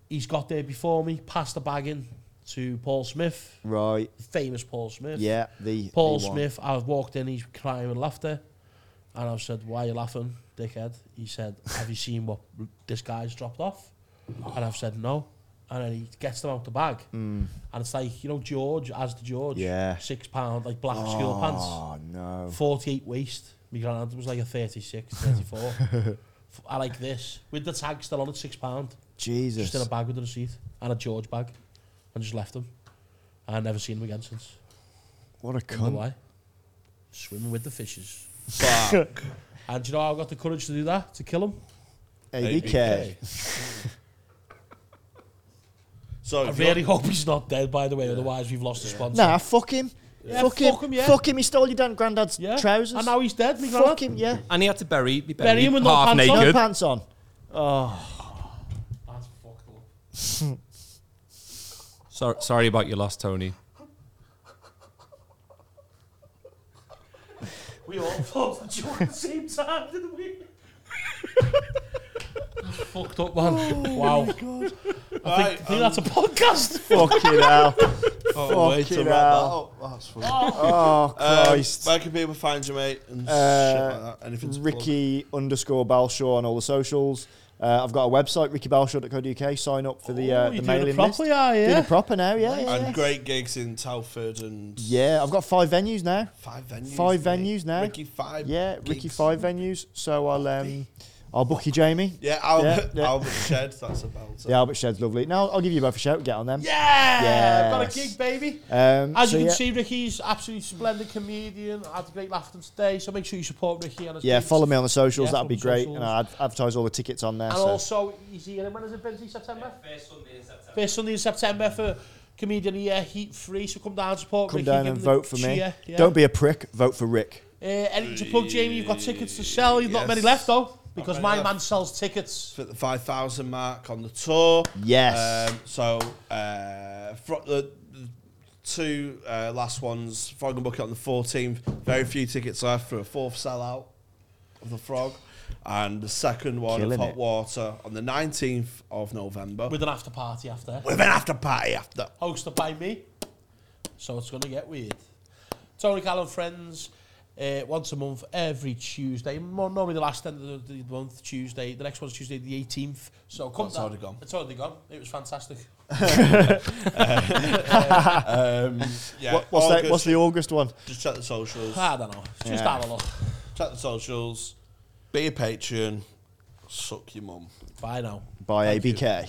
Speaker 2: He's got there before me, passed the bag in to Paul Smith,
Speaker 3: Right.
Speaker 2: famous Paul Smith.
Speaker 3: Yeah. The
Speaker 2: Paul
Speaker 3: the one.
Speaker 2: Smith, I walked in, he's crying with laughter. And I said, Why are you laughing, dickhead? He said, Have you seen what this guy's dropped off? And I've said, No. And then he gets them out the bag. Mm. And it's like, you know, George, as the George,
Speaker 3: Hmm. Yeah.
Speaker 2: six pound, like black school pants,
Speaker 3: Oh no.
Speaker 2: 48 waist. My granddad was like a 36, 34. F- I like this. With the tag still on at six pound,
Speaker 3: Jesus.
Speaker 2: just in a bag with a receipt and a George bag. And just left them. And I've never seen him again since.
Speaker 3: what a
Speaker 2: Wonder
Speaker 3: cunt.
Speaker 2: why? Swimming with the fishes.
Speaker 1: Fuck.
Speaker 2: And do you know how I got the courage to do that? To kill him?
Speaker 3: ABK.
Speaker 1: so
Speaker 3: Oh,
Speaker 2: I
Speaker 1: if
Speaker 2: really
Speaker 1: you're-
Speaker 2: hope he's not dead, by the way, otherwise we've lost the sponsor.
Speaker 3: Nah, fuck him.
Speaker 2: Yeah,
Speaker 3: fuck him.
Speaker 2: fuck him, yeah.
Speaker 3: Fuck him. He stole your damn granddad's
Speaker 2: Yeah.
Speaker 3: trousers.
Speaker 2: And now he's dead, me
Speaker 3: fuck
Speaker 2: granddad.
Speaker 3: him. Yeah.
Speaker 4: And he had to bury, be
Speaker 2: Bury
Speaker 4: buried
Speaker 2: him with no
Speaker 4: half
Speaker 2: pants on.
Speaker 3: No
Speaker 4: naked.
Speaker 3: pants on.
Speaker 2: That's fucked up.
Speaker 4: Sorry, sorry about your loss, Tony.
Speaker 2: we all thought that you were at the same time, didn't we? Fucked up,
Speaker 3: Oh
Speaker 2: man. Wow. I think, I
Speaker 3: um,
Speaker 2: think that's a podcast.
Speaker 3: Fucking hell.
Speaker 1: Oh, um, way to
Speaker 3: Fucking
Speaker 1: wrap that
Speaker 3: hell.
Speaker 1: up. That's funny.
Speaker 3: Oh,
Speaker 1: Um,
Speaker 3: Christ.
Speaker 1: where can people find you, mate? And
Speaker 2: Uh,
Speaker 1: shit like that. Anything to plug?
Speaker 3: Ricky underscore Balshaw on all the socials. Uh, I've got a website, rickybalshaw.co.uk. Sign up for the,
Speaker 2: Oh,
Speaker 3: uh,
Speaker 2: you're
Speaker 3: the
Speaker 2: doing
Speaker 3: mailing
Speaker 2: it properly,
Speaker 3: list.
Speaker 2: are you?
Speaker 3: Doing it proper now, yeah. Oh, yeah, yeah.
Speaker 1: And great gigs in Telford and
Speaker 3: Yeah, I've got five venues now.
Speaker 1: five venues.
Speaker 3: Five
Speaker 1: mate.
Speaker 3: venues now.
Speaker 1: Ricky five.
Speaker 3: Yeah, Ricky
Speaker 1: gigs.
Speaker 3: five venues. So I'll um, I'll book you, Jamie.
Speaker 1: Yeah, Albert,
Speaker 3: Yeah, yeah.
Speaker 1: Albert Shed. That's a belter.
Speaker 3: The Albert Shed's lovely. Now I'll give you both a shout. Get on them.
Speaker 2: Yeah, got a
Speaker 3: Yes.
Speaker 2: gig, baby.
Speaker 3: Um,
Speaker 2: As
Speaker 3: so
Speaker 2: you can
Speaker 3: yeah,
Speaker 2: see, Ricky's absolutely splendid comedian. I had a great laugh with him today, so make sure you support Ricky and his
Speaker 3: yeah,
Speaker 2: gigs.
Speaker 3: follow me on the socials.
Speaker 2: Yeah,
Speaker 3: That'd be
Speaker 2: follow the
Speaker 3: great. And I ad- advertise all the tickets on there.
Speaker 2: And
Speaker 3: so.
Speaker 2: also, is he in when is it Benzie September?
Speaker 4: First Sunday in September.
Speaker 2: First Sunday in September for comedian here, heat free. So come down, support
Speaker 3: Come
Speaker 2: Ricky.
Speaker 3: down
Speaker 2: give
Speaker 3: and
Speaker 2: him the
Speaker 3: vote for me.
Speaker 2: cheer, yeah.
Speaker 3: Don't be a prick. Vote for Rick.
Speaker 2: Uh, any, to plug Jamie, you've got tickets to sell. You've not many
Speaker 1: Yes.
Speaker 2: left though, because
Speaker 1: many
Speaker 2: my
Speaker 1: left.
Speaker 2: man sells tickets.
Speaker 1: Fit the five thousand mark on the tour.
Speaker 3: Yes.
Speaker 1: Um, so uh, fro- the the two uh, last ones, Frog and Bucket on the fourteenth. Very few tickets left for a fourth sellout of the Frog, and the second one
Speaker 3: Killing
Speaker 1: of Hot
Speaker 3: it.
Speaker 1: Water on the nineteenth of November. With,
Speaker 2: With an after party after,
Speaker 1: an after party after.
Speaker 2: hosted by me. So it's gonna get weird. Tony Callum friends. Uh, once a month, every Tuesday. Mo- Normally the last end of the, the month, Tuesday. The next one's Tuesday, the 18th. So come
Speaker 1: That's
Speaker 2: down.
Speaker 1: already gone.
Speaker 2: It's already gone. It was fantastic.
Speaker 1: Um, yeah,
Speaker 3: What- what's, that,
Speaker 1: August,
Speaker 3: what's the August one?
Speaker 1: Just check the socials.
Speaker 2: Ah, I don't know. Just
Speaker 3: Yeah.
Speaker 2: have a look.
Speaker 1: Check the socials. Be a patron. Suck your mum.
Speaker 2: Bye now.
Speaker 3: By ABK.